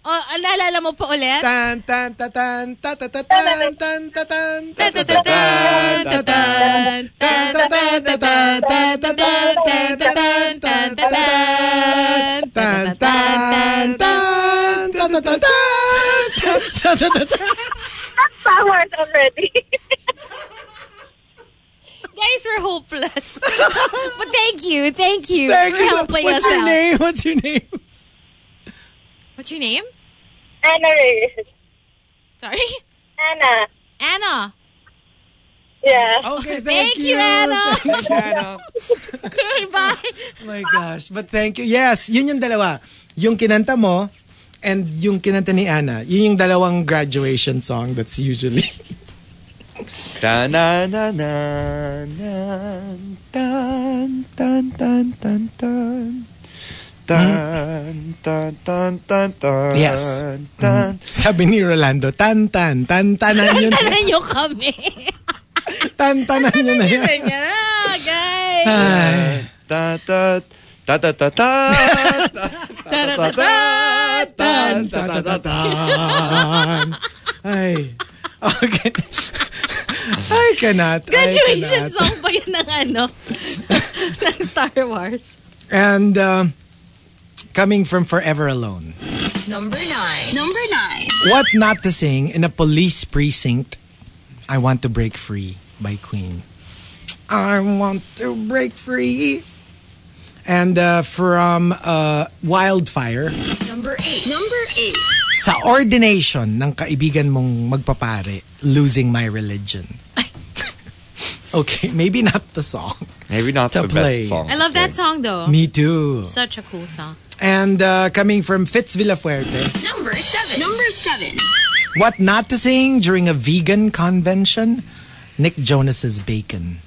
F: Oh, ang naalala mo pa ulit?
E: Tan, tan, ta-tan, ta-ta-ta-tan, tan-ta-tan, ta-ta-ta-tan, ta-tan, tan-ta-ta-ta-tan, ta-ta-tan, tan-ta-tan, tan-ta-tan, tan-tan, tan, ta-ta-ta-tan, ta-ta-ta-tan.
I: Star Wars already.
F: Guys, we're hopeless. but thank you, thank you
E: Thank
F: for
E: you.
F: helping
E: What's
F: us
E: your
F: out.
E: name? What's your name?
F: What's your name?
I: Anna Reyes.
F: Sorry?
I: Anna.
F: Anna.
I: Yeah.
E: Okay, thank,
F: Thank you, Anna.
E: Thank you, Anna.
F: Okay, bye.
E: Oh my gosh. But thank you. Yes, yun yung dalawa. Yung kinanta mo and yung kinanta ni Anna. Yun yung dalawang graduation song that's usually.
H: Da, na, na, na, na, tan, tan, tan, tan, tan. Tan, tan, tan, tan, tan.
E: Yes.
H: Tan.
E: Sabi ni Rolando, tantan, tantanan yun.
F: Tanan niyo kami.
E: Tantanan yun na yun.
F: Ganyan na, guys.
E: Ay.
H: Ta ta ta ta ta ta ta
F: Ah,
H: ta ta ta ta ta ta.
E: Ay. Okay. I cannot. I
F: Graduation
E: cannot.
F: song pa yun ng ano, ng Star Wars.
E: And um, coming from Forever Alone.
A: Number nine. Number nine.
E: What not to sing in a police precinct? I want to break free by Queen. I want to break free. And uh, from uh, Wildfire,
A: Number eight. Number eight.
E: sa ordination ng kaibigan mong magpapare, Losing My Religion. okay, maybe not the song.
H: Maybe not
E: To
H: the
E: play.
H: best song.
F: I love that song though.
E: Me too.
F: Such a cool song.
E: And uh, coming from Fitz Villafuerte,
A: Number seven. Number seven.
E: what not to sing during a vegan convention? Nick Jonas's Bacon.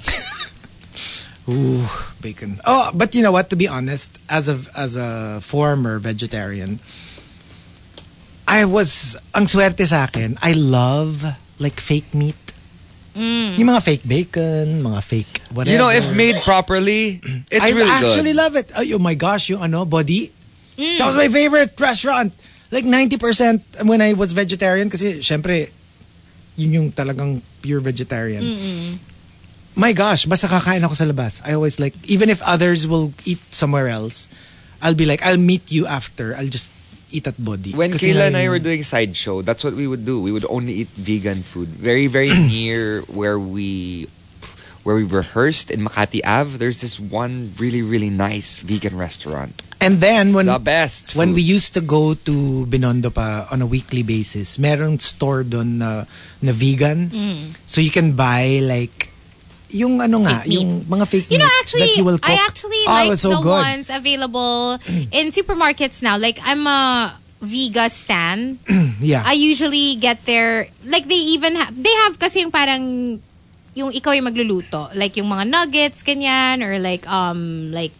E: Ooh, bacon. Oh, but you know what? To be honest, as a as a former vegetarian, I was ang swerte sa akin. I love like fake meat. Yung mga fake bacon, mga fake whatever.
H: You know, if made properly, it's
E: I
H: really
E: actually
H: good.
E: love it. Ay, Oh, my gosh, yung ano, body. That was my favorite restaurant. Like 90% when I was vegetarian kasi syempre yun yung talagang pure vegetarian. My gosh, basta kakain ako sa labas. I always like even if others will eat somewhere else, I'll be like I'll meet you after. I'll just eat at body.
H: When
E: Kasi
H: Kayla and
E: nga
H: I
E: yung-
H: were doing sideshow, that's what we would do. We would only eat vegan food. Very, very near where we where we rehearsed in Makati Ave. There's this one really, really nice vegan restaurant.
E: And then when
H: the best.
E: When
H: food.
E: we used to go to Binondo pa on a weekly basis, merong store doon na, na vegan. So you can buy like yung ano nga,
F: Mm. Fake meat.
E: yung mga fake
F: You know,
E: meat
F: actually,
E: that you will cook.
F: I actually
E: Oh, it
F: like
E: was so
F: the
E: good.
F: ones available in supermarkets now. Like, I'm a Vega stan.
E: Yeah.
F: I usually get their, like, they even have, they have kasi yung parang, yung ikaw yung magluluto. Like, yung mga nuggets, ganyan, or like, um, like,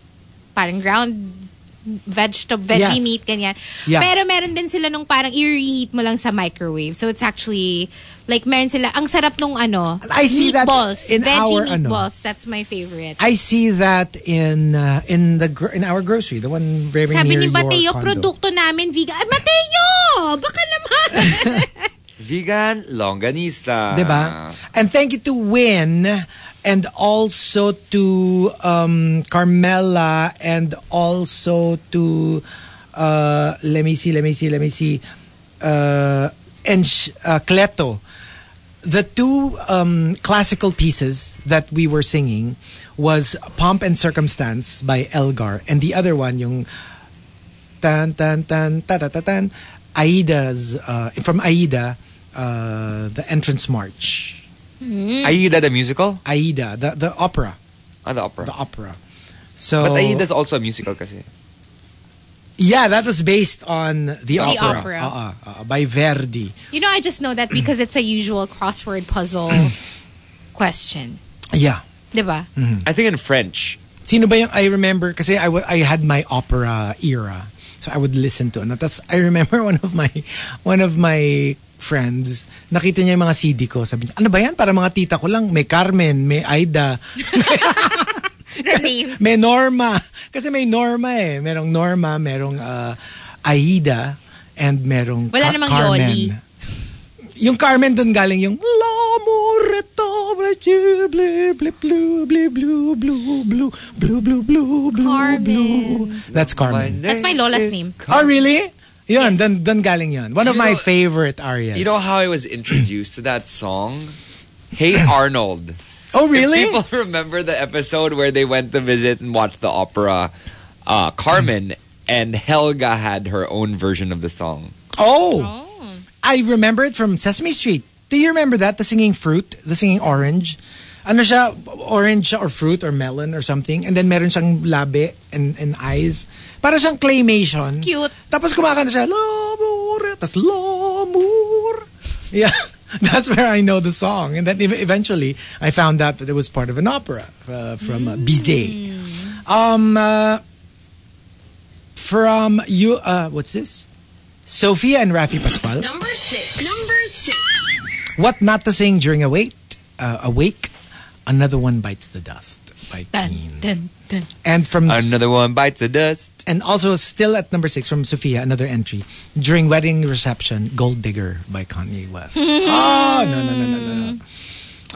F: parang ground vegetable, veggie
E: Yes.
F: meat, ganyan.
E: Yeah.
F: Pero meron din sila nung parang i-reheat mo lang sa microwave. So, it's actually, like, meron sila, ang sarap nung ano,
E: I see that
F: meatballs,
E: in
F: veggie
E: our, ano,
F: meatballs. That's my favorite.
E: I see that in uh, in the gr- in our grocery, the one very
F: Sabi
E: near
F: ni
E: your
F: Mateo,
E: condo.
F: produkto namin vegan. Ay, Mateo! Baka naman!
H: vegan longanisa.
E: Diba? And thank you to Win and also to um, Carmela and also to uh, let me see, let me see, let me see uh, and sh- uh, Cleto. The two um, classical pieces that we were singing was Pomp and Circumstance by Elgar and the other one yung tan tan tan ta ta ta tan Aida's uh, from Aida uh, the entrance march
H: Aida the musical?
E: Aida the the opera
H: Ah, the opera.
E: the opera so
H: But Aida's also a musical kasi.
E: yeah that was based on the, opera,
F: opera.
E: Uh-uh, uh-uh, by Verdi
F: You know, I just know that because it's a usual crossword puzzle question.
E: yeah
F: Diba?
H: I think in French.
E: Sino ba yung I remember kasi I wa- I had my opera era. So I would listen to ano. Tapos I remember one of my one of my friends, nakita niya yung mga CD ko. Sabi niya, ano ba yan? Para mga tita ko lang. May Carmen, may Aida,
F: Relief.
E: may Norma. Kasi may Norma eh. Merong Norma, merong ah, Aida, and merong
F: Wala
E: Ca-
F: namang
E: Carmen.
F: Yoli.
E: Yung Carmen dun galing yung L'amor est bleu, bleu, bleu, bleu, bleu, bleu, bleu, bleu, bleu, bleu, bleu, bleu,
F: Carmen.
E: bleu. That's
H: Mm.
E: Carmen.
F: That's my lola's name.
E: Oh, really? Yun, dun, dun galing yun. One of
H: You
E: my
H: know-
E: favorite arias.
H: You know how I was introduced to that song? Hey Arnold.
E: oh, really?
H: If people remember the episode where they went to visit and watch the opera uh,
E: Hmm.
H: Carmen and Helga had her own version of the song.
E: Oh,
F: Oh.
E: I remember it from Sesame Street. Do you remember that? The singing fruit, the singing orange. Ano siya, orange siya or fruit or melon or something. And then meron siyang labi and, and eyes. Para siyang claymation.
F: Cute.
E: Tapos kumakanta siya, L'amore, tas L'amor. Yeah, that's where I know the song. And then ev- eventually, I found out that it was part of an opera uh, from uh, Bizet. Um, uh, from you, uh, what's this? Sophia and Rafi Pascual.
A: Number six. Number six.
E: What not to sing during a wait, uh, a wake? Another one bites the dust. by
F: Dun,
E: Queen.
F: dun, dun.
E: And from
H: Another one bites the dust.
E: and also still at number six from Sophia, another entry during wedding reception, "Gold Digger" by Kanye West. oh no no no no no, no.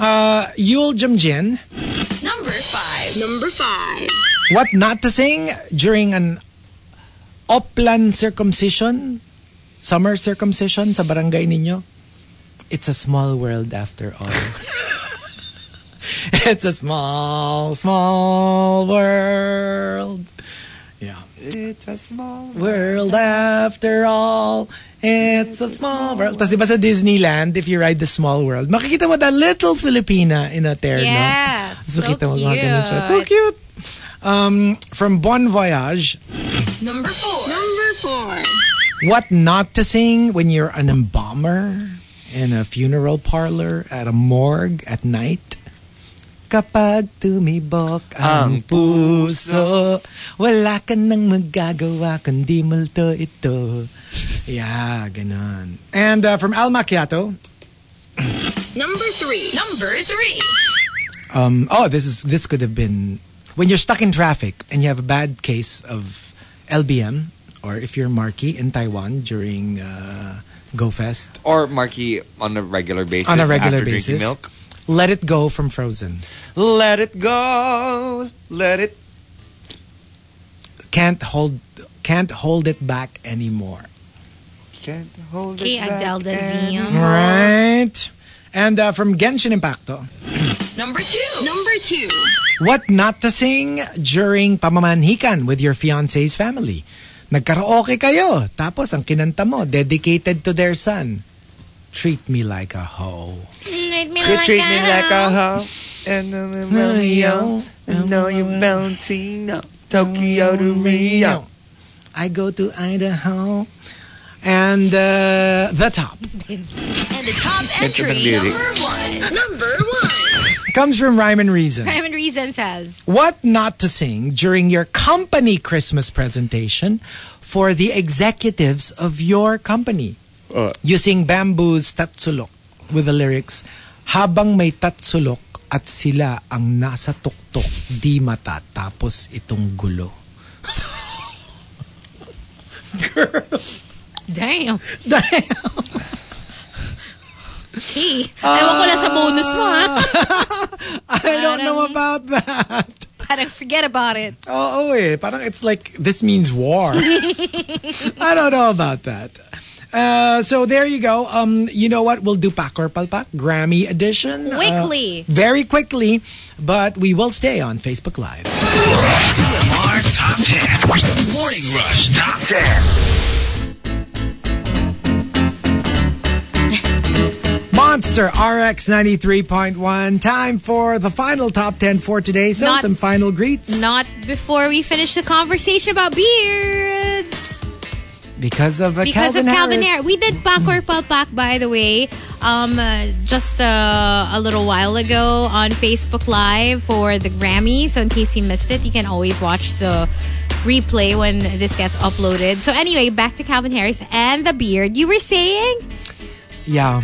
E: Uh, Yul Jumjin,
A: Number five. Number five.
E: what not to sing during an Oplan circumcision, summer circumcision sa barangay ninyo? It's a small world after all. it's a small, small world. Yeah.
H: It's a small.
E: World after all, it's a small world. Tapos di ba sa Disneyland, if you ride the small world, makikita mo the little Filipina in a terno.
F: Yeah,
E: So,
F: so
E: kita mo mga ganun siya.
F: cute.
E: So cute. Um, from Bon Voyage,
A: Number four. Number four.
E: what not to sing when you're an embalmer in a funeral parlor at a morgue at night. Kapag tumibok ang
H: Ang
E: puso, wala ka nang magagawa kundi multo ito. Yeah, ganun. And uh, from Al Macchiato,
A: Number three. Number three.
E: um, oh, this is this could have been when you're stuck in traffic and you have a bad case of LBM, or if you're Marky in Taiwan during uh, Go Fest.
H: Or Marky on a regular basis.
E: On a regular
H: after drinking
E: basis.
H: Milk.
E: Let It Go from Frozen.
H: Let it go. Let it.
E: Can't hold can't hold it back anymore.
H: Can't hold
F: Okay,
H: it back
F: Adele
H: and-
F: Dazeem.
E: Right. And uh, from Genshin Impacto,
A: Number two. Number two.
E: what not to sing during pamamanhikan with your fiance's family. Nagkaraoke kayo, tapos ang kinanta mo, dedicated to their son. Treat me like a hoe.
F: Treat me
H: You
F: like
H: treat
F: a
H: me like
F: hoe.
H: a hoe. And I'm in Romeo. And now you're Valentino. Tokyo to Rio.
E: I go to Idaho. And uh, the top.
A: And the top entry.
H: Medyo panglirik.
A: Number one. Number one.
E: Comes from Rhyme and Reason.
F: Crime and Reason says.
E: What not to sing during your company Christmas presentation for the executives of your company.
H: Uh.
E: Using Bamboo's Tatsulok with the lyrics, Habang may tatsulok at sila ang nasa tuktok, di matatapos itong gulo.
F: Damn.
E: Dahil-
F: Hey, ewan ko lang sa bonus mo, ha?
E: I don't know about that.
F: Parang forget about it.
E: Oo eh, parang it's like, this means war. I don't know about that. Uh, so there you go. Um, you know what? We'll do Pak or Palpak, Grammy edition. uh,
F: Quickly.
E: very quickly, but we will stay on Facebook Live.
D: TMR Top 10. Morning Rush Top 10.
E: Monster RX 93.1. Time for the final top 10 for today. So
F: Not-
E: some final greets.
F: Not before we finish the conversation about beards.
E: Because of, uh,
F: Because
E: Calvin
F: of Calvin
E: Harris.
F: Harris. We did Pak or Palpak, by the way, um, uh, just uh, a little while ago on Facebook Live for the Grammy. So in case you missed it, you can always watch the replay when this gets uploaded. So anyway, back to Calvin Harris and the beard. You were saying?
E: Yeah.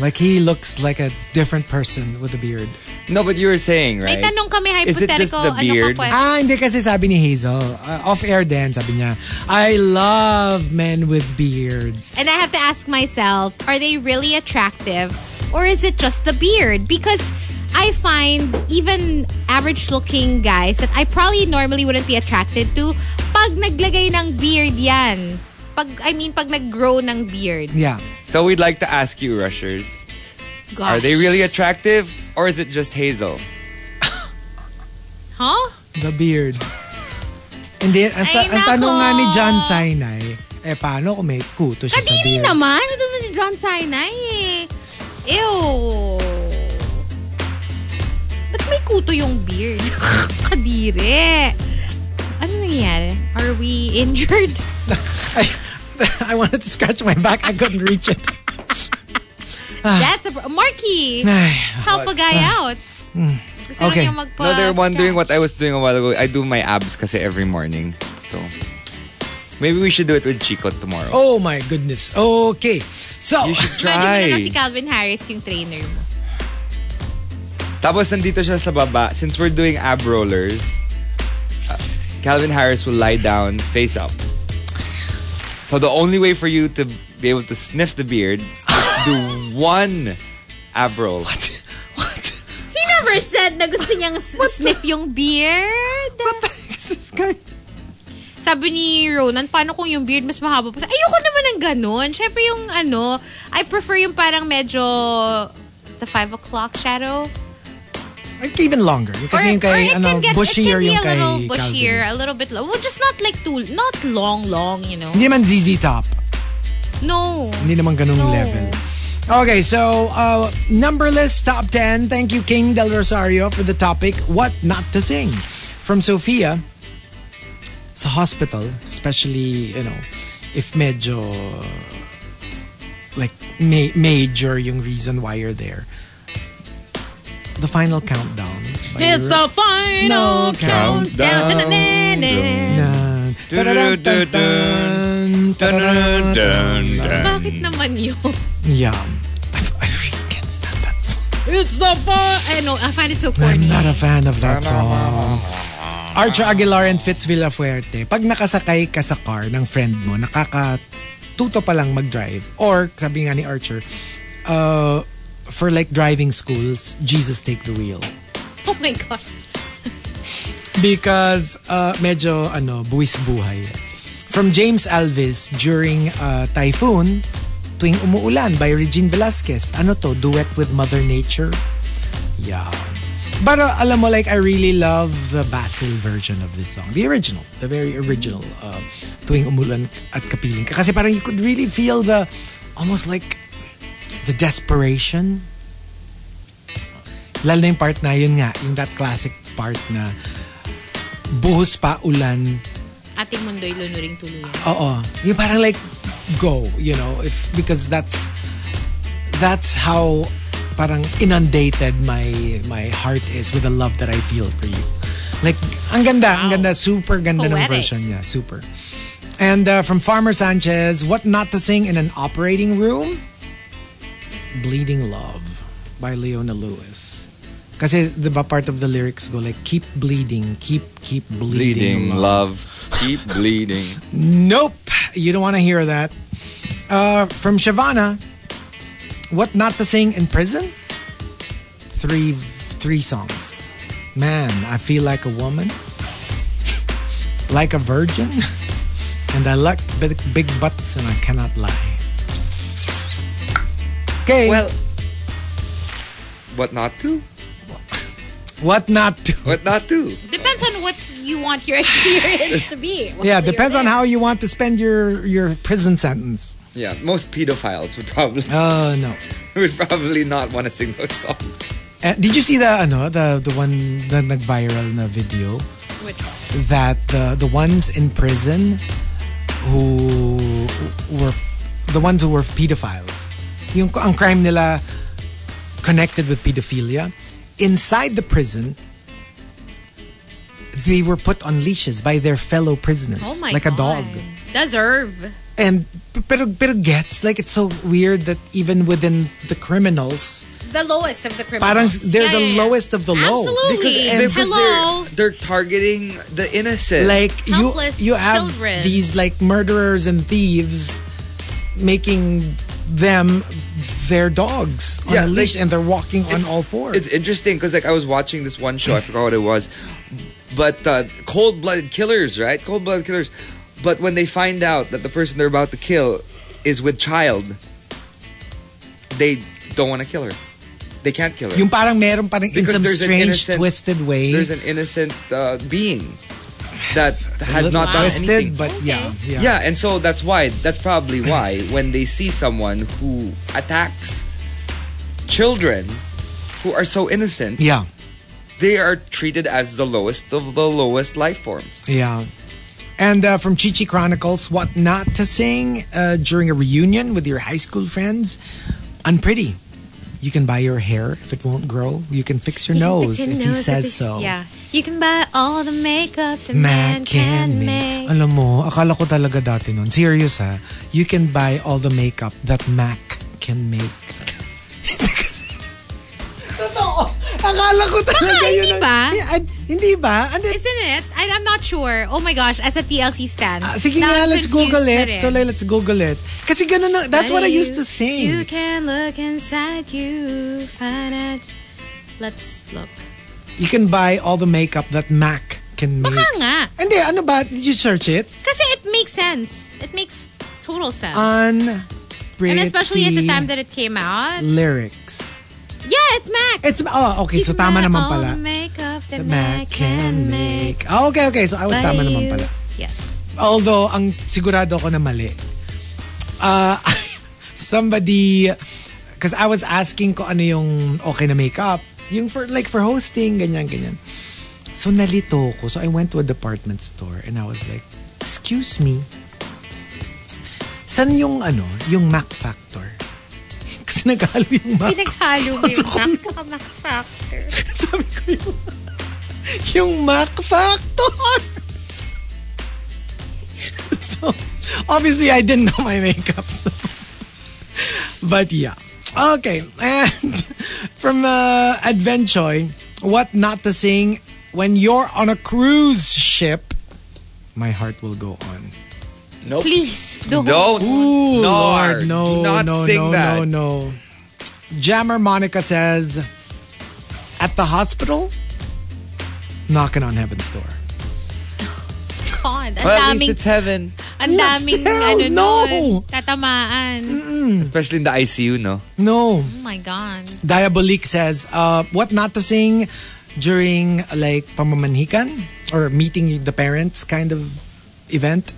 E: Like he looks like a different person with a beard.
H: No, but you were saying,
F: May
H: right?
F: tanong kami
H: Is it just
F: hypothetical.
H: the beard?
F: Ano ka
E: Ah, hindi kasi sabi ni Hazel. uh, off-air din, sabi niya. I love men with beards.
F: And I have to ask myself, are they really attractive or is it just the beard? Because I find even average looking guys that I probably normally wouldn't be attracted to pag naglagay ng beard yan. Pag, I mean, pag nag-grow ng beard.
E: Yeah.
H: So we'd like to ask you, rushers,
F: Gosh.
H: are they really attractive or is it just Hazel?
F: Huh?
E: The beard. Hindi, ang, ta-
F: Ay,
E: ang tanong
F: nako.
E: nga ni John Sinai, eh paano kung may kuto siya sa
F: Kadiri
E: beard?
F: naman. Ito mo si John Sinai eh. Ew. Ba't may kuto yung beard? Kadiri. Ano nangyari? Are we injured?
E: I, I wanted to scratch my back. I couldn't reach it.
F: That's a... pro- Marky,
E: Ay,
F: help a guy out. Gusto
E: Ah. Hmm. Okay.
F: okay. niya magpa
H: no, they're wondering what I was doing a while ago. I do my abs kasi every morning. So maybe we should do it with Chico tomorrow.
E: oh my goodness. Okay. So,
H: You should
F: Imagine mo na lang si
H: try.
F: Calvin Harris yung trainer mo.
H: Tapos nandito siya sa baba. Since we're doing ab rollers, uh, Calvin Harris will lie down face up. So the only way for you to be able to sniff the beard is to do one ab roll.
E: What?
F: He never said na gusto niyang s- sniff yung beard.
E: What the heck is this guy?
F: Sabi ni Ronan, paano kung yung beard mas mahaba pa? sa- Ayoko naman ng ganun. Siyempre yung ano, I prefer yung parang medyo the 5 o'clock shadow.
E: Like even longer. Kasi yung kay,
F: it
E: ano,
F: can get- it
E: bushier
F: can be
E: yung
F: a little
E: kay
F: bushier,
E: Calvin.
F: a little bit long. Well, just not like too, not long, long, you know?
E: Hindi naman ZZ Top.
F: No.
E: Hindi naman ganung
F: No.
E: level. Okay, so uh, numberless top 10. Thank you, King Del Rosario, for the topic, What Not to Sing. From Sophia, sa hospital, especially, you know, if medyo, like, ma- major yung reason why you're there. The final countdown. by
F: It's
E: Ro-
F: a final
E: No countdown.
F: countdown to the minute.
E: Dun, tadadun, dun, dun, tadadun, dun.
F: Bakit naman yun?
E: Yeah. I, f- I really can't stand that song.
F: It's the final... I know, I find it so
E: I'm
F: corny.
E: not a fan of that song. Archer Aguilar and Fitz Villafuerte. Pag nakasakay ka sa car ng friend mo, nakakatuto pa lang mag-drive. Or, sabi nga ni Archer, uh, for like driving schools, Jesus take the wheel.
F: Oh my God.
E: Because uh, medyo ano, buwis buhay. From James Alvis during uh, Typhoon, Tuwing Umuulan by Regine Velasquez. Ano to? Duet with Mother Nature? Yeah. But uh, alam mo, like, I really love the Basil version of this song. The original. The very original uh, Tuwing Umulan at Kapiling Ka. Kasi parang you could really feel the, almost like, the desperation Lalo na yung part na yun nga, yung that classic part na buhos pa ulan.
F: Ating mundo'y lunuring tuluyan.
E: Oo. Yung parang like, go, you know, if because that's that's how parang inundated my my heart is with the love that I feel for you. Like, ang ganda, ang ganda, super ganda ng
F: Poetic.
E: version niya, super. And uh, from Farmer Sanchez, What Not to Sing in an Operating Room? Bleeding Love by Leona Lewis. Kasi, di ba, part of the lyrics go like, keep bleeding, keep, keep bleeding,
H: Bleeding love. Keep bleeding.
E: Nope. You don't want to hear that. Uh, from Shavana, what not to sing in prison? Three three songs. Man, I feel like a woman, like a virgin, and I like big, big butts and I cannot lie. Okay.
H: Well, what not to?
E: what not to?
H: What not to?
F: Depends on what you want your experience to be. while
E: Yeah,
F: you're
E: depends on
F: there.
E: how you want to spend your your prison sentence.
H: Yeah, most pedophiles would probably
E: Oh no.
H: would probably not want to sing those songs.
E: Uh, did you see the ano the the one that nag-viral na video
F: Which
E: that the the ones in prison who were the ones who were pedophiles yung ang crime nila connected with pedophilia inside the prison they were put on leashes by their fellow prisoners
F: Oh my
E: like a
F: God.
E: dog
F: Deserve.
E: and pero pero gets like it's so weird that even within the criminals
F: The lowest of the criminals.
E: parang they're
F: Yeah,
E: the
F: yeah, yeah.
E: lowest of the low
F: Absolutely.
E: and-
F: Because Hello.
H: They're, they're targeting the innocent.
E: like you
F: Helpless
E: you have
F: children.
E: these like murderers and thieves making them their dogs on a
H: Yeah,
E: leash
H: like,
E: and they're walking on
H: It's-
E: all fours.
H: It's interesting because like I was watching this one show, I forgot what it was, but uh, cold blooded killers, right? Cold blooded killers. But when they find out that the person they're about to kill is with child, they don't want to kill her. They can't kill her.
E: yung parang meron parang in
H: Because
E: some
H: there's an
E: strange
H: innocent-
E: twisted way
H: There's an innocent uh, being that
E: It's a
H: has
E: little
H: not done
E: twisted
H: anything.
E: but yeah, yeah
H: yeah, and so that's why. That's probably why when they see someone who attacks children who are so innocent,
E: yeah
H: they are treated as the lowest of the lowest life forms.
E: yeah. And uh, from Chichi Chronicles, what not to sing uh, during a reunion with your high school friends? Unpretty. You can buy your hair if it won't grow. You can fix your
F: You can
E: nose
F: fix your
E: if he
F: nose
E: says
F: it's-
E: so.
F: Yeah. You can buy all the makeup the
E: Man can make. Alam mo, akala ko talaga dati nun. Serious ha. You can buy all the makeup that Mac can make. Totoo. Akala ko talaga
F: Baka,
E: yun.
F: hindi
E: ang-
F: ba?
E: Eh, ad- hindi ba? Ano,
F: Isn't it? I, I'm not sure. Oh my gosh, as a TLC stan.
E: ah, sige
F: Now
E: nga,
F: I'm
E: let's
F: confused
E: Google
F: na
E: it.
F: rin.
E: Tuloy, let's Google it. Kasi ganun na, that's what I used to
F: You
E: sing.
F: can look inside you, find out. Let's look.
E: You can buy all the makeup that MAC can make.
F: Baka nga.
E: Hindi, ano ba? Did you search it?
F: Kasi it makes sense. It makes total sense.
E: Ah, On
F: and especially at the time that it came out.
E: lyrics.
F: Yeah, it's Mac.
E: It's, oh, okay. so tama naman pala.
F: makeup that
E: The
F: Mac can make.
E: Ah, okay, okay. So I was
F: But
E: tama naman
F: you-
E: pala.
F: Yes.
E: Although, ang sigurado ko na mali. Uh, somebody, because I was asking ko ano yung okay na makeup. Yung for, like for hosting, ganyan, ganyan. So nalito ko. So I went to a department store and I was like, excuse me, san yung ano, yung Mac Factor? Kasi naghalo yung Mac.
F: Pinaghalo mo yung Mac ka Mac Factor.
E: Sabi ko yung, yung Mac Factor. so, obviously, I didn't know my makeup. So. But yeah. Okay. And from uh, Advenchoy, what not to sing when you're on a cruise ship, my heart will go on.
H: Nope.
F: Please, don't.
H: Don't.
E: Ooh,
H: no,
E: Lord, no,
H: do not
E: no,
H: sing
E: no,
H: that.
E: no, no. Jammer Monica says, at the hospital, knocking on heaven's door.
F: God, ang
H: Well, at least
F: daming,
H: it's heaven.
F: ang daming,
E: hell,
F: ano
E: no.
F: nun, tatamaan.
H: Especially in the ICU, no?
E: No.
F: Oh my God.
E: Diabolique says, uh, what not to sing during like pamamanhikan or meeting the parents kind of event?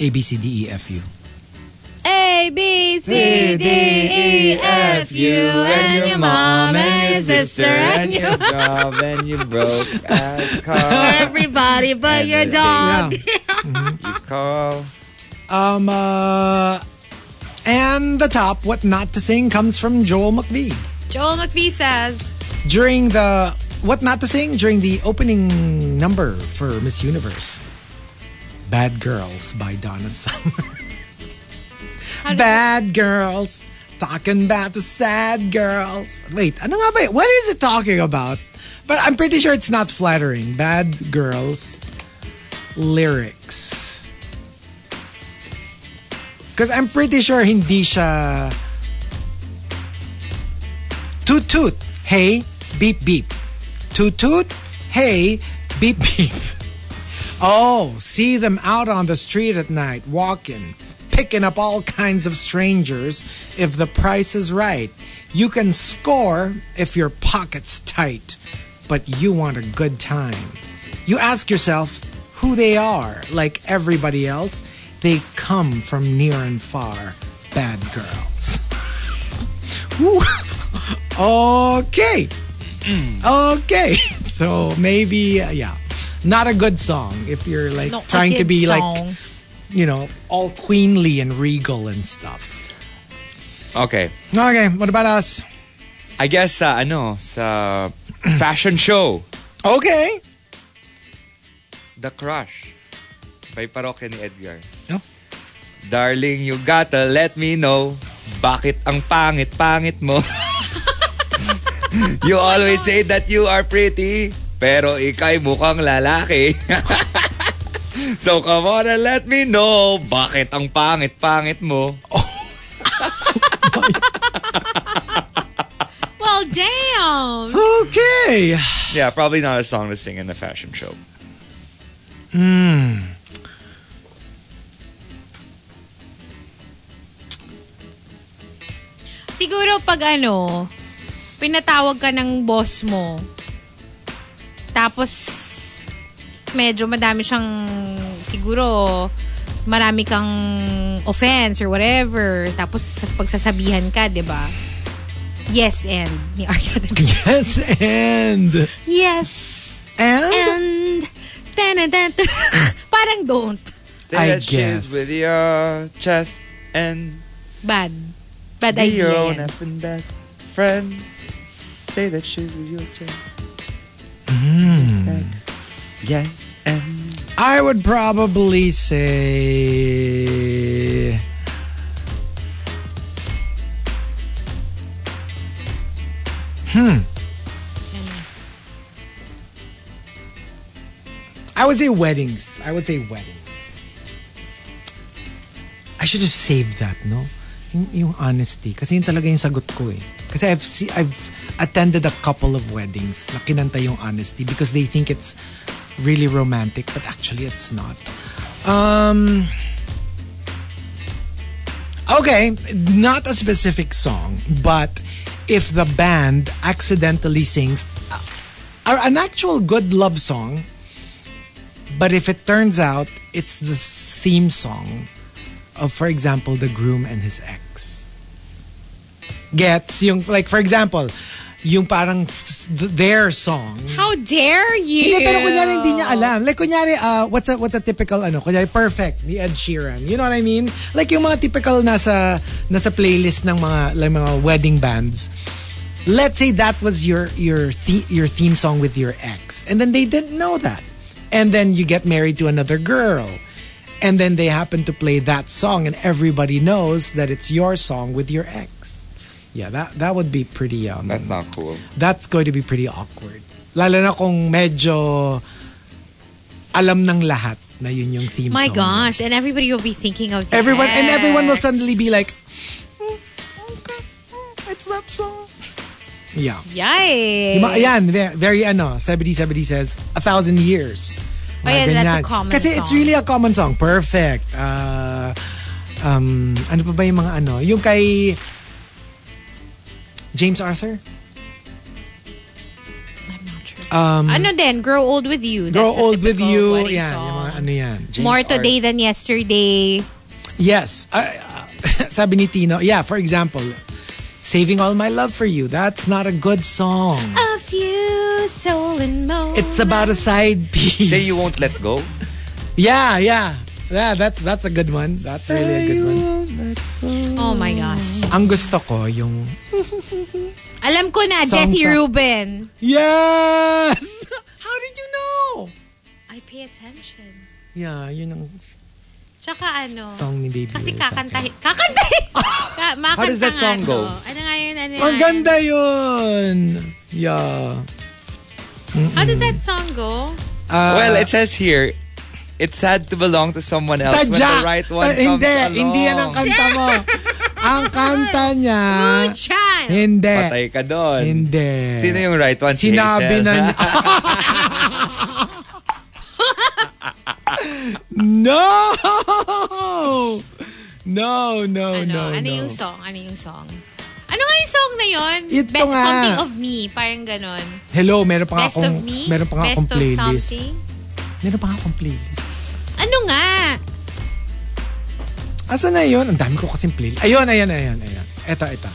E: A, B, C, D, E, F, U.
F: A, B, C, D, E, F, U, and your mom, and your sister, and your
H: job, and your broke ass car.
F: everybody but
H: And
F: your
H: the-
F: dog.
H: You call.
E: Um, uh, and the top, what not to sing, comes from Joel McVie.
F: Joel McVie says,
E: during the what not to sing during the opening number for Miss Universe. Bad Girls by Donna Summer.
F: How do-
E: Bad girls talking about the sad girls. Wait, ano nga ba? y- What is it talking about? But I'm pretty sure it's not flattering. Bad girls lyrics. Because I'm pretty sure hindi siya toot toot, hey, beep beep. Toot toot, hey, beep beep. Oh, see them out on the street at night, walking, picking up all kinds of strangers. If the price is right, you can score if your pocket's tight, but you want a good time. You ask yourself who they are, like everybody else. They come from near and far, bad girls. Woo. okay. Okay. So maybe, uh, yeah. Not a good song if you're like
F: No, a
E: trying to
F: kid's
E: be like,
F: song.
E: you know, all queenly and regal and stuff.
H: Okay.
E: Okay, what about us?
H: I guess sa ano, sa fashion show,
E: Okay.
H: The Crush by Parokya ni Edgar.
E: Oh.
H: Darling, you gotta let me know bakit ang pangit-pangit mo. you always say that you are pretty, pero ikay mukhang lalaki. so come on and let me know bakit ang pangit-pangit mo.
F: well, damn.
E: Okay.
H: Yeah, probably not a song to sing in a fashion show.
E: Hmm.
F: Siguro pag ano, pinatawag ka ng boss mo, tapos medyo madami siyang siguro marami kang offense or whatever. Tapos sa pagsasabihan ka, di ba? Yes and ni Ariana Grande.
E: Yes, and.
F: Yes
E: And.
F: and tanan-tan- parang don't.
H: Say
E: I
H: that
E: guess.
H: she's with your chest and
F: Bad. Bad
H: be your
E: oh,
F: idea
H: own
F: yan.
H: effing best friend. Say that she's with your chest. Hmm. Sex. Yes and
E: I would probably say. Hmm. would say weddings. I would say weddings. I should have saved that, no? Yung, yung honesty. Kasi yun talaga yung sagot ko eh. Kasi I've, see, I've attended a couple of weddings na kinanta yung honesty because they think it's really romantic but actually it's not. Um, okay, not a specific song, but if the band accidentally sings uh, or an actual good love song, but if it turns out it's the theme song of, for example, the groom and his ex. Gets yung like for example, yung parang s- their song.
F: How dare you?
E: Hindi, pero kunyari hindi niya alam. Like, kunyari, uh, what's, a, what's a typical, ano, kunyari, perfect, ni Ed Sheeran. You know what I mean? Like, yung mga typical nasa, nasa playlist ng mga, like, mga wedding bands. Let's say that was your your the, your theme song with your ex, and then they didn't know that, and then you get married to another girl, and then they happen to play that song, and everybody knows that it's your song with your ex. Yeah, that that would be pretty. Um,
H: That's not cool.
E: that's going to be pretty awkward. Lalo na kung medyo alam ng lahat na yun yung theme
F: My
E: song.
F: gosh, and everybody will be thinking of the
E: Everyone and
F: ex.
E: everyone will suddenly be like, "Hmm, okay, hmm, it's that song. Yeah.
F: Yikes.
E: Yung mga- Yan, ve- very ano, 70-70 says, a thousand years.
F: Oh,
E: Mga
F: yeah, that's a
E: ganyan.
F: common
E: Kasi it's
F: song.
E: really a common song. Perfect. Uh, um, ano pa ba yung mga ano? Yung kay James Arthur? Um,
F: ano then? Grow old with you. That's
E: Grow
F: a
E: old with
F: typical
E: you.
F: wedding
E: Yan,
F: song.
E: yung mga ano yan. James
F: More today than yesterday.
E: Yes. I- sabi ni Tino, yeah, for example, Saving All My Love For You, that's not a good song.
F: Of you, soul and moment.
E: It's about a side piece.
H: Say you won't let go.
E: Yeah, yeah. Yeah, that's that's a good one. That's really a good one.
F: Oh my gosh.
E: Ang gusto ko yung
F: Alam ko na,
E: Song
F: Jesse
E: pa.
F: Rubin.
E: Yes! How did you know?
F: I pay attention.
E: Yeah, yun ang
F: Tsaka ano,
E: song ni Baby
F: kasi
E: Will sa akin.
F: kakantahin. Kakantahin!
E: Ah!
F: Ka-
H: How does that
F: makanta
H: song
F: nga
H: go?
F: to. Ano nga yun? Ano nga
E: Ang
F: yun?
E: ganda yun! Yeah.
F: How does that song go?
E: Uh,
H: well, it says here, it's sad to belong to someone else when
E: Tadya!
H: the right
E: Ta-
H: one comes
E: hindi,
H: along.
E: hindi yan ang kanta mo. ang kanta niya, Ah,
F: Good child!
E: hindi.
H: Patay ka doon.
E: Hindi.
H: Sino yung right one? Si
E: Sinabi
H: Hazel.
E: na niya. no! No, no,
F: ano,
E: no,
F: ano
E: no.
F: yung song? Ano yung song? Ano nga yung song na yun?
E: Ito
F: Be-
E: nga.
F: Something of me. Parang ganon.
E: Hello, meron pa nga
F: Best
E: akong,
F: of me?
E: meron pa nga
F: Best
E: akong
F: of
E: playlist.
F: something?
E: Meron pa nga akong playlist.
F: Ano nga?
E: Asan na yun? Ang dami ko kasing playlist. Ayun, ayun, ayun, ayun. Eto, eto.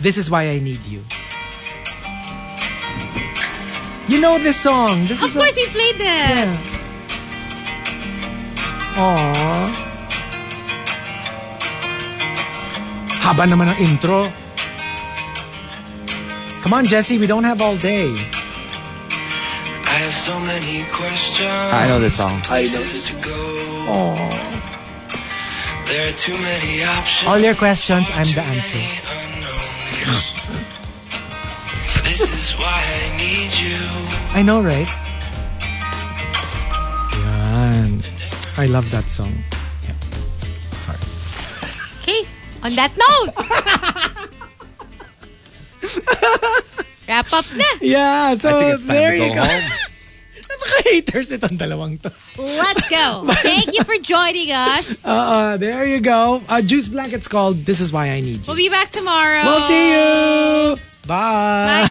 E: This is why I need you. You know this song. This is
F: Of
E: a-
F: course, we played that.
E: Aww. Haba naman ang intro. Come on, Jesse, we don't have all day.
B: I have so many questions.
H: I know this song.
B: Places to go. There are too many options.
E: All your questions, I'm the
B: too many
E: answer.
B: unknowns. this is why I need you.
E: I know, right? Yan. I love that song. Yeah. Sorry.
F: Okay. On that note. Wrap up na.
E: Yeah, so
H: I think it's time
E: Oh, there
H: to go
E: you go.
H: home.
E: Napaka-haters itong dalawang to.
F: Let's go. Thank you for joining us.
E: Uh, there you go. Uh, Juice Blanket's called This Is Why I Need You.
F: We'll be back tomorrow.
E: We'll see you. Bye.